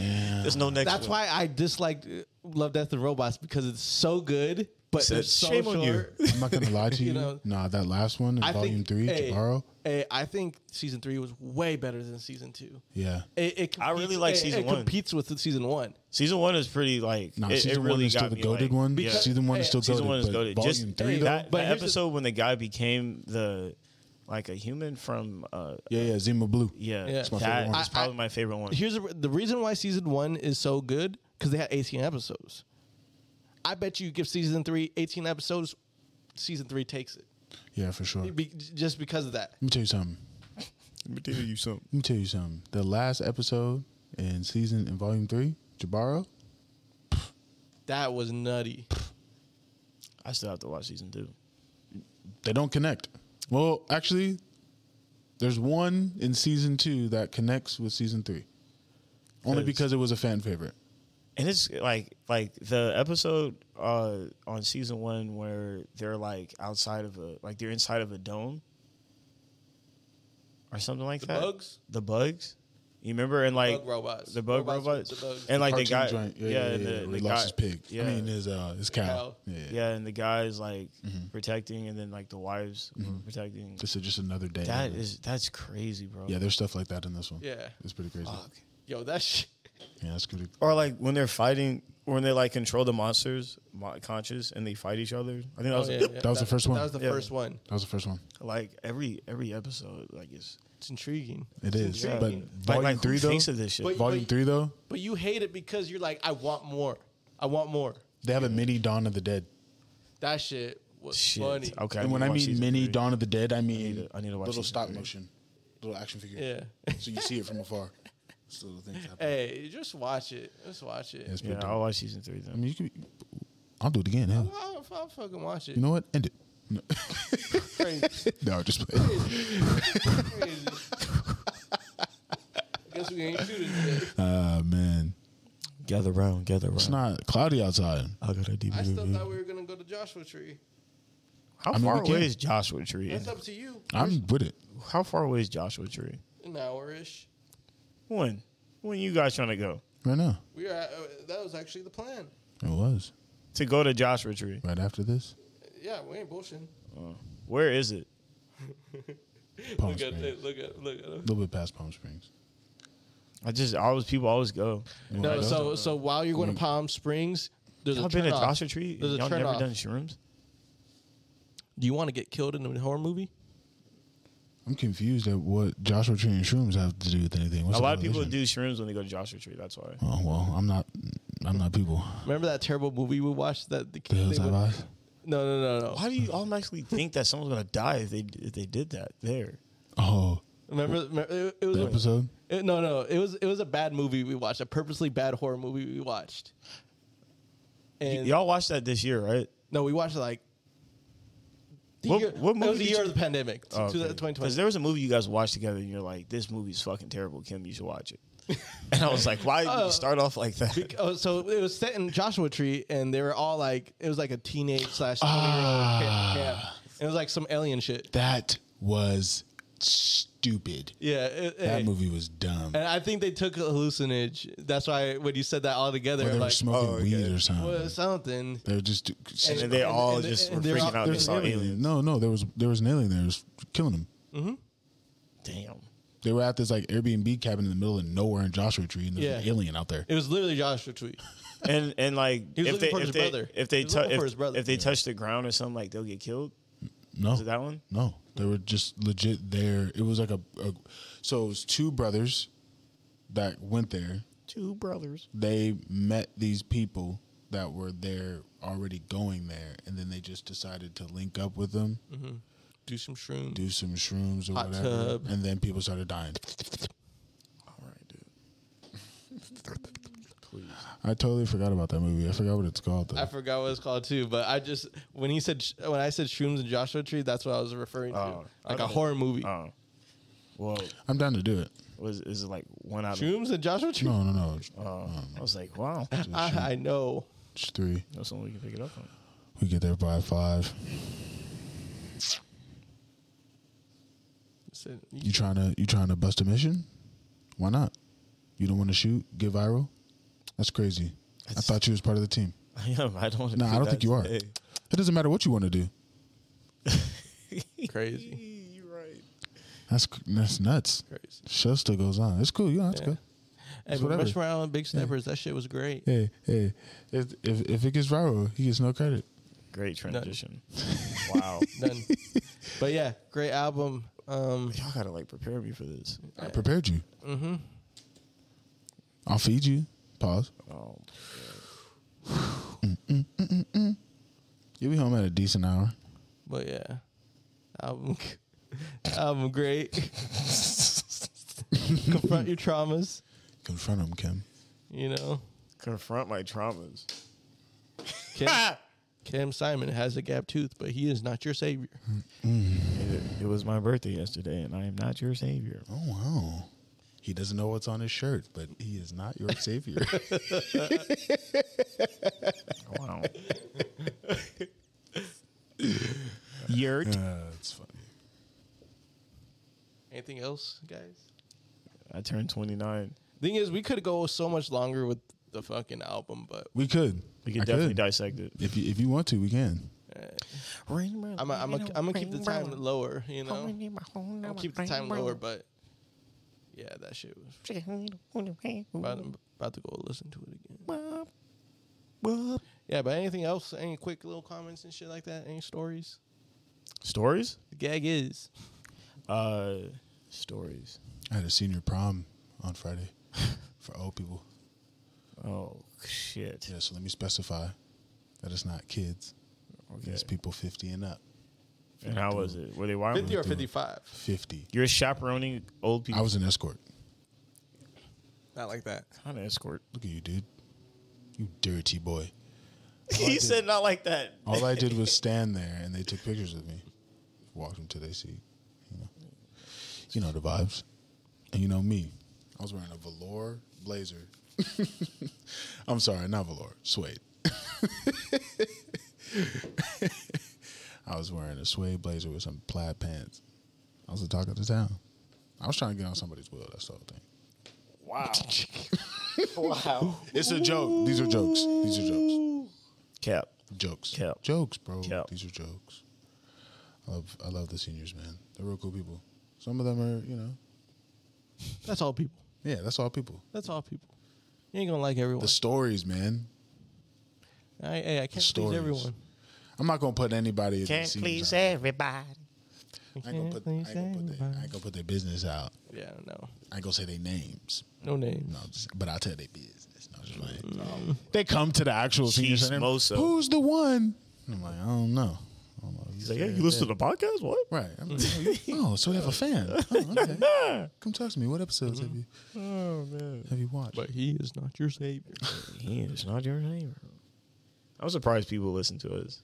There's no next.
That's
one.
why I disliked uh, Love, Death, and Robots because it's so good, but
Said,
it's so
"Shame
short.
on you."
I'm not gonna lie to you.
know-
nah, that last one in
I
volume
think,
three,
hey,
Jabaro.
hey, I think season three was way better than season two.
Yeah.
It, it
I
competes-
really like
it-
season
it
one.
competes with the season one.
Season one is pretty like
Nah,
it, it
season
really
one is still
got
the
me,
goaded
like-
one.
Yeah.
Season one is
Hey,
still
Season one
goaded.
is
but
goaded.
Volume
Just
three
hey,
though.
that,
But
that
here's the-
episode when the guy became the like a human from uh
yeah, yeah, Zima Blue.
yeah,
Yeah. It's
that is
my favorite one.
I- I-
probably my favorite one.
Here's the, the reason why season one is so good because they had 18 episodes. I bet you give season three 18 episodes, season three takes it
Yeah, for sure. Let
Be- just because of that.
me tell you something.
Let me tell you something.
Let me tell you something. The last episode in season in volume three, Jabaro,
That was nutty.
I still have to watch season two.
they don't connect. Well, actually, there's one in season two that connects with season three, only
'Cause-
because it was a fan favorite.
And it's like like the episode uh on season one where they're like outside of a like they're inside of a dome or something like
The
that.
bugs?
The bugs. You remember and like
Bug robots.
The bug
Robots
robots.
with the bugs.
And like the
Cartoon
guy.
joint,
yeah, and the,
where
the
he lost
guy-
his pig.
Yeah.
I mean, his uh, his cow.
Cow.
Yeah, yeah.
Yeah, and the guys like protecting, and then like the wives were protecting.
This is Mm-hmm. just another day.
That is that's crazy, bro.
Yeah, there's stuff like that in this one.
Yeah.
it's pretty crazy.
Fuck.
Yo, that shit.
Yeah, that's pretty.
Or like when they're fighting, when they like control the monsters mo- conscious, and they fight each other. I think that was
Oh, yeah, yeah.
That was the first one.
That was the
Yeah.
first one.
That was the first one.
like every every episode. Like it's
It's intriguing.
It is,
yeah.
but
Like-
volume
like, who
three though.
thinks of this shit?
But-
Volume three though,
But you hate it because you're like, I want more. I want more.
they have a mini Dawn of the Dead,
That shit was
Shit.
funny.
Okay,
and when
need
I
to watch
mean
season
mini
three.
Dawn of the Dead, I mean
to- I need to watch
little
season
stop
three.
motion, little action figure.
Yeah.
so you see it from afar. It's little things happening.
Hey, just watch it. Just watch it.
Yeah, it's pretty
Yeah,
dope.
I'll watch season three then.
I mean, you could. I'll do it again. Hell,
I'll, I'll fucking watch it.
you know what? End it. No,
Crazy.
no just play.
Crazy. Guess we ain't shooting today.
Ah man,
gather round, gather
it's
round.
not cloudy outside.
I got a deep
I still thought we were gonna go to Joshua Tree.
How
mean,
far
we can.
away is Joshua Tree?
That's up to you.
I'm with it.
How far away is Joshua Tree?
An hour ish.
One. When you guys trying to go?
Right now.
We were at, uh, that was actually the plan.
It was.
To go to Joshua Tree.
Right after this.
Yeah, we ain't bullshitting.
Where is it?
Palm
Look at
Springs.
it. Look at look at
A
him.
little bit past Palm Springs.
I just always people always go.
You wanna
No,
go?
so so while you're going to Palm Springs, there's
Mm. Y'all
a
been to
turnoff.
Joshua Tree?
There's a
Y'all never
turnoff.
done shrooms?
Do you want to get killed in a horror movie?
I'm confused at what Joshua Tree and shrooms have to do with anything. What's
A
the
lot of people
correlation?
do shrooms when they go to Joshua Tree. That's why.
Oh well, I'm not. I'm not people.
Remember that terrible movie we watched that the
The
kid
hills
they
have
went-
eyes.
No, no, no, no.
Why do you automatically think that someone's gonna die if they if they did that there?
Oh,
Remember, remember it, it was
the episode.
it- no, no. It was it was a bad movie we watched, a purposely bad horror movie we watched.
Y-
And
y'all watched that this year, right?
no, we watched it like the
What-
year,
what
it was
movie
the
did
year
you-
of the pandemic, t-
Because
2020.
there was a movie you guys watched together, and you're like, "This movie's fucking terrible, Kim. You should watch it." and I was like, "Why did
Oh.
you start off like that?"
Bec- oh, so it was set in Joshua Tree, and they were all like, it was like a teenage slash twenty year old
Ah.
camp. It was like some alien shit.
That was stupid.
Yeah, it-
That
hey.
movie was dumb.
And I think they took a hallucinage. That's why when you said that all together,
Or they
I'm
were
like,
smoking
oh, okay.
weed or something.
well, something.
they were just.
and then they
and-
all
and-
just
and
were
they're
freaking
all-
out. They
There's
saw
an alien.
aliens.
No, no, there was there was an alien there. It was killing them.
Damn.
They were at this like Airbnb cabin in the middle of nowhere in Joshua Tree, and there's an
Yeah.
alien out there.
It was literally Joshua Tree.
And and like
He
if
was looking
they
for
if
his
they,
brother.
if they
He was
tou-
looking for
if,
his brother.
if they touch the ground or something, like they'll get killed.
No,
Is it that one?
No, they were just legit there. It was like a, a so it was two brothers that went there.
Two brothers.
They met these people that were there already going there, and then they just decided to link up with them,
Mm-hmm.
Do some shrooms.
do some shrooms or
Hot
whatever,
tub.
and then people started dying.
All right, dude. Please.
I totally forgot about that movie. I forgot what it's called
I
though.
forgot what it's called too, but I just when he said sh- when I said shrooms and Joshua Tree, that's what I was referring to,
Oh, I
like a
don't-
horror movie.
Oh. Well,
I'm down to do it.
was is it like one out of?
shrooms and Joshua Tree.
No, no, no.
Oh, I was like, wow,
I, I know.
It's three.
that's one we can pick it up on.
We get there by five.
Said-
You trying to you trying to bust a mission? Why not? You don't want to shoot, get viral? That's crazy. I thought you was part of the team.
I am. I don't. wanna
No,
do
I don't
that
think you are.
today.
It doesn't matter what you want to do.
Crazy,
You're right.
That's c- that's nuts.
crazy.
Show still goes on. It's cool. You don't have to go.
Hey, but
whatever.
Rush Morale and Big Steppers, that shit was great.
Hey, hey. If if, if it gets viral, he gets no credit.
Great transition. wow.
None. but yeah, great album. Um,
Y'all gotta like prepare me for this.
I prepared you. Mm-hmm. I'll feed you. Pause.
Oh,
You'll be home at a decent hour.
but yeah, album, album great. Confront your traumas.
Confront him, Kim.
You know,
confront my traumas.
Kim, Kim Simon has a gap tooth, but he is not your savior.
It, it was my birthday yesterday, and I am not your savior.
Oh wow. He doesn't know what's on his shirt, but he is not your savior.
Wow.
Yurt.
That's funny.
Anything else, guys?
I turned 29.
Thing is, we could go so much longer with the fucking album, but
We could.
We could
I
definitely dissect it.
If you if you want to, we can.
I'm I'm I'm gonna keep the time lower. You know,
I'm
I'll keep the time lower, but yeah, that shit was about, about to go listen to it again. Yeah, but anything else? Any quick little comments and shit like that? Any stories?
Stories?
The gag is
Uh, stories.
I had a senior prom on Friday for old people.
Oh, shit.
Yeah, so let me specify that it's not kids.
Okay.
It's people fifty and up.
And how was it? Were they wild?
fifty or fifty five.
Fifty.
You're chaperoning old people.
I was an escort.
Not like that.
kind of escort.
Look at you, dude. You dirty boy.
he said not like that.
All I did was stand there and they took pictures of me. Walked them to their seat. You know. you know the vibes. And you know me. I was wearing a velour blazer. I'm sorry, not velour, suede. I was wearing a suede blazer with some plaid pants. I was the talk of the town. I was trying to get on somebody's wheel, that's the whole thing.
Wow.
Wow.
It's a joke. These are jokes. These are jokes.
Cap.
Jokes.
Cap.
Jokes, bro.
Cap.
These are jokes. I love I love the seniors, man. They're real cool people. Some of them are, you know,
That's all people.
yeah, that's all people.
That's all people. You ain't gonna like everyone.
The stories, man.
I, hey, I can't please
stories.
everyone.
I'm not gonna put anybody in the
Can't
senior
please
genre.
everybody.
I ain't gonna put, I ain't gonna put, their, I ain't gonna put their business out.
Yeah, no,
I ain't gonna say their names.
no names.
No, just- but I'll tell their business. No, just like, They come to the actual senior center.
Chismoso.
Who's the one? And I'm like, I don't know. I don't know.
He's like, hey, you listen to the podcast? What?
Right. I'm like, oh, you- oh, so you have a fan. Oh, okay. Come talk to me. What episodes have you? Oh man. Have you watched?
But he is not your savior.
He is not your neighbor. I'm surprised people listen to us.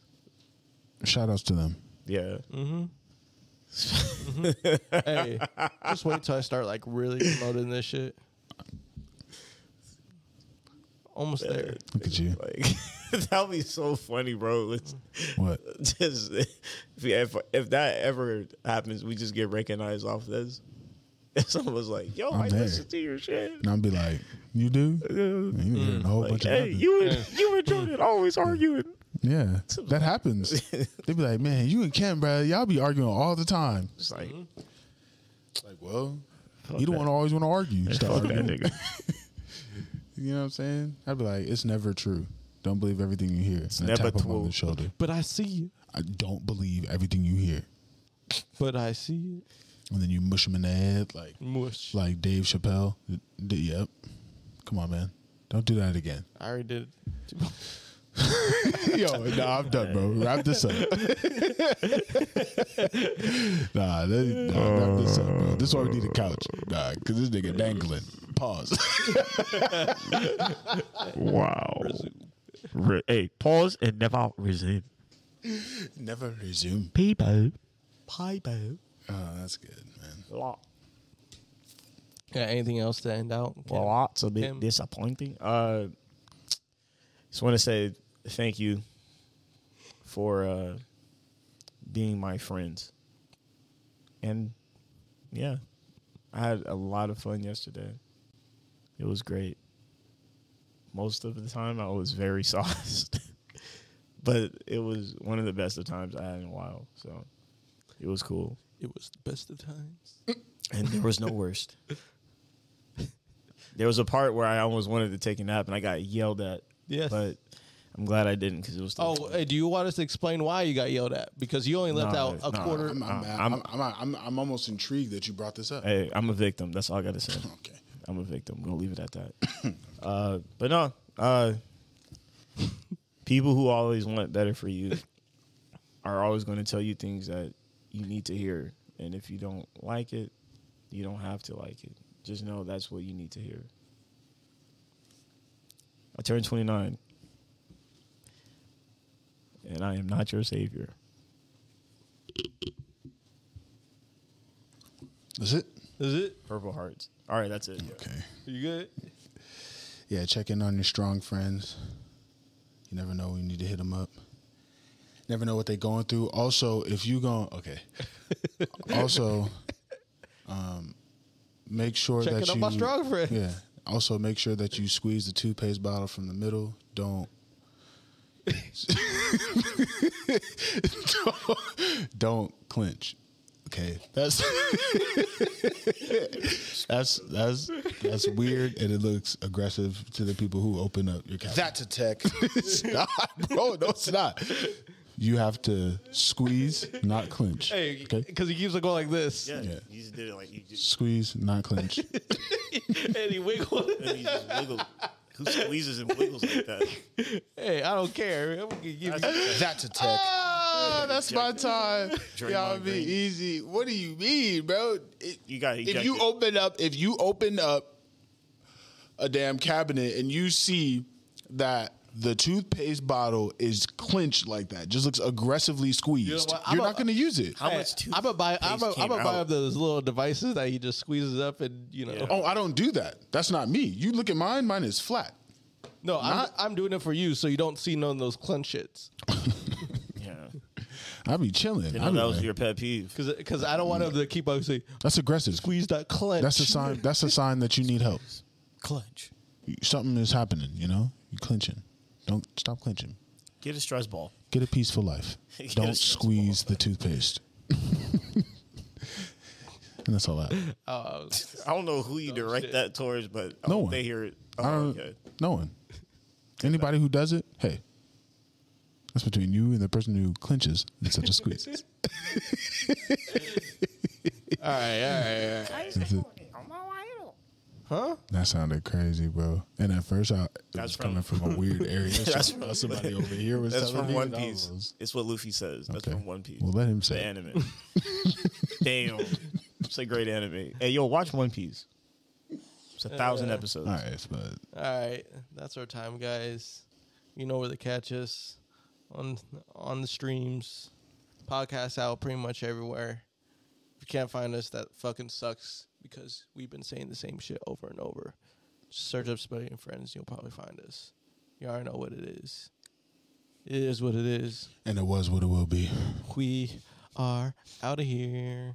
Shout outs to them.
Yeah.
Mm.
hey, just wait till I start like really promoting this shit. Almost there.
Look at you.
Like that'll be so funny, bro. Let's
What?
just if, we- if if that ever happens, we just get recognized off this. And someone's like, "Yo, i
I'm there.
listen to your shit."
And I'll be like, you do?
Uh,
And you hear a whole
Like,
bunch of
hey,
nothing.
you and you and Jordan always arguing.
Yeah, that happens. they be like, man, you and Ken, bro, y'all be arguing all the time.
It's like,
Like, well, you don't want to always want to argue. Stop
fuck that
arguing.
nigga.
You know what I'm saying? I'd be like, it's never true. Don't believe everything you hear. It's
never
tap him
true.
on the shoulder.
But I see you.
I don't believe everything you hear.
But I see you.
And then you mush him in the head like
Mush.
like Dave Chappelle. D- d- yep. Come on, man. Don't do that again.
I already did. it.
Yo, nah, I'm done, bro. Wrap this up. nah, that, nah, wrap this up, bro. This is why we need a couch. Nah, because this nigga dangling. Pause.
Wow. Re- hey, pause and never resume.
Never resume.
People.
Pipo.
Oh, that's good, man.
Yeah. Anything else to end out?
Well, lots a bit
Kim.
disappointing. Uh, just want to say thank you for uh, being my friends, and yeah, I had a lot of fun yesterday. It was great. Most of the time, I was very sauced, but it was one of the best of times I had in a while. So it was cool,
It was the best of times.
and there was no worst. There was a part where I almost wanted to take a nap, and I got yelled at.
Yes.
but I'm glad I didn't because it was.
Oh, hey, do you want us to explain why you got yelled at? Because you only left
Nah,
out a
nah,
quarter.
I'm, I'm,
Uh,
I'm, I'm, I'm, I'm almost intrigued that you brought this up.
hey, I'm a victim. That's all I gotta say.
Okay.
I'm a victim. We'll leave it at that. uh, but no, uh, people who always want better for you are always going to tell you things that you need to hear, and if you don't like it, you don't have to like it. Just know that's what you need to hear. I turned 29, and I am not your savior.
Is it?
Is it?
Purple hearts. All right, that's it.
Okay.
You good?
Yeah, check in on your strong friends. You never know when you need to hit them up. Never know what they're going through. Also, if you going okay. also, um, make sure
Checking
that
on
you
my strong friends.
Yeah. Also, make sure that you squeeze the toothpaste bottle from the middle. Don't. don't, don't clench. Okay, that's that's that's that's weird, and it looks aggressive to the people who open up your cabinet. That's a tech. it's not, bro. No, it's not. You have to squeeze, not clench.
Hey,
okay.
because he keeps on going like this,
Yeah.
you just did it like you just,
Squeeze, not clench.
and he wiggled.
you just wiggle. Who squeezes and wiggles like that?
hey, I don't care. I'm gonna give you.
That's a tech.
Ah, that's my time.
Draymond
Y'all be
Green.
easy. What do you mean, bro? It-
You got
if you open up, if you open up a damn cabinet and you see that the toothpaste bottle is clenched like that, just looks aggressively squeezed, you
know what? I'm
are
a-
not going to use it.
How much toothpaste
I'm gonna buy. I'm gonna
came
buy
out?
up those little devices that he just squeezes up, and you know.
Yeah.
Oh, I don't do that. That's not me. You look at mine. Mine is flat.
no, I'm,
not-
I'm doing it for you, so you don't see none of those clench shits.
Yeah,
I be chilling.
you
I
know
be
that was
like,
your pet peeve.
Because I don't want him to keep on saying
that's aggressive.
squeeze that clench.
That's a sign. That's a sign that you need help.
Clench.
Something is happening, you know? You're clinching. Don't stop clinching.
Get a stress ball.
Get a peaceful life.
Get a
Don't
stress
squeeze the toothpaste. and that's all that.
Oh,
I don't know who you direct
shit.
that towards, but I
No
hope
one.
they hear it. Oh,
I don't
okay.
no one. Anybody who does it, hey. That's between you and the person who clinches instead of squeezes.
all right, all right, all right. Huh?
That sounded crazy, bro. And at first, I it
That's
was coming from a weird area.
That's
that's
from-
somebody over here was
That's
telling
from
me
One
and I
Piece.
was-
It's what Luffy says. That's
Okay.
from One Piece.
Well, let him say
the
it.
anime. Damn, it's a great anime. Hey, yo, watch One Piece. It's a thousand episodes.
All right, but
All right, that's our time, guys. You know where to catch us on on the streams, podcasts out pretty much everywhere. If you can't find us, that fucking sucks because we've been saying the same shit over and over. Search up Spuddy and Friends, you'll probably find us. You already know what it is. It is what it is.
and it was what it will be.
We are out of here.